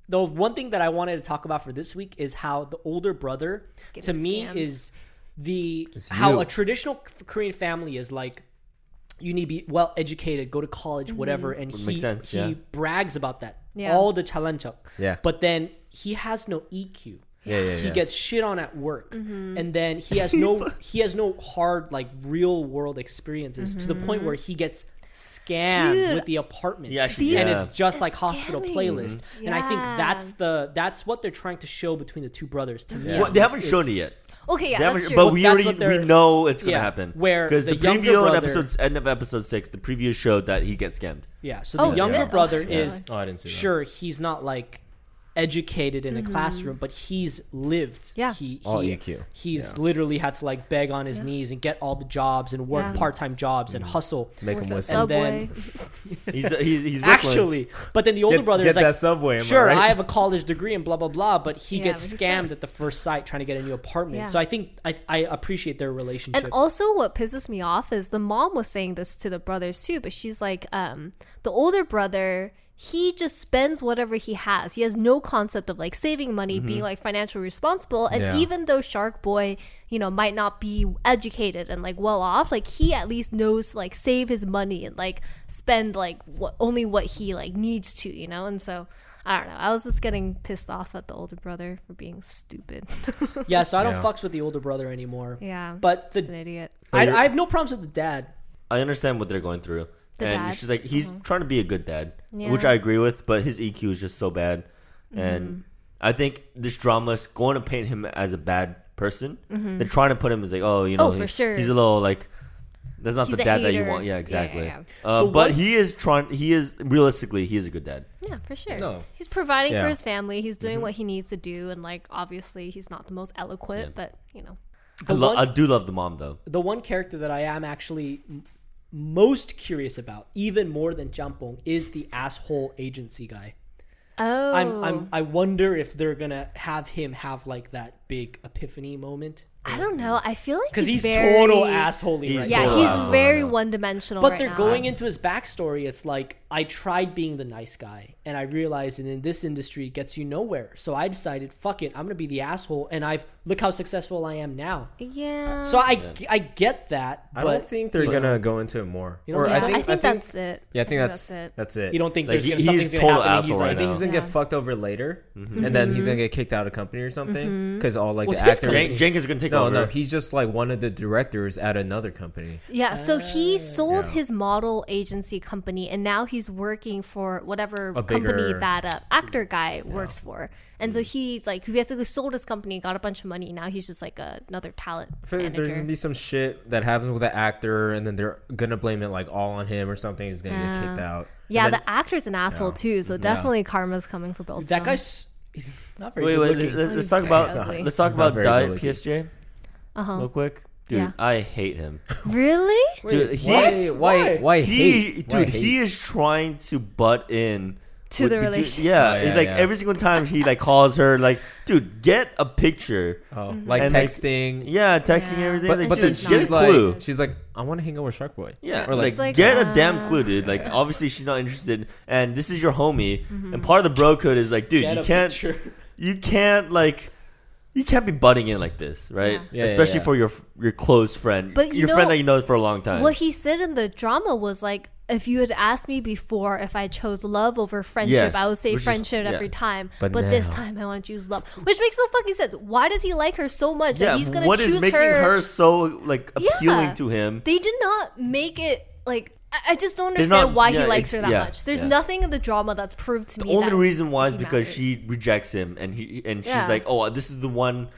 [SPEAKER 3] the one thing that I wanted to talk about for this week is how the older brother, to
[SPEAKER 4] getting
[SPEAKER 3] me,
[SPEAKER 4] scammed.
[SPEAKER 3] is the how
[SPEAKER 5] you.
[SPEAKER 3] a traditional Korean family is like. You need to be well educated, go to college, whatever, and he
[SPEAKER 1] make sense,
[SPEAKER 3] he
[SPEAKER 1] yeah.
[SPEAKER 3] brags about that
[SPEAKER 4] Yeah.
[SPEAKER 3] all the chalanchok.
[SPEAKER 5] Yeah.
[SPEAKER 3] but then he has no E EQ.
[SPEAKER 5] Yeah, yeah,
[SPEAKER 3] he
[SPEAKER 5] yeah.
[SPEAKER 3] gets shit on at work,
[SPEAKER 4] Mm-hmm.
[SPEAKER 3] and then he has no he has no hard like real world experiences to the point where he gets scammed
[SPEAKER 4] Mm-hmm. Dude.
[SPEAKER 3] with the apartment.
[SPEAKER 1] Yeah, actually,
[SPEAKER 3] and
[SPEAKER 1] yeah.
[SPEAKER 3] it's just
[SPEAKER 4] It's
[SPEAKER 3] like hospital
[SPEAKER 4] scamming.
[SPEAKER 3] playlist, and I think
[SPEAKER 4] Yeah.
[SPEAKER 3] that's the that's what they're trying to show between the two brothers. To me,
[SPEAKER 1] Well, they haven't shown it yet.
[SPEAKER 4] okay, yeah,
[SPEAKER 1] They
[SPEAKER 4] that's
[SPEAKER 1] haven't-
[SPEAKER 4] true.
[SPEAKER 1] but we
[SPEAKER 3] That's
[SPEAKER 1] already
[SPEAKER 3] what they're-
[SPEAKER 1] we know it's gonna
[SPEAKER 3] yeah,
[SPEAKER 1] happen.
[SPEAKER 3] where
[SPEAKER 1] because the,
[SPEAKER 3] the younger
[SPEAKER 1] preview in
[SPEAKER 3] brother-
[SPEAKER 1] episodes end of episode six, the preview showed that he gets scammed.
[SPEAKER 3] Yeah, so the
[SPEAKER 4] Oh,
[SPEAKER 3] younger
[SPEAKER 4] yeah.
[SPEAKER 3] brother
[SPEAKER 4] Yeah.
[SPEAKER 3] is
[SPEAKER 5] Oh, I didn't see that.
[SPEAKER 3] sure he's not like educated in a classroom, but he's lived.
[SPEAKER 4] Mm-hmm. Yeah.
[SPEAKER 3] he,
[SPEAKER 5] All
[SPEAKER 3] he
[SPEAKER 5] EQ.
[SPEAKER 3] He's literally had to like beg on his knees and get all the jobs and work
[SPEAKER 4] Yeah.
[SPEAKER 3] part time jobs and hustle.
[SPEAKER 5] Make him
[SPEAKER 4] Works at
[SPEAKER 5] listen.
[SPEAKER 3] And then-
[SPEAKER 4] Subway.
[SPEAKER 1] He's uh, he's he's whistling.
[SPEAKER 3] Actually, but then the older
[SPEAKER 5] Get-
[SPEAKER 3] brother
[SPEAKER 5] get
[SPEAKER 3] is like,
[SPEAKER 5] that Subway, am I
[SPEAKER 3] sure,
[SPEAKER 5] right?"
[SPEAKER 3] I have a college degree and blah blah blah, but he
[SPEAKER 4] Yeah,
[SPEAKER 3] gets
[SPEAKER 4] but he
[SPEAKER 3] scammed
[SPEAKER 4] sucks.
[SPEAKER 3] at the first sight trying to get a new apartment.
[SPEAKER 4] Yeah.
[SPEAKER 3] So I think I, I appreciate their relationship.
[SPEAKER 4] And also, what pisses me off is the mom was saying this to the brothers too, but she's like, um, the older brother, he just spends whatever he has. He has no concept of like saving money,
[SPEAKER 3] Mm-hmm.
[SPEAKER 4] being like financially responsible. And
[SPEAKER 5] Yeah.
[SPEAKER 4] even though Shark Boy, you know, might not be educated and like well off, like he at least knows to, like save his money and like spend like what only what he like needs to, you know. And so. I don't know. I was just getting pissed off at the older brother for being stupid.
[SPEAKER 3] yeah, so I don't
[SPEAKER 5] Yeah.
[SPEAKER 3] fucks with the older brother anymore.
[SPEAKER 4] yeah.
[SPEAKER 3] But
[SPEAKER 4] just an
[SPEAKER 3] the
[SPEAKER 4] idiot.
[SPEAKER 3] I, I have no problems with the dad.
[SPEAKER 1] I understand what they're going through,
[SPEAKER 4] The dad.
[SPEAKER 1] and
[SPEAKER 4] Mm-hmm.
[SPEAKER 1] she's like he's trying to be a good dad,
[SPEAKER 4] Yeah. Mm-hmm.
[SPEAKER 1] which I agree with, but his EQ is just so bad, and I think this drama is going to paint him as a bad person. They're trying to put him as like, oh, you know,
[SPEAKER 4] Mm-hmm. Oh, for sure.
[SPEAKER 1] he's a little like. That's not
[SPEAKER 4] He's
[SPEAKER 1] the
[SPEAKER 4] a
[SPEAKER 1] dad that you
[SPEAKER 4] hater.
[SPEAKER 1] want.
[SPEAKER 4] Yeah,
[SPEAKER 1] Yeah,
[SPEAKER 4] yeah,
[SPEAKER 1] exactly.
[SPEAKER 4] yeah.
[SPEAKER 3] But
[SPEAKER 1] Uh, but
[SPEAKER 3] what-
[SPEAKER 1] he is trying. He is realistically, he is a good dad.
[SPEAKER 4] Yeah, for sure.
[SPEAKER 5] No.
[SPEAKER 4] He's providing for
[SPEAKER 5] Yeah. Mm-hmm.
[SPEAKER 4] his family. He's doing what he needs to do. And, like, obviously, he's not the most eloquent, but, you know.
[SPEAKER 1] I,
[SPEAKER 3] The
[SPEAKER 1] lo-
[SPEAKER 3] one-
[SPEAKER 1] I do love the mom though.
[SPEAKER 3] the one character that I am actually m- most curious about, even more than Jampong, is the asshole agency guy.
[SPEAKER 4] Oh.
[SPEAKER 3] I'm, I'm I wonder if they're gonna have him have like that big epiphany moment.
[SPEAKER 4] I don't know. I feel like
[SPEAKER 3] because he's,
[SPEAKER 4] very,
[SPEAKER 3] total asshole.
[SPEAKER 1] He's
[SPEAKER 3] Right
[SPEAKER 4] Yeah,
[SPEAKER 1] total
[SPEAKER 3] now.
[SPEAKER 4] he's
[SPEAKER 1] asshole
[SPEAKER 4] very
[SPEAKER 1] now.
[SPEAKER 4] one dimensional.
[SPEAKER 3] But
[SPEAKER 4] right
[SPEAKER 3] they're
[SPEAKER 4] now.
[SPEAKER 3] going into his backstory. It's like I tried being the nice guy, and I realized, and in this industry, it gets you nowhere. So I decided, fuck it, I'm gonna be the asshole, and I've look how successful I am now.
[SPEAKER 4] Yeah.
[SPEAKER 3] So I I get that,
[SPEAKER 5] I
[SPEAKER 3] but
[SPEAKER 5] don't think they're gonna go into it more.
[SPEAKER 3] don't
[SPEAKER 5] or
[SPEAKER 4] yeah,
[SPEAKER 5] I think,
[SPEAKER 4] that's it.
[SPEAKER 5] yeah, I think that's
[SPEAKER 4] that's it.
[SPEAKER 5] that's it.
[SPEAKER 3] you don't think
[SPEAKER 1] Like,
[SPEAKER 3] there's
[SPEAKER 1] he-
[SPEAKER 3] gonna, something's
[SPEAKER 1] he's
[SPEAKER 3] gonna
[SPEAKER 1] total
[SPEAKER 3] happen. and
[SPEAKER 1] asshole
[SPEAKER 3] he's
[SPEAKER 1] right
[SPEAKER 3] like,
[SPEAKER 5] I think
[SPEAKER 1] now.
[SPEAKER 5] he's gonna get fucked over later, and then he's gonna get kicked out of company or something because all like
[SPEAKER 3] Mm-hmm. Well,
[SPEAKER 5] the
[SPEAKER 3] his
[SPEAKER 5] actors.
[SPEAKER 1] Jen- Jenkins is gonna take
[SPEAKER 5] no,
[SPEAKER 1] over.
[SPEAKER 5] no, he's just like one of the directors at another company.
[SPEAKER 4] Yeah, so
[SPEAKER 3] Uh,
[SPEAKER 4] he sold
[SPEAKER 5] Yeah.
[SPEAKER 4] his model agency company, and now he's working for whatever
[SPEAKER 5] A
[SPEAKER 4] company
[SPEAKER 5] bigger- Mm-hmm.
[SPEAKER 4] that uh, actor guy works for. And so he's like, he basically sold his company, got a bunch of money. Now he's just like a, another talent
[SPEAKER 5] I feel like there's gonna
[SPEAKER 4] manager.
[SPEAKER 5] be some shit that happens with the actor, and then they're gonna blame it like all on him or something. He's gonna get kicked out.
[SPEAKER 4] Yeah,
[SPEAKER 5] And then-
[SPEAKER 4] the actor's an asshole
[SPEAKER 5] Yeah.
[SPEAKER 4] too,
[SPEAKER 1] Mm-hmm.
[SPEAKER 4] so definitely karma's coming for both. of
[SPEAKER 3] that
[SPEAKER 4] them.
[SPEAKER 3] guy's he's not very
[SPEAKER 1] Wait,
[SPEAKER 3] good
[SPEAKER 1] wait.
[SPEAKER 3] looking.
[SPEAKER 1] Let, us talk about
[SPEAKER 4] not.
[SPEAKER 1] let's talk
[SPEAKER 5] He's not
[SPEAKER 1] about
[SPEAKER 5] very
[SPEAKER 1] Diet
[SPEAKER 5] good-looking.
[SPEAKER 1] PSJ
[SPEAKER 4] Uh-huh.
[SPEAKER 1] real quick, dude.
[SPEAKER 4] Yeah.
[SPEAKER 1] I hate him,
[SPEAKER 4] really?
[SPEAKER 1] dude. He,
[SPEAKER 3] what?
[SPEAKER 5] Why? Why?
[SPEAKER 3] Why?
[SPEAKER 5] Why
[SPEAKER 1] he,
[SPEAKER 5] hate?
[SPEAKER 1] dude,
[SPEAKER 5] Why hate?
[SPEAKER 1] he is trying to butt in
[SPEAKER 4] To the
[SPEAKER 1] between-
[SPEAKER 4] relationship.
[SPEAKER 1] Yeah,
[SPEAKER 5] Yeah,
[SPEAKER 1] it's like
[SPEAKER 5] yeah.
[SPEAKER 1] every single time he like calls her, like, dude, get a picture.
[SPEAKER 5] Oh,
[SPEAKER 4] Mm-hmm.
[SPEAKER 5] like
[SPEAKER 1] And, like,
[SPEAKER 5] texting.
[SPEAKER 1] Yeah, texting and
[SPEAKER 4] Yeah.
[SPEAKER 1] everything.
[SPEAKER 5] But,
[SPEAKER 1] like,
[SPEAKER 5] but
[SPEAKER 1] dude,
[SPEAKER 5] then
[SPEAKER 4] she's
[SPEAKER 1] get a
[SPEAKER 5] she's like,
[SPEAKER 1] clue.
[SPEAKER 5] she's like, I want to hang out with Shark Boy.
[SPEAKER 1] Yeah,
[SPEAKER 5] or
[SPEAKER 1] like,
[SPEAKER 5] like,
[SPEAKER 4] like,
[SPEAKER 1] get
[SPEAKER 4] uh,
[SPEAKER 1] a damn clue, dude. Like, obviously she's not interested, and this is your homie.
[SPEAKER 4] Mm-hmm.
[SPEAKER 1] And part of the bro code is like, dude,
[SPEAKER 3] Get
[SPEAKER 1] you
[SPEAKER 3] a
[SPEAKER 1] can't,
[SPEAKER 3] picture.
[SPEAKER 1] you can't like, you can't be butting in like this, right?
[SPEAKER 5] Yeah, yeah,
[SPEAKER 1] Especially
[SPEAKER 5] yeah.
[SPEAKER 1] for your your close friend,
[SPEAKER 4] But you
[SPEAKER 1] your
[SPEAKER 4] know-
[SPEAKER 1] friend that you know for a long time.
[SPEAKER 4] What he said in the drama was like, if you had asked me before if I chose love over friendship,
[SPEAKER 1] Yes,
[SPEAKER 4] I would say
[SPEAKER 1] which is-
[SPEAKER 4] friendship
[SPEAKER 1] yeah.
[SPEAKER 4] every time. But,
[SPEAKER 5] But
[SPEAKER 4] this
[SPEAKER 5] now-
[SPEAKER 4] time I want to choose love, which makes no fucking sense. Why does he like her so much that he's gonna
[SPEAKER 1] what
[SPEAKER 4] choose
[SPEAKER 1] is making her, so like appealing
[SPEAKER 4] Yeah.
[SPEAKER 1] to him?
[SPEAKER 4] They did not make it like. I I just don't
[SPEAKER 1] There's
[SPEAKER 4] understand
[SPEAKER 1] not-
[SPEAKER 4] why
[SPEAKER 1] yeah,
[SPEAKER 4] he likes
[SPEAKER 1] ex-
[SPEAKER 4] her that
[SPEAKER 1] yeah,
[SPEAKER 4] much. There's
[SPEAKER 1] yeah.
[SPEAKER 4] nothing in the drama that's proved to me.
[SPEAKER 1] the only
[SPEAKER 4] that
[SPEAKER 1] reason why is
[SPEAKER 4] he
[SPEAKER 1] because
[SPEAKER 4] matters.
[SPEAKER 1] she rejects him, and he and she's
[SPEAKER 4] Yeah.
[SPEAKER 1] like, "Oh, this is the one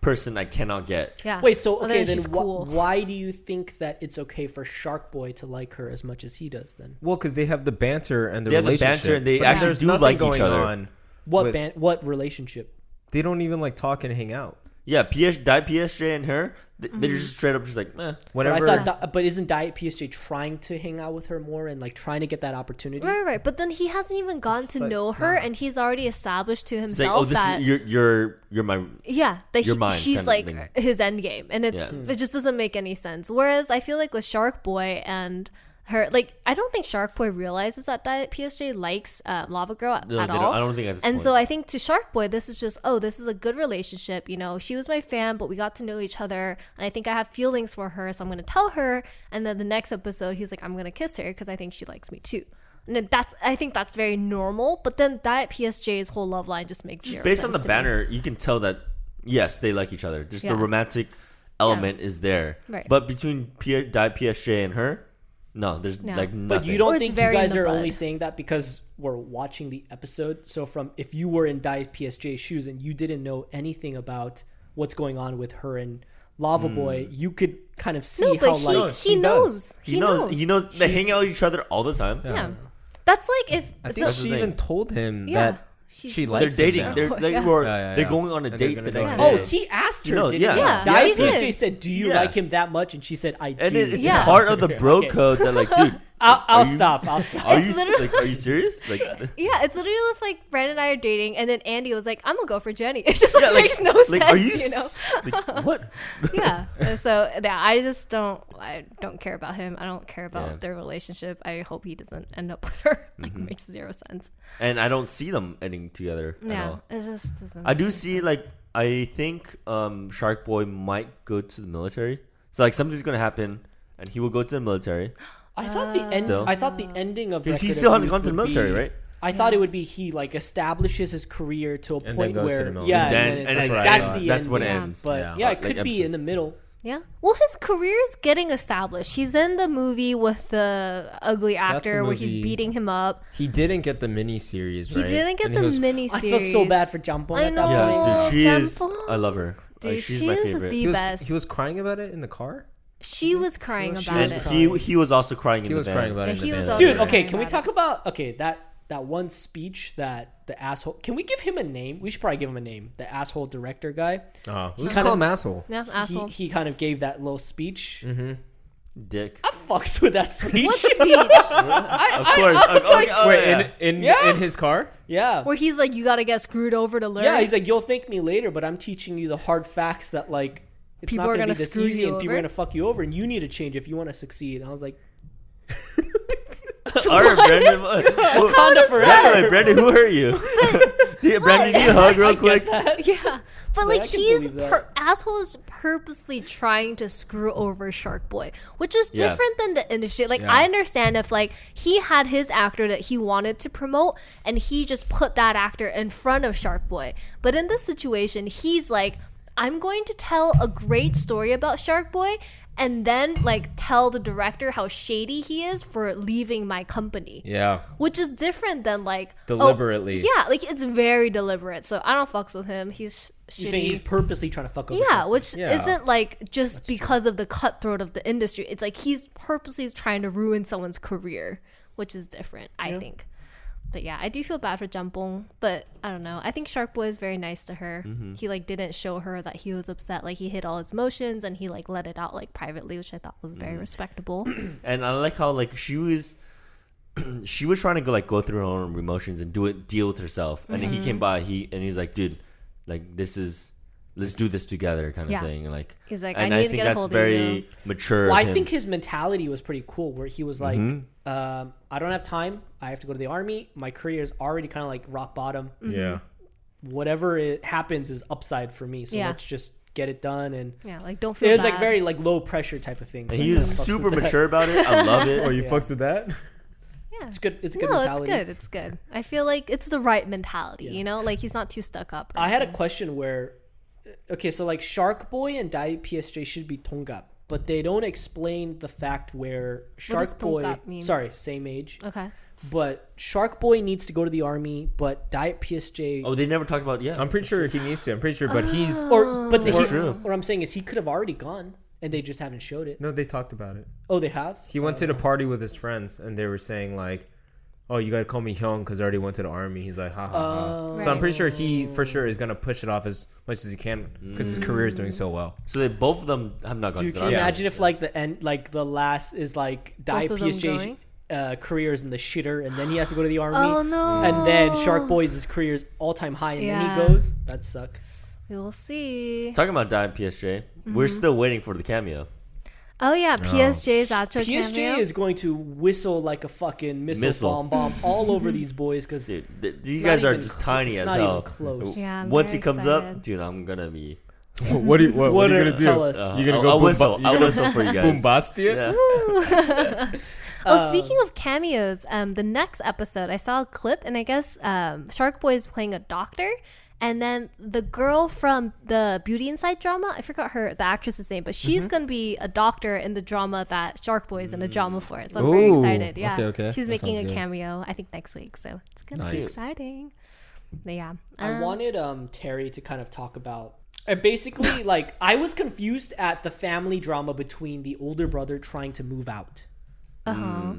[SPEAKER 1] person I cannot get."
[SPEAKER 4] Yeah.
[SPEAKER 3] Wait, so
[SPEAKER 4] Well,
[SPEAKER 3] okay, then
[SPEAKER 4] she's
[SPEAKER 3] wh- why do you think that it's okay for Shark Boy to like her as much as he does? Then
[SPEAKER 5] well, because they have the banter and the
[SPEAKER 1] They have the
[SPEAKER 5] relationship.
[SPEAKER 1] banter and they
[SPEAKER 5] but
[SPEAKER 1] actually
[SPEAKER 5] there's
[SPEAKER 1] do
[SPEAKER 5] nothing
[SPEAKER 1] like each
[SPEAKER 5] going
[SPEAKER 1] other.
[SPEAKER 5] On.
[SPEAKER 3] what
[SPEAKER 5] With-
[SPEAKER 3] ban- what relationship?
[SPEAKER 5] They don't even like talk and hang out.
[SPEAKER 1] Yeah, PS, die PSJ and her, th- they're
[SPEAKER 4] Mm-hmm.
[SPEAKER 1] just straight up just like, "Meh."
[SPEAKER 3] But I
[SPEAKER 5] Whenever
[SPEAKER 3] thought, that, but isn't Diet PSJ trying to hang out with her more and like trying to get that opportunity?
[SPEAKER 1] Mm.
[SPEAKER 4] Right, right. But then he hasn't even gotten to
[SPEAKER 5] like,
[SPEAKER 4] know her, and he's already established to
[SPEAKER 1] It's like,
[SPEAKER 4] himself
[SPEAKER 1] "Oh, this
[SPEAKER 4] that
[SPEAKER 1] is you're you're you're my."
[SPEAKER 4] Yeah, that
[SPEAKER 1] Your
[SPEAKER 4] he,
[SPEAKER 1] mind
[SPEAKER 4] she's
[SPEAKER 1] kinda
[SPEAKER 4] like
[SPEAKER 1] thing.
[SPEAKER 4] his end game, and it's
[SPEAKER 1] Yeah.
[SPEAKER 4] it just doesn't make any sense. Whereas I feel like with Shark Boy and her, like I don't think Shark Boy realizes that Diet PSJ likes um, Lava Girl at,
[SPEAKER 1] No,
[SPEAKER 4] at
[SPEAKER 1] they don't-
[SPEAKER 4] all.
[SPEAKER 1] I don't think at this
[SPEAKER 4] and so
[SPEAKER 1] point.
[SPEAKER 4] I think to Shark Boy, this is just oh, this is a good relationship. You know, she was my fan, but we got to know each other, and I think I have feelings for her, so I'm gonna tell her. And then the next episode, he's like, I'm gonna kiss her because I think she likes me too. And then that's I think that's very normal. But then Diet PSJ's whole love line just makes zero
[SPEAKER 1] Based on
[SPEAKER 4] sense
[SPEAKER 1] the
[SPEAKER 4] to me.
[SPEAKER 1] banner, you can tell that yes, they like each other. Just
[SPEAKER 4] Yeah.
[SPEAKER 1] the romantic element is there,
[SPEAKER 4] Right.
[SPEAKER 1] but between P- die PSJ and her, no, there's
[SPEAKER 4] No.
[SPEAKER 1] like nothing.
[SPEAKER 3] But you
[SPEAKER 4] Or
[SPEAKER 3] don't
[SPEAKER 4] it's
[SPEAKER 3] think you
[SPEAKER 4] very in
[SPEAKER 3] guys
[SPEAKER 4] the
[SPEAKER 3] are
[SPEAKER 4] bud.
[SPEAKER 3] only saying that because we're watching the episode. So from if you were in Diet PSJ's shoes and you didn't know anything about what's going on with her and Lava
[SPEAKER 1] Mm.
[SPEAKER 3] Boy, you could kind of see
[SPEAKER 4] No,
[SPEAKER 3] how
[SPEAKER 4] but he,
[SPEAKER 3] like
[SPEAKER 4] he,
[SPEAKER 5] he does.
[SPEAKER 4] knows.
[SPEAKER 1] He, knows, He knows. They
[SPEAKER 3] She's-
[SPEAKER 1] hang out with each other all the time.
[SPEAKER 4] Yeah. That's like if
[SPEAKER 5] I think
[SPEAKER 4] so,
[SPEAKER 1] the
[SPEAKER 5] she
[SPEAKER 1] thing.
[SPEAKER 5] even told him
[SPEAKER 4] Yeah,
[SPEAKER 5] that
[SPEAKER 4] she's-
[SPEAKER 5] she
[SPEAKER 1] They're
[SPEAKER 5] likes him
[SPEAKER 1] dating.
[SPEAKER 5] now.
[SPEAKER 1] They're
[SPEAKER 4] Oh,
[SPEAKER 1] they
[SPEAKER 4] yeah.
[SPEAKER 1] were
[SPEAKER 5] Yeah, yeah,
[SPEAKER 1] they're
[SPEAKER 5] yeah.
[SPEAKER 1] going on a
[SPEAKER 5] And they're
[SPEAKER 1] date
[SPEAKER 5] gonna
[SPEAKER 1] the
[SPEAKER 5] go
[SPEAKER 1] next
[SPEAKER 5] on a
[SPEAKER 1] day.
[SPEAKER 3] Oh, he asked her.
[SPEAKER 1] No,
[SPEAKER 3] didn't he?
[SPEAKER 1] yeah.
[SPEAKER 4] Yeah, he
[SPEAKER 3] Diet
[SPEAKER 4] did.
[SPEAKER 3] PSJ said, "Do you
[SPEAKER 1] Yeah.
[SPEAKER 3] like him that much?" And she said, "I
[SPEAKER 1] and
[SPEAKER 3] do."
[SPEAKER 1] it, it's
[SPEAKER 4] Yeah.
[SPEAKER 1] part of the bro
[SPEAKER 3] Okay.
[SPEAKER 1] code that like, dude,
[SPEAKER 3] I'll,
[SPEAKER 1] are
[SPEAKER 3] I'll
[SPEAKER 1] you-
[SPEAKER 3] stop. I'll stop.
[SPEAKER 1] Are you
[SPEAKER 4] literally-
[SPEAKER 1] like? Are you serious? Like,
[SPEAKER 4] yeah, it's literally if like Brandon and I are dating, and then Andy was like, "I'm gonna go for Jenny." It just like,
[SPEAKER 1] yeah, like,
[SPEAKER 4] makes no sense,
[SPEAKER 1] like, Are you?
[SPEAKER 4] you, know?
[SPEAKER 1] s- Like, what?
[SPEAKER 4] yeah. And So yeah, I just don't. I don't care about him. I don't care about
[SPEAKER 1] Yeah.
[SPEAKER 4] their relationship. I hope he doesn't end up with her. Like, makes zero sense.
[SPEAKER 1] And I don't see them ending together at
[SPEAKER 4] Yeah,
[SPEAKER 1] all.
[SPEAKER 4] it just doesn't.
[SPEAKER 1] I do see like I think um, Shark Boy might go to the military. So like something's gonna happen, and he will go to the military
[SPEAKER 3] I thought the end.
[SPEAKER 1] Still.
[SPEAKER 3] I thought the ending of
[SPEAKER 1] because he
[SPEAKER 3] Record of
[SPEAKER 1] still hasn't
[SPEAKER 3] Youth
[SPEAKER 1] gone to the
[SPEAKER 3] would be-
[SPEAKER 1] military, right?
[SPEAKER 3] I thought it would be he like establishes his career to a
[SPEAKER 5] then
[SPEAKER 3] point
[SPEAKER 5] goes to
[SPEAKER 3] where
[SPEAKER 5] the military.
[SPEAKER 3] yeah,
[SPEAKER 5] And
[SPEAKER 1] then-
[SPEAKER 3] it's
[SPEAKER 1] and
[SPEAKER 3] like,
[SPEAKER 5] then-
[SPEAKER 3] that's,
[SPEAKER 5] that's
[SPEAKER 3] the
[SPEAKER 1] That's when it
[SPEAKER 3] ending.
[SPEAKER 1] ends.
[SPEAKER 3] But yeah,
[SPEAKER 5] Yeah.
[SPEAKER 3] it
[SPEAKER 1] Like
[SPEAKER 3] could be
[SPEAKER 1] episode.
[SPEAKER 3] in the middle.
[SPEAKER 4] Yeah. Well, his career's getting established. He's in the movie with the ugly actor where he's
[SPEAKER 5] movie.
[SPEAKER 4] beating him up.
[SPEAKER 5] He didn't get the mini series,
[SPEAKER 4] He
[SPEAKER 5] right?
[SPEAKER 4] didn't get
[SPEAKER 5] And
[SPEAKER 4] the
[SPEAKER 5] he goes,
[SPEAKER 4] miniseries.
[SPEAKER 3] I feel so bad for Jampong
[SPEAKER 4] I
[SPEAKER 3] at
[SPEAKER 4] know.
[SPEAKER 3] that
[SPEAKER 1] Yeah,
[SPEAKER 3] point.
[SPEAKER 4] Oh,
[SPEAKER 1] dude, she is.
[SPEAKER 4] Jumbo.
[SPEAKER 1] I love her.
[SPEAKER 4] Dude,
[SPEAKER 1] like, Oh, she's
[SPEAKER 4] she
[SPEAKER 1] my
[SPEAKER 4] is
[SPEAKER 1] favorite.
[SPEAKER 5] He
[SPEAKER 4] the
[SPEAKER 5] was,
[SPEAKER 4] best.
[SPEAKER 5] he was crying about it in the car.
[SPEAKER 4] She was crying
[SPEAKER 5] she
[SPEAKER 4] about
[SPEAKER 1] and
[SPEAKER 5] was
[SPEAKER 4] it.
[SPEAKER 5] crying.
[SPEAKER 1] he he was also crying.
[SPEAKER 5] He
[SPEAKER 1] in
[SPEAKER 5] was
[SPEAKER 1] the van.
[SPEAKER 5] crying about it.
[SPEAKER 4] Yeah,
[SPEAKER 5] in the
[SPEAKER 4] he was
[SPEAKER 5] van.
[SPEAKER 4] also-
[SPEAKER 3] Dude, okay,
[SPEAKER 4] Sorry
[SPEAKER 3] can we
[SPEAKER 4] about
[SPEAKER 3] talk about okay that that one speech that the asshole? Can we give him a name? We should probably give him a name. The asshole director guy.
[SPEAKER 5] Uh, let's
[SPEAKER 3] kinda-
[SPEAKER 5] call him asshole.
[SPEAKER 4] Yeah, asshole.
[SPEAKER 3] He, he kind of gave that little speech.
[SPEAKER 1] Mm-hmm. Dick.
[SPEAKER 3] I fucks with that speech.
[SPEAKER 4] what speech?
[SPEAKER 1] Of course. okay, oh,
[SPEAKER 5] Wait,
[SPEAKER 1] yeah.
[SPEAKER 5] in in,
[SPEAKER 3] Yeah.
[SPEAKER 5] in his car?
[SPEAKER 3] yeah.
[SPEAKER 4] Where he's like, you gotta get screwed over to learn.
[SPEAKER 3] Yeah, he's like, you'll thank me later, but I'm teaching you the hard facts that like It's
[SPEAKER 4] People
[SPEAKER 3] not
[SPEAKER 4] are
[SPEAKER 3] gonna,
[SPEAKER 4] gonna
[SPEAKER 3] be this
[SPEAKER 4] screw
[SPEAKER 3] easy,
[SPEAKER 4] you
[SPEAKER 3] and people
[SPEAKER 4] over?
[SPEAKER 3] are gonna fuck you over, and you need to change if you want to succeed." And I was like,
[SPEAKER 1] All right, Brandon. Wakanda
[SPEAKER 3] forever.
[SPEAKER 1] Brandon, who hurt you? yeah, Brandon, need a hug real quick.
[SPEAKER 4] yeah, but like
[SPEAKER 3] I can
[SPEAKER 4] he's
[SPEAKER 3] believe that.
[SPEAKER 4] per- asshole is purposely trying to screw over Shark Boy, which is
[SPEAKER 1] Yeah.
[SPEAKER 4] different than the industry. Like
[SPEAKER 5] Yeah.
[SPEAKER 4] I understand if like he had his actor that he wanted to promote, and he just put that actor in front of Shark Boy. But in this situation, he's like, I'm going to tell a great story about Shark Boy. And then, like, tell the director how shady he is for leaving my company
[SPEAKER 5] Yeah.
[SPEAKER 4] which is different than like oh,
[SPEAKER 5] Deliberately.
[SPEAKER 4] yeah, like it's very deliberate. So I don't fucks with him. He's sh-
[SPEAKER 3] "You
[SPEAKER 4] shitty.
[SPEAKER 3] think he's purposely trying to fuck over?"
[SPEAKER 4] yeah, which
[SPEAKER 5] Yeah.
[SPEAKER 4] isn't like just because of the cutthroat of the industry. It's like he's purposely trying to ruin someone's career, which is different, I think. But yeah, I do feel bad for Jampong, but I don't know. I think Shark Boy is very nice to her.
[SPEAKER 5] Mm-hmm.
[SPEAKER 4] He like didn't show her that he was upset. Like he hid all his emotions and he like let it out like privately, which I thought was very
[SPEAKER 5] Mm.
[SPEAKER 4] respectable.
[SPEAKER 1] And I like how like she was, she was trying to go like go through her own emotions and do it, deal with herself. And then
[SPEAKER 4] Mm-hmm.
[SPEAKER 1] he came by, he and he's like, dude, like this is, let's do this together, kind
[SPEAKER 4] Yeah.
[SPEAKER 1] of thing. And like
[SPEAKER 4] He's like, I
[SPEAKER 1] and
[SPEAKER 4] need to get a hold of you.
[SPEAKER 1] mature.
[SPEAKER 3] Well,
[SPEAKER 1] of
[SPEAKER 3] I
[SPEAKER 1] him. Mm-hmm.
[SPEAKER 3] think his mentality was pretty cool, where he was like, um, "I don't have time. I have to go to the army. My career is already kind of like rock bottom.
[SPEAKER 4] Mm-hmm.
[SPEAKER 5] Yeah.
[SPEAKER 3] Whatever it happens is upside for me. So
[SPEAKER 4] Yeah.
[SPEAKER 3] let's just get it done." And
[SPEAKER 4] Yeah, like don't feel
[SPEAKER 3] it was
[SPEAKER 4] bad.
[SPEAKER 3] like very like low pressure type of thing.
[SPEAKER 1] and
[SPEAKER 3] So
[SPEAKER 1] he
[SPEAKER 3] it
[SPEAKER 1] was
[SPEAKER 3] kinda fucks
[SPEAKER 1] super
[SPEAKER 3] with that.
[SPEAKER 1] mature about it. I love it.
[SPEAKER 5] you Oh, fucks with that?
[SPEAKER 4] yeah.
[SPEAKER 3] It's good. It's a good
[SPEAKER 4] no,
[SPEAKER 3] mentality.
[SPEAKER 4] it's good. It's good. I feel like it's the right mentality. You know, like he's not too stuck up. or
[SPEAKER 3] I had a
[SPEAKER 4] anything.
[SPEAKER 3] question where, okay, so like Shark Boy and Dai PSJ should be Tongap, but they don't explain the fact where
[SPEAKER 4] does
[SPEAKER 3] Shark Boy,
[SPEAKER 4] Tongkap mean? Uh.
[SPEAKER 3] sorry, same age,
[SPEAKER 4] okay.
[SPEAKER 3] but Shark Boy needs to go to the army, but Diet PSJ.
[SPEAKER 1] Oh, they never talked about yeah.
[SPEAKER 5] I'm pretty sure he needs to. I'm pretty sure, but
[SPEAKER 4] Uh.
[SPEAKER 5] he's.
[SPEAKER 4] Oh.
[SPEAKER 3] or but he,
[SPEAKER 1] That's true.
[SPEAKER 3] what I'm saying is he could have already gone, and they just haven't showed it.
[SPEAKER 5] No, they talked about it.
[SPEAKER 3] Oh, they have.
[SPEAKER 5] He went to the party with his friends, and they were saying like, "Oh, you gotta call me Hyung because I already went to the army." He's like, "Ha ha ha." So I'm
[SPEAKER 4] Oh. Right.
[SPEAKER 5] pretty sure he for sure is gonna push it off as much as he can because his career is doing so well.
[SPEAKER 1] so they both of them have not gone.
[SPEAKER 3] Dude,
[SPEAKER 1] to
[SPEAKER 3] can you
[SPEAKER 1] the army.
[SPEAKER 3] imagine if like the end, like the last is like Diet
[SPEAKER 4] Both of them
[SPEAKER 3] PSJ.
[SPEAKER 4] going?
[SPEAKER 3] Uh, career is in the shitter, and then he has to go to the army.
[SPEAKER 4] Oh no.
[SPEAKER 3] And then Shark Boy's his career's all time high, and
[SPEAKER 4] Yeah.
[SPEAKER 3] then he goes. That suck.
[SPEAKER 4] We will see.
[SPEAKER 1] Talking about dying PSJ, we're
[SPEAKER 4] Mm-hmm.
[SPEAKER 1] still waiting for the cameo.
[SPEAKER 4] Oh yeah, PSJ's outro
[SPEAKER 3] PSG
[SPEAKER 4] cameo.
[SPEAKER 3] is going to whistle like a fucking missile,
[SPEAKER 1] Missile.
[SPEAKER 3] bomb bomb all over these boys because
[SPEAKER 1] Dude, th- these
[SPEAKER 3] not
[SPEAKER 1] guys are
[SPEAKER 3] even
[SPEAKER 1] just
[SPEAKER 3] cl-
[SPEAKER 1] tiny
[SPEAKER 3] it's
[SPEAKER 1] as
[SPEAKER 3] not
[SPEAKER 1] hell.
[SPEAKER 3] even close.
[SPEAKER 4] Yeah, I'm
[SPEAKER 1] Once he
[SPEAKER 4] very
[SPEAKER 1] comes
[SPEAKER 4] excited.
[SPEAKER 1] up, dude, I'm gonna be.
[SPEAKER 5] what do you, what,
[SPEAKER 3] what are you gonna do? tell us?
[SPEAKER 1] Uh,
[SPEAKER 5] You're gonna
[SPEAKER 1] I'll-
[SPEAKER 5] go
[SPEAKER 1] I'll
[SPEAKER 5] boom-
[SPEAKER 1] whistle.
[SPEAKER 5] you're
[SPEAKER 1] I'll
[SPEAKER 5] gonna-
[SPEAKER 1] whistle for you guys.
[SPEAKER 5] Bombastia?
[SPEAKER 1] Yeah.
[SPEAKER 4] oh, speaking of cameos, um, the next episode I saw a clip, and I guess um, Shark Boy is playing a doctor, and then the girl from the Beauty Inside drama, I forgot her the actress's name, but she's gonna be a doctor in the drama that Shark Boy is in a drama for. So I'm very
[SPEAKER 5] Ooh,
[SPEAKER 4] excited. Yeah,
[SPEAKER 5] okay, okay.
[SPEAKER 4] she's
[SPEAKER 5] That
[SPEAKER 4] making a
[SPEAKER 5] sounds good.
[SPEAKER 4] cameo, I think next week, so it's gonna be
[SPEAKER 5] Nice.
[SPEAKER 4] exciting. But yeah,
[SPEAKER 3] I
[SPEAKER 4] um,
[SPEAKER 3] wanted um Terry to kind of talk about. I basically like I was confused at the family drama between the older brother trying to move out.
[SPEAKER 4] uh-huh.
[SPEAKER 3] Uh huh.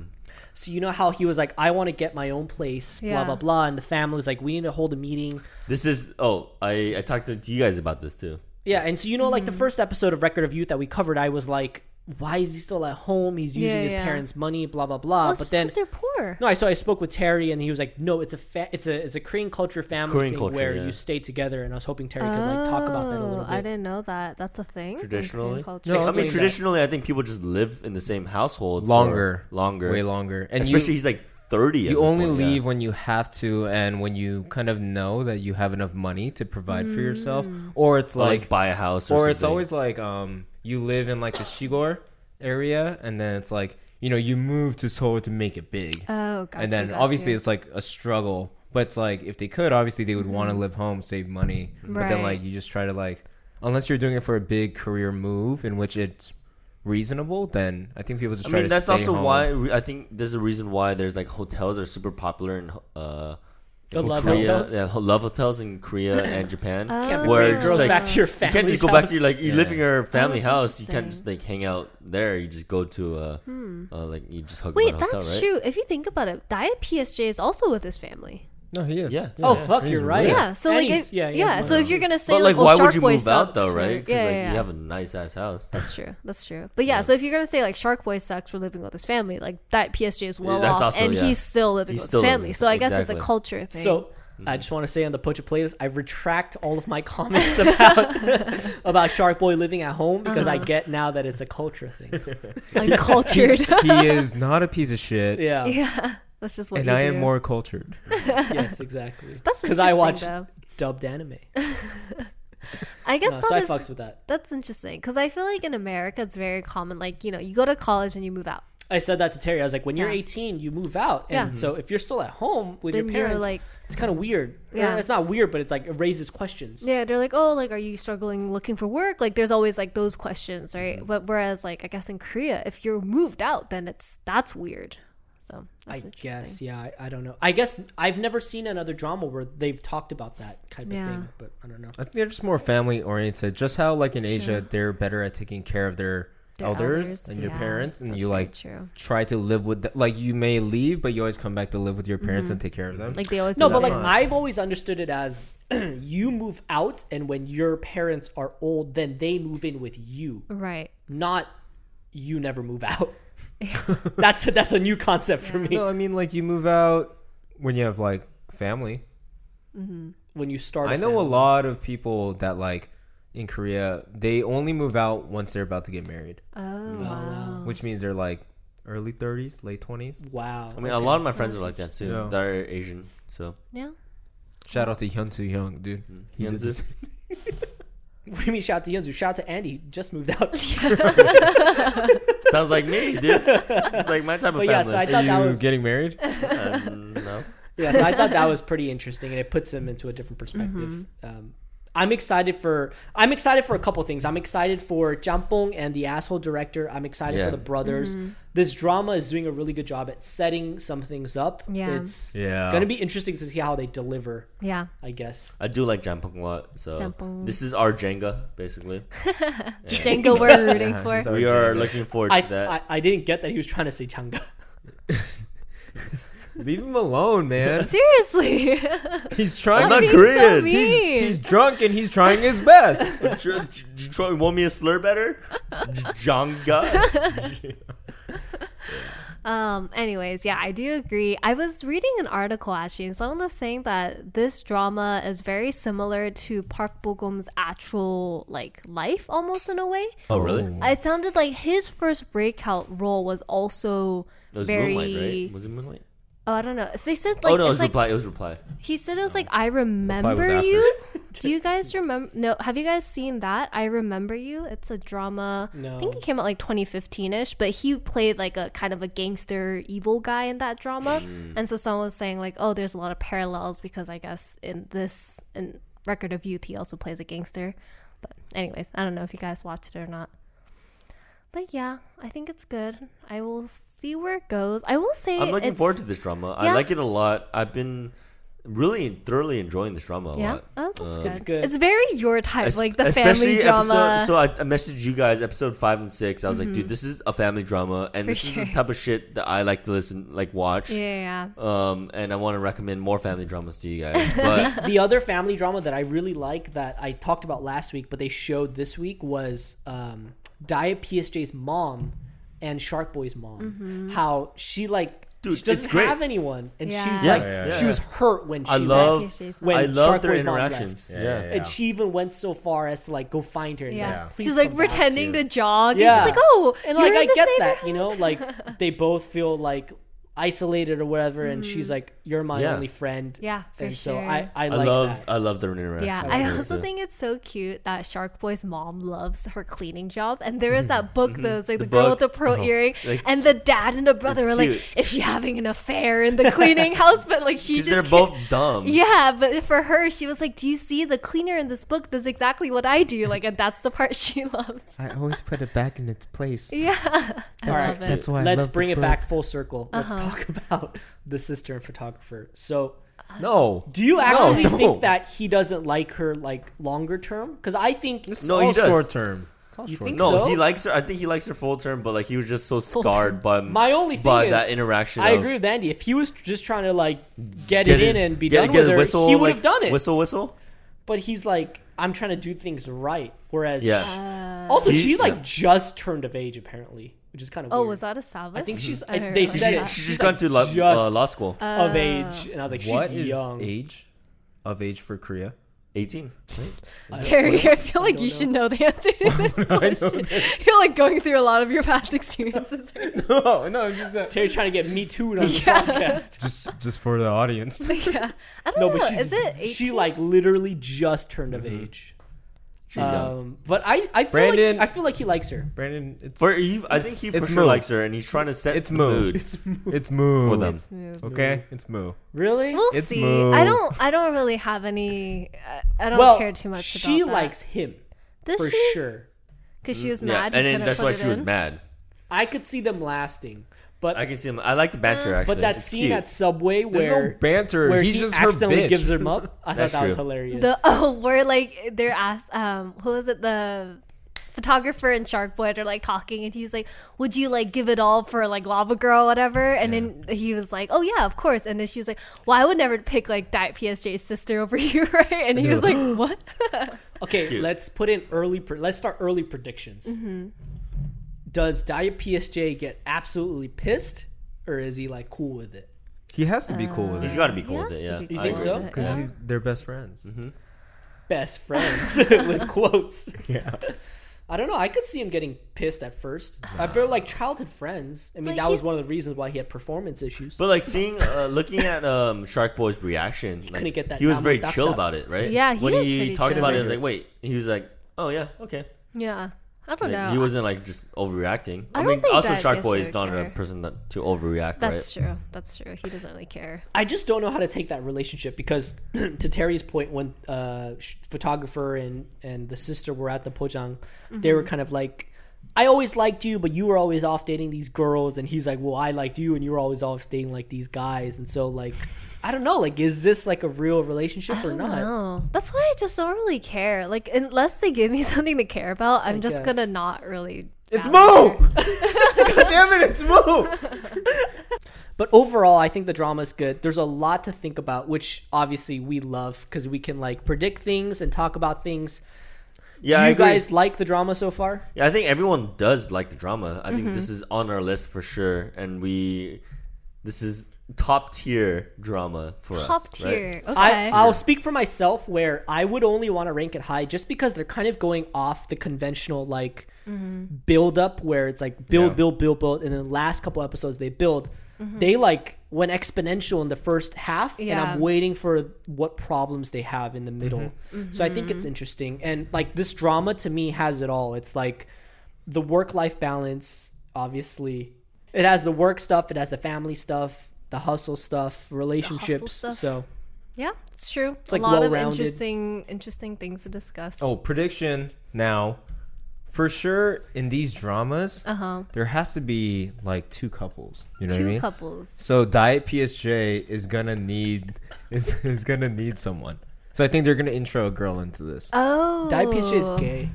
[SPEAKER 3] So you know how he was like, I want to get my own place,
[SPEAKER 4] Yeah.
[SPEAKER 3] blah blah blah, and the family was like, we need to hold a meeting.
[SPEAKER 1] This is. Oh, I I talked to you guys about this too.
[SPEAKER 3] Yeah, and so you know,
[SPEAKER 4] Mm-hmm.
[SPEAKER 3] like the first episode of Record of Youth that we covered, I was like, why is he still at home? He's using
[SPEAKER 4] Yeah,
[SPEAKER 3] his
[SPEAKER 4] yeah.
[SPEAKER 3] parents' money, blah blah blah.
[SPEAKER 4] Oh,
[SPEAKER 3] Uh, but then
[SPEAKER 4] they're poor.
[SPEAKER 3] No, I so I spoke with Terry, and he was like, "No, it's a fa- it's a it's a Korean culture family
[SPEAKER 1] Korean
[SPEAKER 3] thing
[SPEAKER 1] culture,
[SPEAKER 3] where
[SPEAKER 1] yeah.
[SPEAKER 3] you stay together." And I was hoping Terry could like talk about that a
[SPEAKER 4] Oh,
[SPEAKER 3] little
[SPEAKER 4] I
[SPEAKER 3] bit.
[SPEAKER 4] didn't know that. That's a thing. in Korean
[SPEAKER 1] Traditionally,
[SPEAKER 4] culture.
[SPEAKER 1] I mean,
[SPEAKER 3] Explain that.
[SPEAKER 1] traditionally, I think people just live in the same household for
[SPEAKER 5] Longer,
[SPEAKER 1] longer,
[SPEAKER 5] way longer, and
[SPEAKER 1] Especially
[SPEAKER 5] you,
[SPEAKER 1] he's like thirty. at
[SPEAKER 5] you
[SPEAKER 1] this
[SPEAKER 5] only
[SPEAKER 1] point, yeah.
[SPEAKER 5] leave when you have to, and when you kind of know that you have enough money to provide for yourself,
[SPEAKER 3] Mm.
[SPEAKER 5] or it's
[SPEAKER 1] Or,
[SPEAKER 5] like,
[SPEAKER 1] like buy a house, or,
[SPEAKER 5] or it's
[SPEAKER 1] something.
[SPEAKER 5] always like um you live in like the Shigor area and then it's like you know you move to Seoul to make it big
[SPEAKER 3] Uh,
[SPEAKER 4] Oh, gotcha,
[SPEAKER 5] and then
[SPEAKER 4] gotcha.
[SPEAKER 5] obviously it's like a struggle but it's like if they could obviously they would want
[SPEAKER 3] Mm-hmm.
[SPEAKER 5] to live home save money but then
[SPEAKER 4] Right.
[SPEAKER 5] like you just try to like unless you're doing it for a big career move in which it's reasonable then I think people just
[SPEAKER 1] I
[SPEAKER 5] try
[SPEAKER 1] mean,
[SPEAKER 5] to
[SPEAKER 1] that's
[SPEAKER 5] stay
[SPEAKER 1] also
[SPEAKER 5] home.
[SPEAKER 1] why re- I think there's a reason why there's like hotels are super popular in uh,
[SPEAKER 3] The love
[SPEAKER 1] Korea,
[SPEAKER 3] hotels.
[SPEAKER 1] yeah, ho- love hotels in Korea and Japan.
[SPEAKER 3] Can't be
[SPEAKER 1] where
[SPEAKER 3] great.
[SPEAKER 1] it's
[SPEAKER 3] Girls
[SPEAKER 1] like-
[SPEAKER 3] back to your
[SPEAKER 1] you
[SPEAKER 3] family.
[SPEAKER 1] can't just go back to your like you live in your family
[SPEAKER 4] that's
[SPEAKER 1] house. You can't
[SPEAKER 4] interesting.
[SPEAKER 1] just like hang out there. You just go to uh, uh like you just hug.
[SPEAKER 4] Wait,
[SPEAKER 1] about a
[SPEAKER 4] that's
[SPEAKER 1] hotel, right?
[SPEAKER 4] true. If you think about it, Diet PSJ is also with his family.
[SPEAKER 5] no he is
[SPEAKER 1] Yeah.
[SPEAKER 3] Oh fuck,
[SPEAKER 5] He's
[SPEAKER 3] you're right.
[SPEAKER 4] Yeah. So
[SPEAKER 3] And
[SPEAKER 4] like,
[SPEAKER 3] he's-
[SPEAKER 4] if, yeah,
[SPEAKER 3] yeah, he has money.
[SPEAKER 4] So if you're gonna say
[SPEAKER 1] But
[SPEAKER 4] like,
[SPEAKER 1] like,
[SPEAKER 4] oh,
[SPEAKER 1] why
[SPEAKER 4] Shark
[SPEAKER 1] would you
[SPEAKER 4] Boy
[SPEAKER 1] move out
[SPEAKER 4] sucks,
[SPEAKER 1] though,
[SPEAKER 4] for-
[SPEAKER 1] right? Because
[SPEAKER 4] Yeah,
[SPEAKER 1] like
[SPEAKER 4] yeah,
[SPEAKER 1] you
[SPEAKER 4] yeah.
[SPEAKER 1] have a nice ass house.
[SPEAKER 4] That's true. That's true. But yeah, so if you're gonna say like Shark Boy sucks for living with his family, like that PSJ is well
[SPEAKER 1] that's
[SPEAKER 4] off,
[SPEAKER 1] also-
[SPEAKER 4] and
[SPEAKER 1] yeah.
[SPEAKER 4] he's still living
[SPEAKER 1] He's
[SPEAKER 4] with
[SPEAKER 1] still
[SPEAKER 4] his
[SPEAKER 1] living
[SPEAKER 4] family.
[SPEAKER 1] with-
[SPEAKER 4] So I guess it's a
[SPEAKER 1] exactly.
[SPEAKER 4] culture thing.
[SPEAKER 3] So
[SPEAKER 1] Mm-hmm.
[SPEAKER 3] I just want to say on the Pocha playlist, I retract all of my comments about about Shark Boy living at home because
[SPEAKER 4] Uh-huh.
[SPEAKER 3] I get now that it's a culture thing.
[SPEAKER 4] Uncultured.
[SPEAKER 5] he is not a piece of shit,
[SPEAKER 3] Yeah.
[SPEAKER 4] yeah, that's just what.
[SPEAKER 5] and
[SPEAKER 4] you
[SPEAKER 5] I
[SPEAKER 4] do.
[SPEAKER 5] am more cultured.
[SPEAKER 3] Yes, exactly.
[SPEAKER 4] That's
[SPEAKER 3] because I
[SPEAKER 4] interesting, though.
[SPEAKER 3] watch dubbed anime.
[SPEAKER 4] I guess
[SPEAKER 3] No,
[SPEAKER 4] that
[SPEAKER 3] so I
[SPEAKER 4] is-
[SPEAKER 3] fucks with that.
[SPEAKER 4] that's interesting because I feel like in America it's very common. Like you know, you go to college and you move out.
[SPEAKER 3] I said that to Terry. I was like, when you're
[SPEAKER 4] Yeah.
[SPEAKER 3] 18, you move out, and
[SPEAKER 4] Yeah.
[SPEAKER 3] so if you're still at home with
[SPEAKER 4] Then
[SPEAKER 3] your
[SPEAKER 4] you're,
[SPEAKER 3] parents,
[SPEAKER 4] like-
[SPEAKER 3] it's kind of weird.
[SPEAKER 4] Yeah.
[SPEAKER 3] it's not weird, but it's like it raises questions.
[SPEAKER 4] Yeah, they're like, oh, like, are you struggling looking for work? Like, there's always like those questions,
[SPEAKER 3] Mm-hmm.
[SPEAKER 4] right? But whereas, like, I guess in Korea, if you're moved out, then it's that's weird. So
[SPEAKER 3] I
[SPEAKER 4] that's interesting.
[SPEAKER 3] guess, yeah, I, I don't know. I guess I've never seen another drama where they've talked about that type
[SPEAKER 4] Yeah.
[SPEAKER 3] of thing, but I don't know.
[SPEAKER 5] I think they're just more family oriented. Just how like in Asia they're better at taking care of their,
[SPEAKER 4] Their
[SPEAKER 5] elders,
[SPEAKER 4] elders,
[SPEAKER 5] and your
[SPEAKER 4] yeah.
[SPEAKER 5] parents, and
[SPEAKER 4] That's
[SPEAKER 5] you
[SPEAKER 4] very
[SPEAKER 5] like
[SPEAKER 4] true.
[SPEAKER 5] try to live with th- like you may leave, but you always come back to live with your parents and take care of them.
[SPEAKER 4] Mm-hmm. Like they always
[SPEAKER 3] No,
[SPEAKER 4] do
[SPEAKER 3] but
[SPEAKER 4] that.
[SPEAKER 3] like I've always understood it as you move out, and when your parents are old, then they move in with you,
[SPEAKER 4] right.
[SPEAKER 3] not you never move out. that's that's a new concept for me.
[SPEAKER 5] no, I mean like you move out when you have like family.
[SPEAKER 3] When you start,
[SPEAKER 5] I know a
[SPEAKER 3] family.
[SPEAKER 5] lot of people that like in Korea they only move out once they're about to get married,
[SPEAKER 4] Oh,
[SPEAKER 5] which means they're like early thirties, late twenties.
[SPEAKER 3] Wow.
[SPEAKER 1] I mean, a lot of my friends are like that too.
[SPEAKER 5] Yeah.
[SPEAKER 1] They're Asian, so
[SPEAKER 4] yeah.
[SPEAKER 5] Shout out to Hyun Soo Hyung, dude.
[SPEAKER 4] Mm-hmm.
[SPEAKER 5] He did
[SPEAKER 1] Hyunsu.
[SPEAKER 5] this.
[SPEAKER 3] What do you mean shout out to Yunzu? Shout out to Andy, who just moved out.
[SPEAKER 1] sounds like me, dude. It's like my type of
[SPEAKER 3] But
[SPEAKER 1] family.
[SPEAKER 3] yeah, so I
[SPEAKER 5] Are
[SPEAKER 3] thought that
[SPEAKER 5] you
[SPEAKER 3] was
[SPEAKER 5] getting married?
[SPEAKER 1] Um, no.
[SPEAKER 3] yeah, so I thought that was pretty interesting, and it puts him into a different perspective. Um, I'm excited for I'm excited for a couple things. I'm excited for Jampong and the asshole director. I'm excited
[SPEAKER 1] Yeah.
[SPEAKER 3] for the brothers. This drama is doing a really good job at setting some things up.
[SPEAKER 4] Yeah.
[SPEAKER 3] it's
[SPEAKER 5] Yeah.
[SPEAKER 3] gonna be interesting to see how they deliver.
[SPEAKER 4] Yeah.
[SPEAKER 3] I guess.
[SPEAKER 1] I do like Jampong a lot. So
[SPEAKER 4] Jampong.
[SPEAKER 1] this is our Jenga, basically.
[SPEAKER 4] Django, we're rooting for.
[SPEAKER 5] she's our-
[SPEAKER 1] We are
[SPEAKER 5] Jenga.
[SPEAKER 1] looking forward
[SPEAKER 3] I,
[SPEAKER 1] to that.
[SPEAKER 3] I I didn't get that he was trying to say Changa.
[SPEAKER 5] Leave him alone, man.
[SPEAKER 4] Seriously,
[SPEAKER 5] He's trying.
[SPEAKER 1] I'm not
[SPEAKER 5] his-
[SPEAKER 4] Being so
[SPEAKER 1] Korean.
[SPEAKER 5] he's,
[SPEAKER 4] mean.
[SPEAKER 5] he's drunk and he's trying his best.
[SPEAKER 1] Dr- d- d- try- want me to slur better? J- Jenga.
[SPEAKER 4] Um, anyways, yeah, I do agree. I was reading an article actually, and someone was saying that this drama is very similar to Park Bogum's actual like life, almost in a way.
[SPEAKER 1] Oh, really?
[SPEAKER 4] It sounded like his first breakout role was also
[SPEAKER 1] It was
[SPEAKER 4] very.
[SPEAKER 1] Moonlight, right? Was it Moonlight?
[SPEAKER 4] Oh, I don't know. They said like,
[SPEAKER 1] oh no, it
[SPEAKER 4] it's
[SPEAKER 1] was
[SPEAKER 4] like
[SPEAKER 1] Reply. It was Reply.
[SPEAKER 4] he said it was like I
[SPEAKER 5] Reply was
[SPEAKER 4] remember
[SPEAKER 5] after.
[SPEAKER 4] you. Do you guys remember? No, have you guys seen that? I remember you. It's a drama. I think
[SPEAKER 3] No.
[SPEAKER 4] it came out like 2015 ish, but he played like a kind of a gangster evil guy in that drama.
[SPEAKER 1] Hmm.
[SPEAKER 4] And so someone was saying like, oh, there's a lot of parallels because I guess in this in Record of Youth he also plays a gangster. But anyways, I don't know if you guys watched it or not. But yeah, I think it's good. I will see where it goes. I will say
[SPEAKER 1] I'm looking
[SPEAKER 4] it's-
[SPEAKER 1] forward to this drama.
[SPEAKER 4] Yeah.
[SPEAKER 1] I like it a lot. I've been really thoroughly enjoying this drama a
[SPEAKER 4] yeah,
[SPEAKER 1] lot. Uh,
[SPEAKER 4] oh, that's good.
[SPEAKER 3] It's good.
[SPEAKER 4] It's very your type,
[SPEAKER 1] Es-
[SPEAKER 4] like the family drama. Mm-hmm.
[SPEAKER 1] Episode, so I, I messaged you guys episode five and six. I was like, dude, this is a family drama, and
[SPEAKER 4] For
[SPEAKER 1] this is
[SPEAKER 4] sure.
[SPEAKER 1] the type of shit that I like to listen, like watch.
[SPEAKER 4] yeah, yeah,
[SPEAKER 1] Um, and I want to recommend more family dramas to you guys. But
[SPEAKER 3] the other family drama that I really like that I talked about last week, but they showed this week was um, Diet PSJ's mom and Shark Boy's mom. How she like
[SPEAKER 1] Dude,
[SPEAKER 3] she
[SPEAKER 1] it's
[SPEAKER 3] doesn't
[SPEAKER 1] great.
[SPEAKER 3] have anyone, and she was
[SPEAKER 4] Mm-hmm. Yeah.
[SPEAKER 3] like
[SPEAKER 5] Yeah,
[SPEAKER 1] yeah,
[SPEAKER 3] she
[SPEAKER 1] yeah.
[SPEAKER 3] was hurt when she
[SPEAKER 1] I
[SPEAKER 3] left.
[SPEAKER 1] love,
[SPEAKER 4] She's
[SPEAKER 3] when
[SPEAKER 1] I love
[SPEAKER 3] Shark
[SPEAKER 1] their
[SPEAKER 3] Boy's mom left.
[SPEAKER 1] interactions.
[SPEAKER 5] Yeah,
[SPEAKER 1] yeah.
[SPEAKER 5] yeah, yeah.
[SPEAKER 3] and she even went so far as to like go find her. And,
[SPEAKER 4] yeah.
[SPEAKER 5] Yeah.
[SPEAKER 3] "Please
[SPEAKER 4] She's like
[SPEAKER 3] come back."
[SPEAKER 4] pretending to jog, and
[SPEAKER 3] Yeah.
[SPEAKER 4] she's like, "Oh,
[SPEAKER 3] and
[SPEAKER 4] you're
[SPEAKER 3] like
[SPEAKER 4] in
[SPEAKER 3] I
[SPEAKER 4] this
[SPEAKER 3] get that,
[SPEAKER 4] neighborhood?
[SPEAKER 3] you know, like they both feel like isolated or whatever, and she's like, "You're my
[SPEAKER 1] Yeah.
[SPEAKER 3] only friend."
[SPEAKER 4] Mm-hmm. Yeah, for
[SPEAKER 3] and so
[SPEAKER 4] sure.
[SPEAKER 3] I I
[SPEAKER 1] I
[SPEAKER 3] like
[SPEAKER 1] love,
[SPEAKER 3] that.
[SPEAKER 1] I love their interactions.
[SPEAKER 4] Yeah, I also think it's so cute that Shark Boy's mom loves her cleaning job, and there is that book though. It's like the,
[SPEAKER 1] Mm-hmm. The
[SPEAKER 4] girl with the
[SPEAKER 1] book.
[SPEAKER 4] pearl
[SPEAKER 1] Uh-huh.
[SPEAKER 4] earring,
[SPEAKER 1] Like,
[SPEAKER 4] and the dad and the brother
[SPEAKER 1] it's
[SPEAKER 4] are like,
[SPEAKER 1] cute.
[SPEAKER 4] "Is she having an affair in the cleaning house?" But like, she
[SPEAKER 1] because
[SPEAKER 4] just
[SPEAKER 1] they're
[SPEAKER 4] can't-
[SPEAKER 1] both dumb.
[SPEAKER 4] Yeah, but for her, she was like, "Do you see the cleaner in this book does exactly what I do?" Like, and that's the part she loves.
[SPEAKER 5] I always put it back in its place.
[SPEAKER 4] Yeah,
[SPEAKER 3] All
[SPEAKER 5] That's,
[SPEAKER 3] right.
[SPEAKER 5] that's why. I
[SPEAKER 3] Let's
[SPEAKER 5] love the
[SPEAKER 3] bring it
[SPEAKER 5] book.
[SPEAKER 3] back full circle. Let's
[SPEAKER 4] Uh-huh.
[SPEAKER 3] talk about the sister and photographer. So,
[SPEAKER 5] No.
[SPEAKER 3] do you actually
[SPEAKER 5] no.
[SPEAKER 3] think that he doesn't like her like longer term? Because I think
[SPEAKER 1] No, he
[SPEAKER 5] all
[SPEAKER 1] does.
[SPEAKER 5] short term. It's all
[SPEAKER 3] You
[SPEAKER 5] short
[SPEAKER 3] think
[SPEAKER 5] term.
[SPEAKER 1] No,
[SPEAKER 3] So?
[SPEAKER 1] he likes her. I think he likes her full term, but like he was just so scarred by
[SPEAKER 3] my only thing
[SPEAKER 1] by
[SPEAKER 3] is
[SPEAKER 1] that interaction.
[SPEAKER 3] I
[SPEAKER 1] of
[SPEAKER 3] agree with Andy. If he was just trying to like get,
[SPEAKER 1] get
[SPEAKER 3] it in
[SPEAKER 1] his-
[SPEAKER 3] and be
[SPEAKER 1] get-
[SPEAKER 3] done
[SPEAKER 1] get
[SPEAKER 3] with
[SPEAKER 1] his
[SPEAKER 3] her,
[SPEAKER 1] whistle,
[SPEAKER 3] he would
[SPEAKER 1] like,
[SPEAKER 3] have done it.
[SPEAKER 1] Whistle, whistle.
[SPEAKER 3] But he's like, I'm trying to do things right. Whereas,
[SPEAKER 1] Yeah.
[SPEAKER 4] Uh,
[SPEAKER 3] also
[SPEAKER 1] He-
[SPEAKER 3] she like
[SPEAKER 1] yeah.
[SPEAKER 3] just turned of age apparently, which is kind of
[SPEAKER 4] Oh,
[SPEAKER 3] weird.
[SPEAKER 4] was that a salvage?
[SPEAKER 3] I think she's.
[SPEAKER 4] Hmm. I
[SPEAKER 3] I, they
[SPEAKER 4] heard
[SPEAKER 1] She's,
[SPEAKER 3] said
[SPEAKER 4] that.
[SPEAKER 3] it.
[SPEAKER 1] she's
[SPEAKER 3] She's
[SPEAKER 1] just
[SPEAKER 3] like
[SPEAKER 1] gone to lo-
[SPEAKER 3] just
[SPEAKER 1] uh, law school.
[SPEAKER 3] of age, and I was like, she's
[SPEAKER 5] What is
[SPEAKER 3] young.
[SPEAKER 5] age? of age for Korea?
[SPEAKER 1] 18. right?
[SPEAKER 4] Terry, I feel like you should know the answer to this question. You're like going through a lot of your past experiences.
[SPEAKER 5] no, no, I'm just
[SPEAKER 3] Terry trying to get me too on this
[SPEAKER 4] Yeah.
[SPEAKER 3] podcast.
[SPEAKER 5] just just for the audience.
[SPEAKER 4] yeah, I don't
[SPEAKER 3] No,
[SPEAKER 4] know.
[SPEAKER 3] but she's
[SPEAKER 4] Is it? 18?
[SPEAKER 3] she like literally just turned of age.
[SPEAKER 1] She's
[SPEAKER 4] Oh.
[SPEAKER 1] young.
[SPEAKER 3] Um, but I, I feel
[SPEAKER 5] Brandon-
[SPEAKER 3] like I feel like he likes her.
[SPEAKER 5] Brandon, it's
[SPEAKER 1] For he, I think he for
[SPEAKER 5] it's
[SPEAKER 1] sure
[SPEAKER 5] Moo.
[SPEAKER 1] likes her, and he's trying to set
[SPEAKER 5] It's
[SPEAKER 1] the
[SPEAKER 5] Moo.
[SPEAKER 1] mood.
[SPEAKER 5] it's moo
[SPEAKER 1] For them.
[SPEAKER 5] Okay, it's moo.
[SPEAKER 3] Really?
[SPEAKER 4] We'll
[SPEAKER 5] It's
[SPEAKER 4] see.
[SPEAKER 5] Moo.
[SPEAKER 4] I don't. I don't really have any. I- I don't care too much.
[SPEAKER 3] She
[SPEAKER 4] about that.
[SPEAKER 3] likes him
[SPEAKER 4] Does
[SPEAKER 3] for
[SPEAKER 4] she?
[SPEAKER 3] sure.
[SPEAKER 4] Because she was
[SPEAKER 1] Yeah,
[SPEAKER 4] mad.
[SPEAKER 1] and then that's why she was mad.
[SPEAKER 3] I could see them lasting, but
[SPEAKER 1] I can see him. I like the banter actually.
[SPEAKER 3] but that
[SPEAKER 1] It's
[SPEAKER 3] scene
[SPEAKER 1] cute.
[SPEAKER 3] at Subway
[SPEAKER 5] There's
[SPEAKER 3] where
[SPEAKER 5] no banter.
[SPEAKER 3] where
[SPEAKER 5] He's
[SPEAKER 3] he
[SPEAKER 5] just her
[SPEAKER 3] accidentally
[SPEAKER 5] bitch.
[SPEAKER 3] gives him up, I thought
[SPEAKER 1] That's
[SPEAKER 3] that was
[SPEAKER 1] true.
[SPEAKER 3] hilarious.
[SPEAKER 4] The oh, where like they're asked. Um, who was it? The photographer and Shark Boy are like talking, and he was like, "Would you like give it all for like Lava Girl, or whatever?" And then he was like, "Oh yeah, of course." And then she was like, "Well, I would never pick like Diet PSJ's sister over you, right?" And he was like, "What?"
[SPEAKER 3] okay,
[SPEAKER 1] cute.
[SPEAKER 3] let's put in early. Pre- let's start early predictions.
[SPEAKER 4] Mm-hmm.
[SPEAKER 3] Does Diet PSJ get absolutely pissed, or is he like cool with it?
[SPEAKER 5] He has to be cool with
[SPEAKER 1] he's
[SPEAKER 5] it
[SPEAKER 1] got to be cool with
[SPEAKER 4] Yes,
[SPEAKER 1] it. Yeah,
[SPEAKER 4] to be
[SPEAKER 1] I
[SPEAKER 3] think
[SPEAKER 1] agree.
[SPEAKER 3] so?
[SPEAKER 4] cool.
[SPEAKER 5] because they're best friends.
[SPEAKER 3] Best friends with quotes.
[SPEAKER 5] Yeah,
[SPEAKER 3] I don't know. I could see him getting pissed at first. I bet like childhood friends. I mean,
[SPEAKER 4] But
[SPEAKER 3] that was
[SPEAKER 4] he's-
[SPEAKER 3] one of the reasons why he had performance issues.
[SPEAKER 1] But like seeing, uh, looking at um, Shark Boy's reaction, like,
[SPEAKER 3] couldn't get that
[SPEAKER 1] he was
[SPEAKER 3] down
[SPEAKER 1] very
[SPEAKER 3] with that
[SPEAKER 1] chill
[SPEAKER 3] guy.
[SPEAKER 1] about it, right?
[SPEAKER 4] Yeah, he
[SPEAKER 1] when
[SPEAKER 4] is
[SPEAKER 1] he
[SPEAKER 4] pretty
[SPEAKER 1] talked
[SPEAKER 4] chill.
[SPEAKER 1] about it, I was like, wait. He was like, oh yeah, okay.
[SPEAKER 4] yeah, Oh, I don't
[SPEAKER 1] Like,
[SPEAKER 4] know.
[SPEAKER 1] He wasn't like just overreacting. I,
[SPEAKER 4] don't
[SPEAKER 1] mean,
[SPEAKER 4] think
[SPEAKER 1] also
[SPEAKER 4] that
[SPEAKER 1] Shark
[SPEAKER 4] is
[SPEAKER 1] Boy
[SPEAKER 4] her
[SPEAKER 1] is not a
[SPEAKER 4] character.
[SPEAKER 1] person that, to overreact,
[SPEAKER 4] That's
[SPEAKER 1] right?
[SPEAKER 4] true. That's true. He doesn't really care.
[SPEAKER 3] I just don't know how to take that relationship because, to Terry's point, when uh, sh- photographer and and the sister were at the pojang, they were
[SPEAKER 4] Mm-hmm.
[SPEAKER 3] kind of like, "I always liked you, but you were always off dating these girls," and he's like, "Well, I liked you, and you were always off dating like these guys," and so like, I don't know, like, is this like a real relationship or not?
[SPEAKER 4] No, that's why I just don't really care. Like unless they give me something to care about, I'm just
[SPEAKER 3] guess.
[SPEAKER 4] gonna not really.
[SPEAKER 5] it's
[SPEAKER 4] bother.
[SPEAKER 5] moo. God damn it, it's moo.
[SPEAKER 3] But overall, I think the drama is good. There's a lot to think about, which obviously we love because we can like predict things and talk about things.
[SPEAKER 1] Yeah,
[SPEAKER 3] Do
[SPEAKER 1] I
[SPEAKER 3] you
[SPEAKER 1] agree.
[SPEAKER 3] guys like the drama so far?
[SPEAKER 1] Yeah, I think everyone does like the drama. I think
[SPEAKER 4] Mm-hmm.
[SPEAKER 1] this is on our list for sure, and we this is top tier drama for us.
[SPEAKER 4] Top
[SPEAKER 1] right?
[SPEAKER 4] tier. Okay.
[SPEAKER 3] I, I'll speak for myself where I would only want to rank it high just because they're kind of going off the conventional like
[SPEAKER 4] Mm-hmm.
[SPEAKER 3] build up where it's like build,
[SPEAKER 5] Yeah.
[SPEAKER 3] build, build, build, and then the last couple episodes they build. They like went exponential in the first half, and
[SPEAKER 4] Mm-hmm. Yeah.
[SPEAKER 3] I'm waiting for what problems they have in the middle. So I think
[SPEAKER 4] Mm-hmm.
[SPEAKER 3] it's interesting, and like this drama to me has it all. It's like the work life balance, obviously. It has the work stuff, it has the family stuff, the hustle stuff, relationships.
[SPEAKER 4] stuff.
[SPEAKER 3] So
[SPEAKER 4] yeah, it's true.
[SPEAKER 3] like,
[SPEAKER 4] a lot of
[SPEAKER 3] well-rounded.
[SPEAKER 4] interesting, interesting things to discuss.
[SPEAKER 5] Oh, prediction now. For sure, in these dramas,
[SPEAKER 4] Uh-huh.
[SPEAKER 5] there has to be like two couples. You know what I
[SPEAKER 4] Two
[SPEAKER 5] mean?
[SPEAKER 4] couples.
[SPEAKER 5] So Diet PSJ is gonna need is, is gonna need someone. So I think they're gonna intro a girl into this,
[SPEAKER 4] Oh,
[SPEAKER 3] Die Pitch is gay.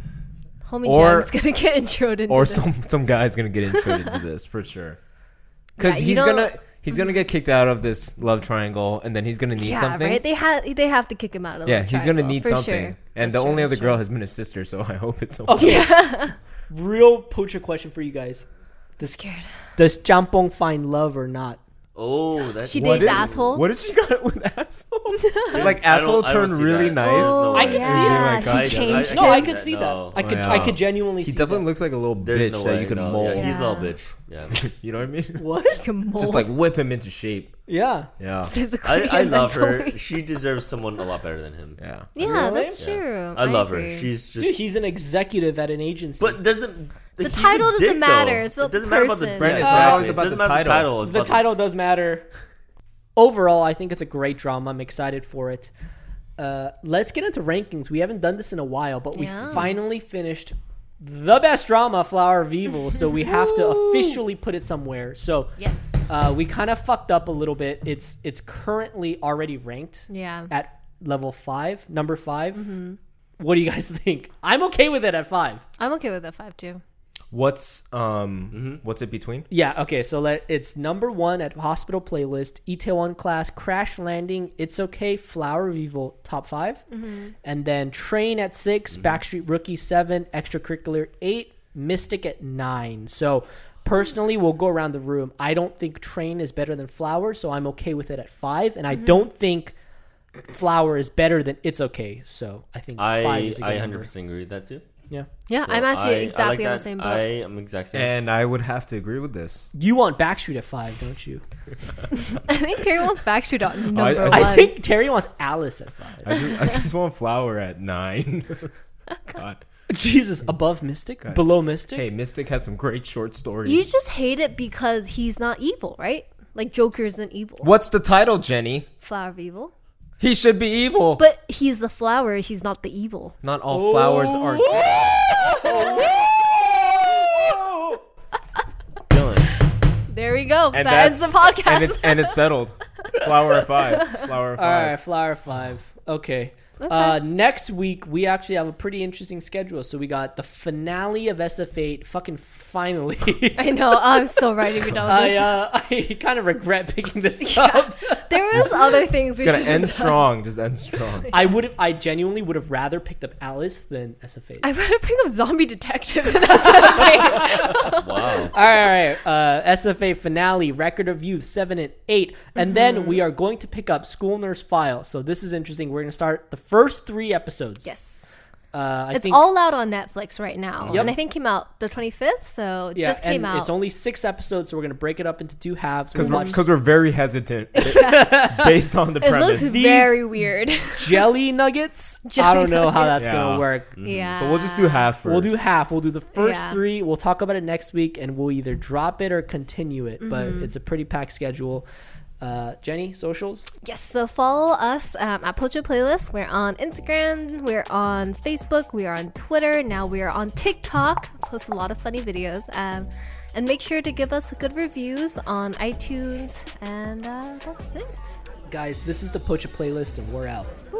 [SPEAKER 4] Homie
[SPEAKER 5] Or-
[SPEAKER 4] Jam's gonna get introed into
[SPEAKER 5] or
[SPEAKER 4] this.
[SPEAKER 5] some some guy's gonna get introed into this for sure.
[SPEAKER 4] Yeah,
[SPEAKER 5] Because
[SPEAKER 4] you
[SPEAKER 5] he's
[SPEAKER 4] don't-
[SPEAKER 5] gonna he's gonna get kicked out of this love triangle, and then he's gonna need
[SPEAKER 4] yeah,
[SPEAKER 5] something.
[SPEAKER 4] right. They have they have to kick him out of. the
[SPEAKER 5] yeah,
[SPEAKER 4] love
[SPEAKER 5] he's gonna
[SPEAKER 4] triangle,
[SPEAKER 5] need
[SPEAKER 4] for
[SPEAKER 5] something.
[SPEAKER 4] sure.
[SPEAKER 5] And
[SPEAKER 4] That's
[SPEAKER 5] the
[SPEAKER 4] true,
[SPEAKER 5] only other
[SPEAKER 4] that's
[SPEAKER 5] girl
[SPEAKER 4] true.
[SPEAKER 5] has been his sister, so I hope it's someone.
[SPEAKER 3] Okay.
[SPEAKER 4] Yeah,
[SPEAKER 3] Real poacher question for you guys. Does
[SPEAKER 4] scared.
[SPEAKER 3] does Champong find love or not?
[SPEAKER 1] Oh, that's
[SPEAKER 4] She
[SPEAKER 5] What
[SPEAKER 4] dates
[SPEAKER 5] is-
[SPEAKER 4] asshole.
[SPEAKER 5] What did she got with asshole?
[SPEAKER 1] I
[SPEAKER 5] like
[SPEAKER 1] don't-
[SPEAKER 5] asshole
[SPEAKER 1] I don't
[SPEAKER 5] turned
[SPEAKER 1] see
[SPEAKER 5] really
[SPEAKER 1] that.
[SPEAKER 5] nice.
[SPEAKER 1] There's no
[SPEAKER 3] I
[SPEAKER 1] way.
[SPEAKER 3] could see
[SPEAKER 4] Yeah,
[SPEAKER 5] it.
[SPEAKER 4] she
[SPEAKER 5] Oh my God.
[SPEAKER 4] changed.
[SPEAKER 3] No, I
[SPEAKER 4] him.
[SPEAKER 3] could see
[SPEAKER 1] No.
[SPEAKER 3] that. I could I
[SPEAKER 5] Wow.
[SPEAKER 3] could genuinely
[SPEAKER 5] He
[SPEAKER 3] see
[SPEAKER 5] definitely
[SPEAKER 3] that.
[SPEAKER 5] looks like a little
[SPEAKER 1] There's
[SPEAKER 5] bitch
[SPEAKER 1] no
[SPEAKER 5] that
[SPEAKER 1] way.
[SPEAKER 5] you could
[SPEAKER 1] no.
[SPEAKER 5] mold.
[SPEAKER 1] Yeah, he's a little
[SPEAKER 4] Yeah.
[SPEAKER 1] bitch. Yeah.
[SPEAKER 5] You know what I mean?
[SPEAKER 3] What?
[SPEAKER 4] Like a mole.
[SPEAKER 5] Just like whip him into shape.
[SPEAKER 3] Yeah.
[SPEAKER 5] Yeah.
[SPEAKER 4] physically.
[SPEAKER 1] I, I
[SPEAKER 4] and
[SPEAKER 1] love her.
[SPEAKER 4] mentally.
[SPEAKER 1] She deserves someone a lot better than him.
[SPEAKER 5] Yeah.
[SPEAKER 4] Yeah,
[SPEAKER 3] Really?
[SPEAKER 4] that's true.
[SPEAKER 1] I love her.
[SPEAKER 4] agree.
[SPEAKER 1] She's just.
[SPEAKER 3] Dude, he's an executive at an agency.
[SPEAKER 1] but doesn't the
[SPEAKER 4] title doesn't matter, it's about
[SPEAKER 1] it doesn't
[SPEAKER 4] the
[SPEAKER 1] matter about the
[SPEAKER 4] person.
[SPEAKER 5] Yeah,
[SPEAKER 1] brand.
[SPEAKER 5] it's
[SPEAKER 1] exactly.
[SPEAKER 5] always
[SPEAKER 1] It
[SPEAKER 5] about
[SPEAKER 1] doesn't
[SPEAKER 5] the
[SPEAKER 1] matter
[SPEAKER 5] title.
[SPEAKER 1] It's
[SPEAKER 3] the
[SPEAKER 1] about
[SPEAKER 3] title does matter. Overall, I think it's a great drama. I'm excited for it. Uh, let's get into rankings. We haven't done this in a while, but
[SPEAKER 4] Yeah.
[SPEAKER 3] we finally finished the best drama, Flower of Evil. so we have to officially put it somewhere. So
[SPEAKER 4] yes.
[SPEAKER 3] uh, we kind of fucked up a little bit. It's it's currently already ranked
[SPEAKER 4] Yeah.
[SPEAKER 3] at level five, number 5 What do you guys think? I'm okay with it at five.
[SPEAKER 4] I'm okay with a five too.
[SPEAKER 5] What's um
[SPEAKER 1] Mm-hmm.
[SPEAKER 5] what's it between?
[SPEAKER 3] Yeah, okay, so let, it's number one at hospital playlist, Itaewon class, Crash Landing, It's Okay, Flower of Evil, top 5 And then Train at 6
[SPEAKER 1] Mm-hmm.
[SPEAKER 3] Backstreet Rookie seven, Extracurricular eight, Mystic at nine. So personally, we'll go around the room. I don't think Train is better than Flower, so I'm okay with it at five. And I don't think flower is better than it's okay. So I think five
[SPEAKER 1] I
[SPEAKER 3] is a good
[SPEAKER 1] I
[SPEAKER 3] number.
[SPEAKER 1] hundred percent agree with that too.
[SPEAKER 3] Yeah,
[SPEAKER 4] Yeah,
[SPEAKER 1] So
[SPEAKER 4] I'm actually
[SPEAKER 1] I- I like
[SPEAKER 4] exactly on
[SPEAKER 1] that.
[SPEAKER 4] the same boat.
[SPEAKER 1] I am exactly.
[SPEAKER 5] And I would have to agree with this.
[SPEAKER 3] you want Backstreet at five, don't you?
[SPEAKER 4] I think Carrie wants Backstreet on number
[SPEAKER 5] I
[SPEAKER 4] one.
[SPEAKER 3] I think Terry wants Alice at five.
[SPEAKER 5] I just, I just want flower at nine. God.
[SPEAKER 3] Jesus, above Mystic, below Mystic.
[SPEAKER 5] Hey, Mystic has some great short stories.
[SPEAKER 4] you just hate it because he's not evil, right? Like Joker isn't evil,
[SPEAKER 5] What's the title, Jenny?
[SPEAKER 4] flower of evil.
[SPEAKER 5] He should be evil.
[SPEAKER 4] But he's the flower. He's not the evil.
[SPEAKER 5] Not all flowers are good. Oh.
[SPEAKER 4] There we go. that ends the podcast.
[SPEAKER 5] And it's, and it's settled. Flower of five. Flower of
[SPEAKER 3] All
[SPEAKER 5] five.
[SPEAKER 3] right, flower five. Okay. Uh, next week we actually have a pretty interesting schedule. So we got the finale of SF8. Fucking finally.
[SPEAKER 4] I know. I'm so writing it down.
[SPEAKER 3] I
[SPEAKER 4] this.
[SPEAKER 3] uh, I kind of regret picking this up.
[SPEAKER 4] there is other things we
[SPEAKER 5] It's
[SPEAKER 4] should
[SPEAKER 5] gonna end
[SPEAKER 4] have done.
[SPEAKER 5] strong. Just end strong.
[SPEAKER 3] I would have. I genuinely would have rather picked up Alice than SF8.
[SPEAKER 4] I want to pick up zombie detective. in this episode.
[SPEAKER 1] wow.
[SPEAKER 3] all right, all right. Uh, SFA finale, record of youth seven and eight, and then
[SPEAKER 4] Mm-hmm.
[SPEAKER 3] we are going to pick up School Nurse File. So this is interesting. We're going to start the first three episodes.
[SPEAKER 4] yes.
[SPEAKER 3] uh, I
[SPEAKER 4] It's
[SPEAKER 3] think,
[SPEAKER 4] all out on Netflix right now,
[SPEAKER 3] Yep.
[SPEAKER 4] and I think came out the 25th, so it
[SPEAKER 3] yeah,
[SPEAKER 4] just came
[SPEAKER 3] and
[SPEAKER 4] out.
[SPEAKER 3] It's only six episodes, so we're going to break it up into two halves. We'll
[SPEAKER 5] Because we're,
[SPEAKER 3] watch
[SPEAKER 5] 'cause we're very hesitant based on the
[SPEAKER 4] it looks
[SPEAKER 5] premise.
[SPEAKER 3] These-
[SPEAKER 4] very weird.
[SPEAKER 3] jelly nuggets. I
[SPEAKER 4] Jelly
[SPEAKER 3] don't know how that's
[SPEAKER 4] nuggets.
[SPEAKER 3] going
[SPEAKER 5] Yeah.
[SPEAKER 3] to work.
[SPEAKER 4] yeah.
[SPEAKER 5] Mm-hmm. So we'll just do half first.
[SPEAKER 3] We'll do half. We'll do the first
[SPEAKER 4] Yeah.
[SPEAKER 3] three. We'll talk about it next week, and we'll either drop it or continue it. But
[SPEAKER 4] Mm-hmm.
[SPEAKER 3] it's a pretty packed schedule. Uh, Jenny, socials.
[SPEAKER 4] Yes, so follow us um, at Pocho Playlist. We're on Instagram, we're on Facebook, we are on Twitter, now we are on TikTok. Post a lot of funny videos. Um, and make sure to give us good reviews on iTunes. And uh, that's it.
[SPEAKER 3] Guys, this is the Pocha playlist, and we're out.
[SPEAKER 4] Woo!